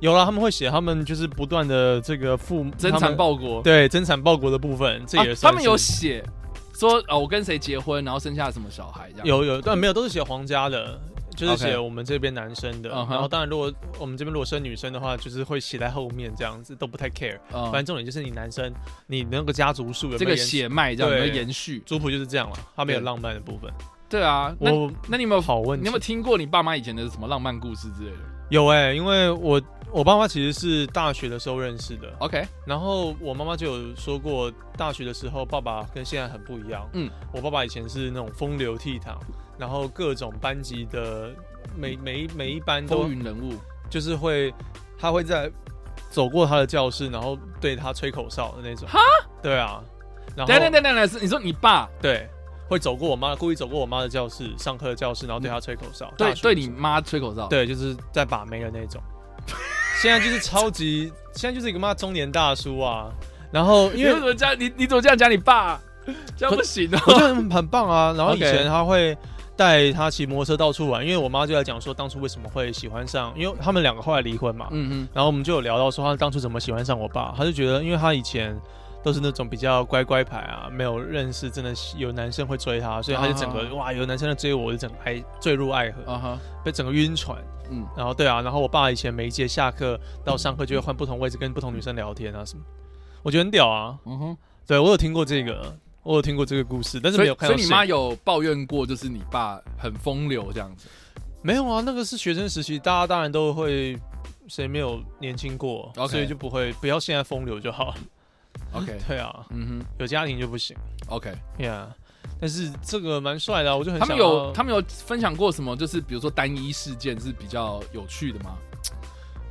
Speaker 1: 有了，他们会写，他们就是不断的这个父母
Speaker 2: 增产报国。
Speaker 1: 啊对增产报国的部分，这
Speaker 2: 啊
Speaker 1: 也算是
Speaker 2: 他们有写说哦，我跟谁结婚，然后生下什么小孩这样。
Speaker 1: 有有，但没有都是写皇家的，就是写
Speaker 2: 啊 OK
Speaker 1: 我们这边男生的。
Speaker 2: 嗯哼
Speaker 1: 然后当然，如果我们这边如果生女生的话，就是会写在后面这样子，都不太 care。
Speaker 2: 嗯
Speaker 1: 反正重点就是你男生，你那个家族数有没
Speaker 2: 这
Speaker 1: 有
Speaker 2: 个
Speaker 1: 延续
Speaker 2: 血脉这样有没有
Speaker 1: 对
Speaker 2: 延续？
Speaker 1: 族谱就是这样了，它没有
Speaker 2: 对
Speaker 1: 浪漫的部分。
Speaker 2: 对啊，那
Speaker 1: 我
Speaker 2: 那你有没有
Speaker 1: 好问
Speaker 2: 你
Speaker 1: 题，
Speaker 2: 有没有听过你爸妈以前的什么浪漫故事之类的
Speaker 1: 有哎、因为我我爸妈其实是大学的时候认识的，
Speaker 2: ？OK，
Speaker 1: 然后我妈妈就有说过，大学的时候爸爸跟现在很不一样。
Speaker 2: 嗯
Speaker 1: 嗯，我爸爸以前是那种风流倜傥，然后各种班级的每每一每一班都
Speaker 2: 风云人物
Speaker 1: 就是会，他会在走过他的教室，然后对他吹口哨的那种。
Speaker 2: 哈，
Speaker 1: 对啊，然后
Speaker 2: 等等等等等，是你说你爸
Speaker 1: 对，会走过我妈，故意走过我妈的教室，上课的教室，然后对他吹口哨。
Speaker 2: 嗯对
Speaker 1: 大学
Speaker 2: 对
Speaker 1: 的
Speaker 2: 你
Speaker 1: 时候，
Speaker 2: 妈吹口哨？，
Speaker 1: 对，就是在把妹的那种。现在就是超级，现在就是一个妈中年大叔啊。然后
Speaker 2: 你
Speaker 1: 因
Speaker 2: 为
Speaker 1: 为
Speaker 2: 什么这样？你你怎么这样讲你爸、这样不行
Speaker 1: 我觉
Speaker 2: 哦。
Speaker 1: 得很棒啊。然后以
Speaker 2: OK
Speaker 1: 前他会带他骑摩托车到处玩，因为我妈就在讲说当初为什么会喜欢上，因为他们两个后来离婚嘛。
Speaker 2: 嗯嗯，
Speaker 1: 然后我们就有聊到说他当初怎么喜欢上我爸，他就觉得因为他以前都是那种比较乖乖牌啊，没有认识真的有男生会追他，所以他就整个、
Speaker 2: 啊
Speaker 1: 哇有男生在追我，我就整个爱坠入爱河，
Speaker 2: 啊哈，
Speaker 1: 被整个晕船。
Speaker 2: 嗯，
Speaker 1: 然后对啊，然后我爸以前每一节下课到上课就会换不同位置跟不同女生聊天啊什么，我觉得很屌啊。
Speaker 2: 嗯哼。
Speaker 1: 对我有听过这个，我有听过这个故事，但是
Speaker 2: 所
Speaker 1: 没
Speaker 2: 以
Speaker 1: 有看
Speaker 2: 所
Speaker 1: 到
Speaker 2: 以你
Speaker 1: 谁
Speaker 2: 妈有抱怨过，就是你爸很风流这样子。
Speaker 1: 没有啊，那个是学生时期，大家当然都会，谁没有年轻过
Speaker 2: OK
Speaker 1: 所以就不会不要现在风流就好。
Speaker 2: OK，
Speaker 1: 对啊，
Speaker 2: 嗯
Speaker 1: 有家庭就不行
Speaker 2: 哼，OK。
Speaker 1: ，Yeah。但是这个蛮帅的、啊，我就很
Speaker 2: 他
Speaker 1: 想
Speaker 2: 们有
Speaker 1: 要
Speaker 2: 他们有分享过什么？就是比如说单一事件是比较有趣的吗？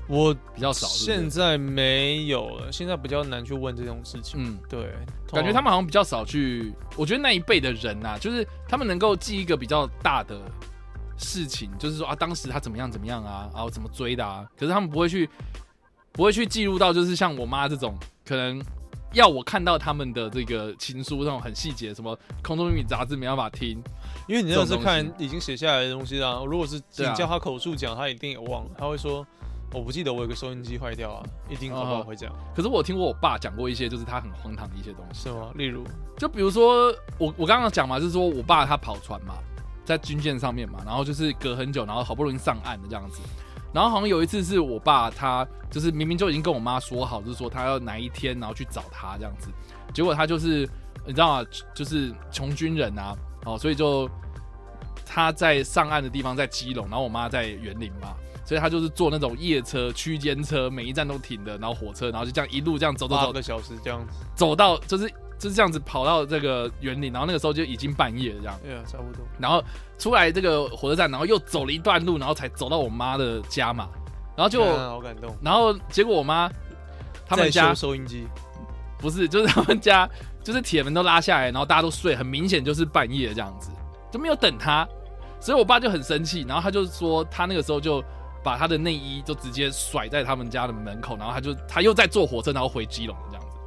Speaker 1: 我
Speaker 2: 比较少，是不
Speaker 1: 现
Speaker 2: 是
Speaker 1: 在没有了，现在比较难去问这种事情。
Speaker 2: 嗯，
Speaker 1: 对，
Speaker 2: 感觉他
Speaker 1: 们
Speaker 2: 们好像比较少去。我觉得那一辈的人呐、就是他们能够记一个比较大的事情，就是说啊，当时他怎么样怎么样啊，啊，我怎么追的啊。可是他们不会去，不会去记录到，就是像我妈这种可能。要我看到他们的这个情书，那种很细节，什么《空中秘密》杂志没办法听，
Speaker 1: 因为你那个
Speaker 2: 这
Speaker 1: 是
Speaker 2: 种东西
Speaker 1: 看已经写下来的东西啦、如果是你
Speaker 2: 对啊
Speaker 1: 叫他口述讲，他一定也忘了，他会说我不记得我有个收音机坏掉啊，一定好不
Speaker 2: 啊
Speaker 1: 好会这样、
Speaker 2: 可是我有听过我爸讲过一些，就是他很荒唐的一些东西。
Speaker 1: 是吗？例如，
Speaker 2: 就比如说我我刚刚讲嘛，就是说我爸他跑船嘛，在军舰上面嘛，然后就是隔很久，然后好不容易上岸的这样子。然后好像有一次是我爸他就是明明就已经跟我妈说好，就是说他要哪一天然后去找他这样子，结果他就是你知道吗？就是穷军人啊，哦，所以就他在上岸的地方在基隆，然后我妈在园林嘛。所以他就是坐那种夜车、区间车，每一站都停的，然后火车，然后就这样一路这样走走
Speaker 1: 八
Speaker 2: 走，
Speaker 1: 个小时这样子，
Speaker 2: 走到就是就是这样子跑到这个园林，然后那个时候就已经半夜了这样，
Speaker 1: 对、yeah,，差哎不多。
Speaker 2: 然后出来这个火车站，然后又走了一段路，然后才走到我妈的家嘛，然后就、
Speaker 1: 啊好感动。
Speaker 2: 然后结果我妈他们
Speaker 1: 在
Speaker 2: 家
Speaker 1: 修收音机，
Speaker 2: 不是就是他们家就是铁门都拉下来，然后大家都睡，很明显就是半夜这样子，就没有等他，所以我爸就很生气，然后他就说他那个时候就。把他的内衣就直接甩在他们家的门口，然后他就他又在坐火车，然后回基隆这样子，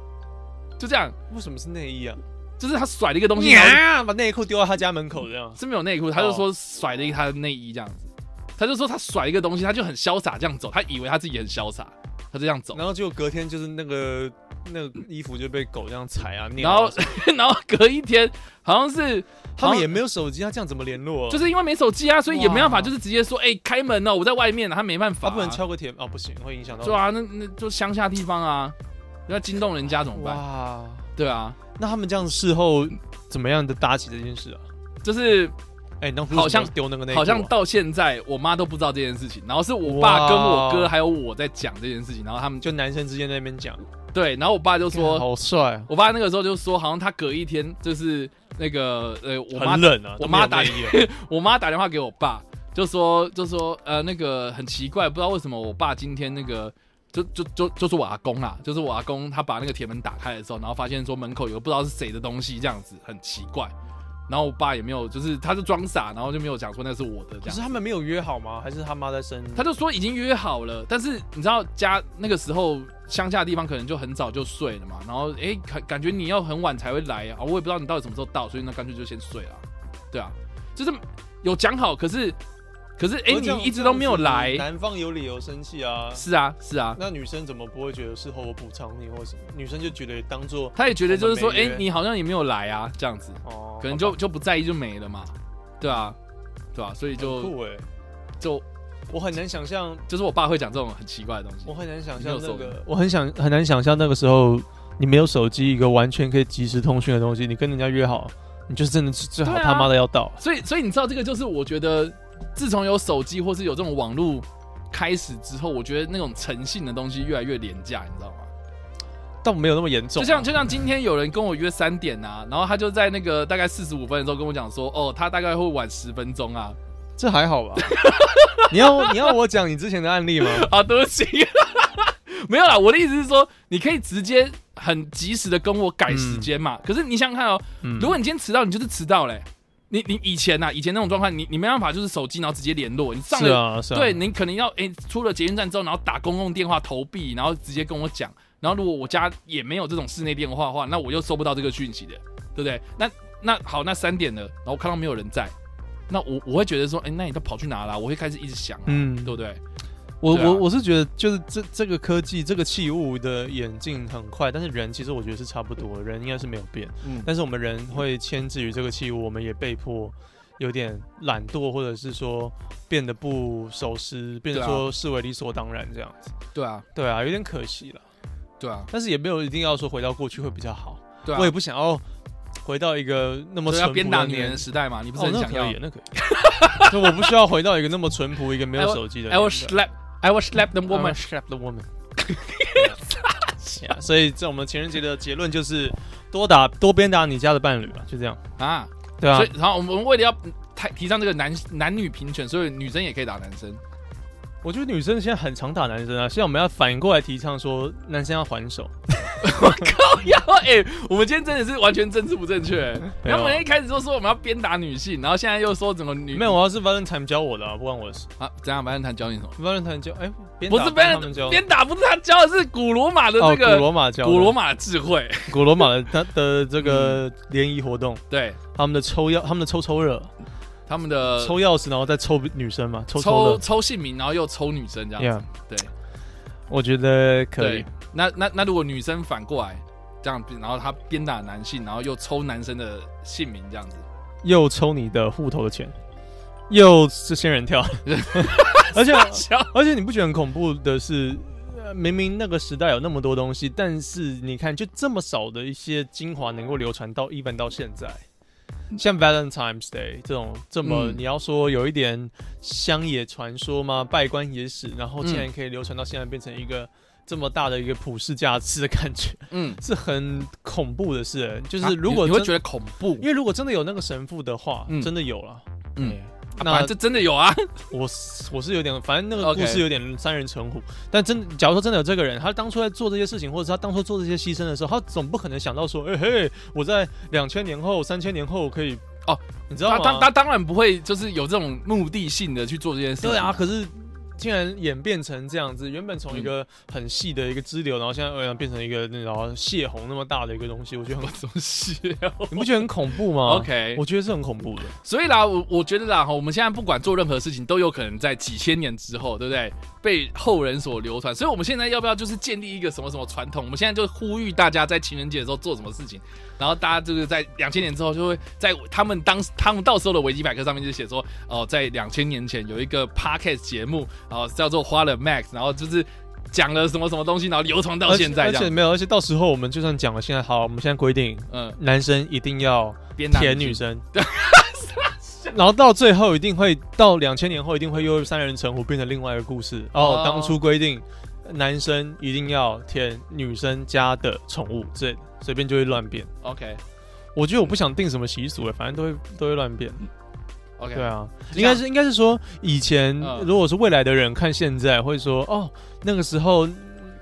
Speaker 2: 就这样，
Speaker 1: 为什么是内衣啊？
Speaker 2: 就是他甩了一个东西，然后
Speaker 1: 呀，把内裤丢到他家门口这样。
Speaker 2: 是没有内裤，他就
Speaker 1: 哦
Speaker 2: 说甩了一个他的内衣这样子，他就说他甩一个东西，他就很潇洒这样走，他以为他自己很潇洒，他就这样走，
Speaker 1: 然后结果隔天就是那个那个衣服就被狗这样踩啊，尿
Speaker 2: 然
Speaker 1: 啊
Speaker 2: 后
Speaker 1: 什么
Speaker 2: 然后隔一天好像是
Speaker 1: 他
Speaker 2: 好
Speaker 1: 们
Speaker 2: 像
Speaker 1: 也没有手机，他这样怎么联络？
Speaker 2: 就是因为没手机啊，所以也没办法，
Speaker 1: 哇
Speaker 2: 就是直接说，哎、开门哦，我在外面啊，他没办法、
Speaker 1: 他
Speaker 2: 啊，
Speaker 1: 不能敲个铁哦，不行，会影响到
Speaker 2: 对。啊，那那就乡下地方啊，要惊动人家怎么办？
Speaker 1: 哇，
Speaker 2: 对啊，
Speaker 1: 那他们这样事后怎么样的搭起这件事啊？
Speaker 2: 就是
Speaker 1: 哎、你当初
Speaker 2: 好像
Speaker 1: 为什么丢那个内裤啊、
Speaker 2: 好像到现在我妈都不知道这件事情，然后是我爸跟我哥还有我在讲这件事情，然后他们就
Speaker 1: 就男生之间在那边讲，
Speaker 2: 对，然后我爸就说，
Speaker 1: 好帅啊，
Speaker 2: 我爸那个时候就说，好像他隔一天就是那个呃，我妈
Speaker 1: 很冷啊，
Speaker 2: 我妈
Speaker 1: 都没有内衣啊
Speaker 2: 我妈打电话给我爸，就说就说呃那个很奇怪，不知道为什么我爸今天那个就就就就是我阿公啦，就是我阿公他把那个铁门打开的时候，然后发现说门口有个不知道是谁的东西，这样子很奇怪。然后我爸也没有，就是他就装傻，然后就没有讲说那是我的这
Speaker 1: 可
Speaker 2: 样
Speaker 1: 是。他们没有约好吗？还是他妈在生？
Speaker 2: 他就说已经约好了，但是你知道家那个时候乡下的地方可能就很早就睡了嘛，然后哎感感觉你要很晚才会来啊，我也不知道你到底什么时候到，所以那干脆就先睡了，对啊，就是有讲好，可是可是哎、
Speaker 1: 可是这样
Speaker 2: 你一直都没有来，
Speaker 1: 男方有理由生气啊。
Speaker 2: 是啊是啊，
Speaker 1: 那女生怎么不会觉得事后我补偿你或什么？女生就觉得当做
Speaker 2: 他也觉得就是说
Speaker 1: 我
Speaker 2: 哎、
Speaker 1: 们没约
Speaker 2: 你好像也没有来啊这样子，
Speaker 1: 哦，
Speaker 2: 可能就
Speaker 1: 好吧
Speaker 2: 就不在意就没了嘛，对啊对啊，所以就
Speaker 1: 酷哎、
Speaker 2: 就
Speaker 1: 我很难想象，
Speaker 2: 就是我爸会讲这种很奇怪的东西
Speaker 1: 我，很难想
Speaker 2: 你没
Speaker 1: 象
Speaker 2: 有
Speaker 1: 那
Speaker 2: 手
Speaker 1: 个，我很想很难想象那个时候你没有手机，一个完全可以及时通讯的东西，你跟人家约好，你就是真的是最好
Speaker 2: 对啊
Speaker 1: 他妈的要到。
Speaker 2: 所以，所以你知道这个就是我觉得，自从有手机或是有这种网络开始之后，我觉得那种诚信的东西越来越廉价，你知道吗？
Speaker 1: 但没有那么严重啊、
Speaker 2: 就像就像今天有人跟我约三点啊，然后他就在那个大概四十五分的时候跟我讲说，哦，他大概会晚十分钟啊。
Speaker 1: 这还好 吧？你要你要我讲你之前的案例吗？
Speaker 2: 啊，对不起， 没有啦，我的意思是说，你可以直接很及时的跟我改时间嘛。可是你想想看哦，
Speaker 1: 嗯
Speaker 2: 如果你今天迟到，你就是迟到嘞、你你以前呐、啊以前那种状况，你你没办法，就是手机然后直接联络，你上
Speaker 1: 是
Speaker 2: 了
Speaker 1: 啊是啊，
Speaker 2: 对，您可能要诶，出了捷运站之后，然后打公共电话投币，然后直接跟我讲。然后如果我家也没有这种室内电话的话，那我又收不到这个讯息的， 对不对？那那好，那三点了，然后我看到没有人在，那我我会觉得说，诶，那你都跑去哪了、我会开始一直想、啊，
Speaker 1: 嗯
Speaker 2: 对不对？
Speaker 1: 我
Speaker 2: 对啊
Speaker 1: 我我是觉得，就是这这个科技这个器物的演进很快，但是人其实我觉得是差不多，人应该是没有变。
Speaker 2: 嗯
Speaker 1: 但是我们人会牵制于这个器物，我们也被迫有点懒惰，或者是说变得不守时，变得
Speaker 2: 对啊
Speaker 1: 说视为理所当然这样子。
Speaker 2: 对啊，
Speaker 1: 对啊，有点可惜了。
Speaker 2: 对啊，
Speaker 1: 但是也没有一定要说回到过去会比较好，
Speaker 2: 对啊。
Speaker 1: 我也不想要回到一个那么
Speaker 2: 对
Speaker 1: 淳
Speaker 2: 啊
Speaker 1: 朴
Speaker 2: 鞭打
Speaker 1: 的
Speaker 2: 女人的
Speaker 1: 年。
Speaker 2: 时代嘛，你不是
Speaker 1: 哦，
Speaker 2: 很
Speaker 1: 那
Speaker 2: 想
Speaker 1: 可
Speaker 2: 要、
Speaker 1: 以，那可以。 就我不需要回到一个那么淳朴、一个没
Speaker 2: I
Speaker 1: 有
Speaker 2: will-
Speaker 1: 手机的
Speaker 2: i will
Speaker 1: 年代
Speaker 2: slap, I will slap the
Speaker 1: w o m a n。
Speaker 2: woman
Speaker 1: slap the woman 。Yeah，所以啊在我们情人节的结论就是多打多鞭打你家的伴侣吧，就这样，
Speaker 2: 啊，
Speaker 1: 对啊
Speaker 2: 所以，然后我们为了要提提倡这个男男女平权，所以女生也可以打男生。
Speaker 1: 我觉得女生现在很常打男生啊，现在我们要反过来提倡说男生要还手，
Speaker 2: 要哎、我们今天真的是完全政治不正确、
Speaker 1: 没
Speaker 2: 然
Speaker 1: 有
Speaker 2: 后我们一开始就说我们要鞭打女性，然后现在又说整个女
Speaker 1: 没有，我要是 Valentine 教我的啊，不关我的事。
Speaker 2: 啊？怎样？白人谈教你什么？
Speaker 1: Valentine 教，哎、鞭
Speaker 2: 不
Speaker 1: 打
Speaker 2: 是
Speaker 1: 不是
Speaker 2: 鞭
Speaker 1: 他们教，
Speaker 2: 鞭打，不是他教的是古罗马的
Speaker 1: 哦，
Speaker 2: 这
Speaker 1: 古
Speaker 2: 个、
Speaker 1: 罗马教的，
Speaker 2: 古罗马的嗯智慧。
Speaker 1: 古罗马的他的这个联谊活动，
Speaker 2: 对，
Speaker 1: 他们的抽钥，他们的抽抽乐，
Speaker 2: 他们的
Speaker 1: 抽钥匙然后再抽女生嘛，抽
Speaker 2: 呃抽
Speaker 1: 乐
Speaker 2: 抽姓名，然后又抽女生这样。
Speaker 1: ，Yeah，
Speaker 2: 对
Speaker 1: 我觉得可以
Speaker 2: 对。，那那那如果女生反过来这样，然后他鞭打男性，然后又抽男生的姓名这样子。
Speaker 1: 又抽你的户头的钱，又是仙人 跳，而且
Speaker 2: 笑
Speaker 1: 而且你不觉得很恐怖的是，呃明明那个时代有那么多东西，但是你看就这么少的一些精华能够流传到 even 到现在。像 Valentine's Day 这种这么、
Speaker 2: 嗯
Speaker 1: 你要说有一点乡野传说吗？拜官野史，然后竟
Speaker 2: 嗯
Speaker 1: 然可以流传到现在，变成一个这么大的一个普世价值的感觉，
Speaker 2: 嗯，
Speaker 1: 是很恐怖的事、就是
Speaker 2: 啊
Speaker 1: 如果
Speaker 2: 你你会
Speaker 1: 真
Speaker 2: 觉得恐怖
Speaker 1: 因，为如果真的有那个神父的话，
Speaker 2: 嗯
Speaker 1: 真的有了。
Speaker 2: 嗯，啊
Speaker 1: 那
Speaker 2: 反正这真的有啊，
Speaker 1: 我是我是有点，反正那个
Speaker 2: OK
Speaker 1: 故事有点三人成虎。但真假如说真的有这个人，他当初在做这些事情，或者是他当初做这些牺牲的时候，他总不可能想到说，哎、嘿，我在两千年后、三千年后可以
Speaker 2: 哦，
Speaker 1: 你知道
Speaker 2: 他当
Speaker 1: 吗
Speaker 2: 他？当然不会就是有这种目的性的去做这件事情。
Speaker 1: 对啊，可是竟然演变成这样子，原本从一
Speaker 2: 嗯
Speaker 1: 个很细的一个支流，然后现在呃变成一个那然后泄洪那么大的一个东西，我觉得很，
Speaker 2: 什么戏啊
Speaker 1: 你不觉得很恐怖吗
Speaker 2: OK
Speaker 1: 我觉得是很恐怖的。
Speaker 2: 所以啦，我我觉得啦，哈，我们现在不管做任何事情，都有可能在几千年之后，对不对？被后人所流传。所以，我们现在要不要就是建立一个什么什么传统？我们现在就呼吁大家在情人节的时候做什么事情，然后大家就是在两千年之后，就会在他们当他们到时候的维基百科上面就写说，哦、在两千年前有一个 podcast 节目，哦、叫做《花了 Max》，然后就是讲了什么什么东西，然后流传到
Speaker 1: 而且
Speaker 2: 现在
Speaker 1: 而
Speaker 2: 这
Speaker 1: 且
Speaker 2: 样。
Speaker 1: 没有，而且到时候我们就算讲了，现在好，我们现在规定
Speaker 2: 嗯，
Speaker 1: 男生一定要
Speaker 2: 边打
Speaker 1: 舔女 生，然后到最后一定会到两千年后一定会又三人成虎变成另外一个故事哦
Speaker 2: 哦。
Speaker 1: 当初规定男生一定要舔女生家的宠物之类的，随便就会乱变。
Speaker 2: ，OK
Speaker 1: 我觉得我不想定什么习俗欸了，反正都会都会乱变。
Speaker 2: OK，
Speaker 1: 对啊，
Speaker 2: 就
Speaker 1: 应该
Speaker 2: 像
Speaker 1: 是应该是说以前
Speaker 2: 嗯
Speaker 1: 如果是未来的人看现在，会说哦那个时候。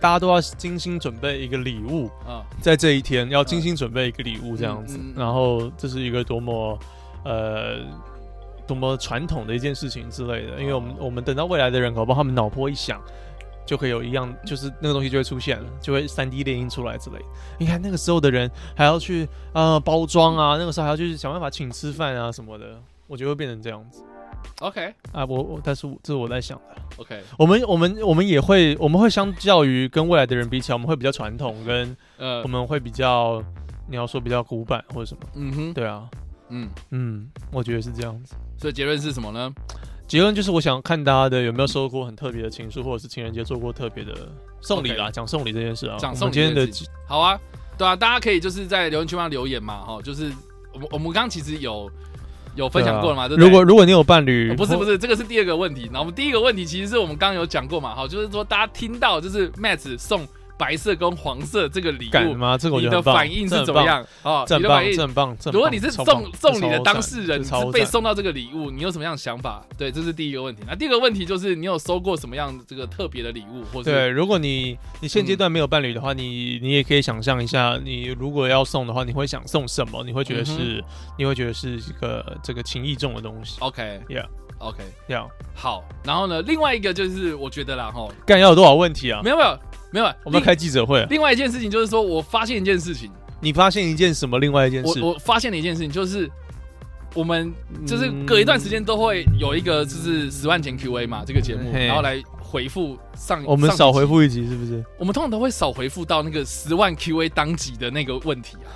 Speaker 1: 大家都要精心准备一个礼物，
Speaker 2: 嗯，
Speaker 1: 在这一天要精心准备一个礼物，这样子。
Speaker 2: 嗯嗯嗯
Speaker 1: 然后这是一个多么呃多么传统的一件事情之类的，因为我
Speaker 2: 哦
Speaker 1: 们我们等到未来的人，搞不好他们脑波一响。就可以有一
Speaker 2: 嗯
Speaker 1: 样，就是那个东西就会出现了，就会三 D 列印出来之类的。你看那个时候的人还要去呃包装啊，那个时候还要去想办法请吃饭啊什么的，我觉得会变成这样子
Speaker 2: OK
Speaker 1: 啊。我我但是我这是我在想的，
Speaker 2: OK，
Speaker 1: 我们我们我们也会我们会相较于跟未来的人比起来，我们会比较传统跟
Speaker 2: 呃
Speaker 1: 我，们会比较，你要说比较古板或者什么，
Speaker 2: 嗯哼，
Speaker 1: 对啊，
Speaker 2: 嗯。
Speaker 1: 嗯，我觉得是这样子。
Speaker 2: 所以结论是什么呢？
Speaker 1: 结论就是我想看大家的有没有收过很特别的情书，或者是情人节做过特别的送礼啦，讲送礼这件事啊。
Speaker 2: 讲
Speaker 1: 我们
Speaker 2: 送礼
Speaker 1: 今天
Speaker 2: 这
Speaker 1: 的
Speaker 2: 件事好啊，对啊，大家可以就是在留言区帮留言嘛，哈，就是我们我们刚刚其实有有分享过了嘛，
Speaker 1: 对
Speaker 2: 对
Speaker 1: 啊如
Speaker 2: 不对
Speaker 1: 果如果你有伴侣，
Speaker 2: 哦不是不
Speaker 1: 是，
Speaker 2: 是，这个是第二个问题。那我们第一个问题其实是我们刚刚有讲过嘛，哈，就是说大家听到就是 Matt 送白色跟黄色这个礼
Speaker 1: 敢
Speaker 2: 物，
Speaker 1: 吗？这个我
Speaker 2: 你
Speaker 1: 觉得
Speaker 2: 的
Speaker 1: 很棒
Speaker 2: 反应是怎么？样？哦，
Speaker 1: 这
Speaker 2: 你
Speaker 1: 很
Speaker 2: 的
Speaker 1: 棒，
Speaker 2: 反
Speaker 1: 这
Speaker 2: 应。
Speaker 1: 很棒，这很棒这很棒
Speaker 2: 如果你是
Speaker 1: 超棒
Speaker 2: 送
Speaker 1: 这
Speaker 2: 送你的
Speaker 1: 超
Speaker 2: 当
Speaker 1: 赞
Speaker 2: 事人，
Speaker 1: 这
Speaker 2: 你是
Speaker 1: 超
Speaker 2: 被
Speaker 1: 赞
Speaker 2: 送到这个礼物，你有什么样的想法？对，这是第一个问题。那第二个问题就是你有收过什么样的这个特别的礼物，或嗯者
Speaker 1: 对，如果你你现阶段没有伴侣的话，你你也可以想象一下，你如果要送的话，你会想送什么？你会觉
Speaker 2: 嗯
Speaker 1: 得是，你会觉得是一个这个情意重的东西。
Speaker 2: OK
Speaker 1: Yeah
Speaker 2: OK，
Speaker 1: 这样，
Speaker 2: 好，然后呢，另外一个就是我觉得啦，哈，
Speaker 1: 干要有多少问题啊？
Speaker 2: 没有没有没有，
Speaker 1: 我们要
Speaker 2: 另
Speaker 1: 开记者会啊。
Speaker 2: 另外一件事情就是说，我发现一件事情，
Speaker 1: 你发现一件什么？另外一件
Speaker 2: 我
Speaker 1: 事，
Speaker 2: 我发现了一件事情，就是我们就是
Speaker 1: 嗯
Speaker 2: 隔一段时间都会有一个就是十万前 Q&A 嘛这个节目，
Speaker 1: 嘿
Speaker 2: 然后来回复上
Speaker 1: 我们
Speaker 2: 上
Speaker 1: 少
Speaker 2: 集
Speaker 1: 回，复一集是不是？
Speaker 2: 我们通常都会少回复到那个十万 Q&A 当集的那个问题啊，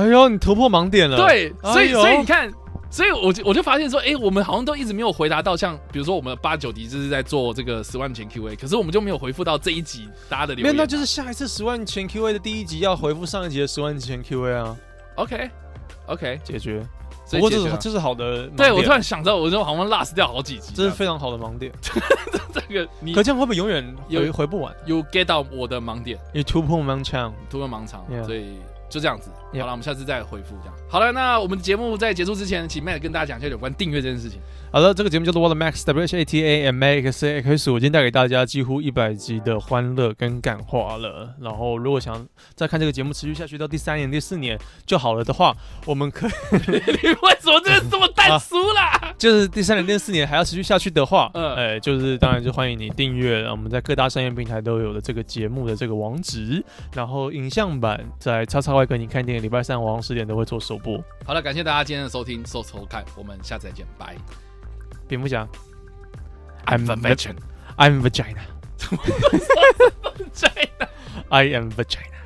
Speaker 1: 哎呦，你突破盲点了。，
Speaker 2: 对，所以
Speaker 1: 哎呦
Speaker 2: 所以你看。所以我就我就发现说，哎、我们好像都一直没有回答到像，比如说我们八九集就是在做这个十万前 Q&A，可是我们就没有回复到这一集大家的留
Speaker 1: 没有，
Speaker 2: 言。
Speaker 1: 哎
Speaker 2: 啊
Speaker 1: 那就是下一次十万前 Q A 的第一集要回复上一集的十万前 Q A 啊，
Speaker 2: OK OK，
Speaker 1: 解决。不
Speaker 2: 所以
Speaker 1: 过
Speaker 2: 解
Speaker 1: 这
Speaker 2: 决
Speaker 1: 是
Speaker 2: 了
Speaker 1: 这是好的盲点，
Speaker 2: 对我突然想到，我就好像 lost 掉好几集
Speaker 1: 这
Speaker 2: 这
Speaker 1: 是
Speaker 2: 样。
Speaker 1: 非常好的盲点。
Speaker 2: 这个你
Speaker 1: 可这样会不会永远回
Speaker 2: 有
Speaker 1: 回不完？
Speaker 2: you get 到我的盲点，
Speaker 1: 你突破盲腔。
Speaker 2: 突破盲肠
Speaker 1: Yeah
Speaker 2: 所以就这样子。
Speaker 1: Yeah
Speaker 2: 好了，我们下次再回复这样。好了，那我们节目在结束之前，请 Matt 跟大家讲一下有关订阅这件事情。
Speaker 1: 好的，这个节目叫做 What Max W H A T A M A X A X，我今天带给大家几乎一百集的欢乐跟感化了。然后，如果想再看这个节目持续下去到第三年、第四年就好了的话，我们可以
Speaker 2: 你 为什么这这么淡疏啦？
Speaker 1: 就是第三年、第四年还要持续下去的话，
Speaker 2: 嗯
Speaker 1: 哎，就是当然就欢迎你订阅我们在各大商业平台都有的这个节目的这个网址，然后影像版在叉叉外跟你看电影，礼拜三晚上十点都会做首播。
Speaker 2: 好了，感谢大家今天的收听、收收看，我们下次再见，拜。
Speaker 1: 蝙蝠侠 I'm
Speaker 2: I'm the
Speaker 1: the-
Speaker 2: veteran。
Speaker 1: ，I'm vagina，I
Speaker 2: 再见
Speaker 1: am vagina。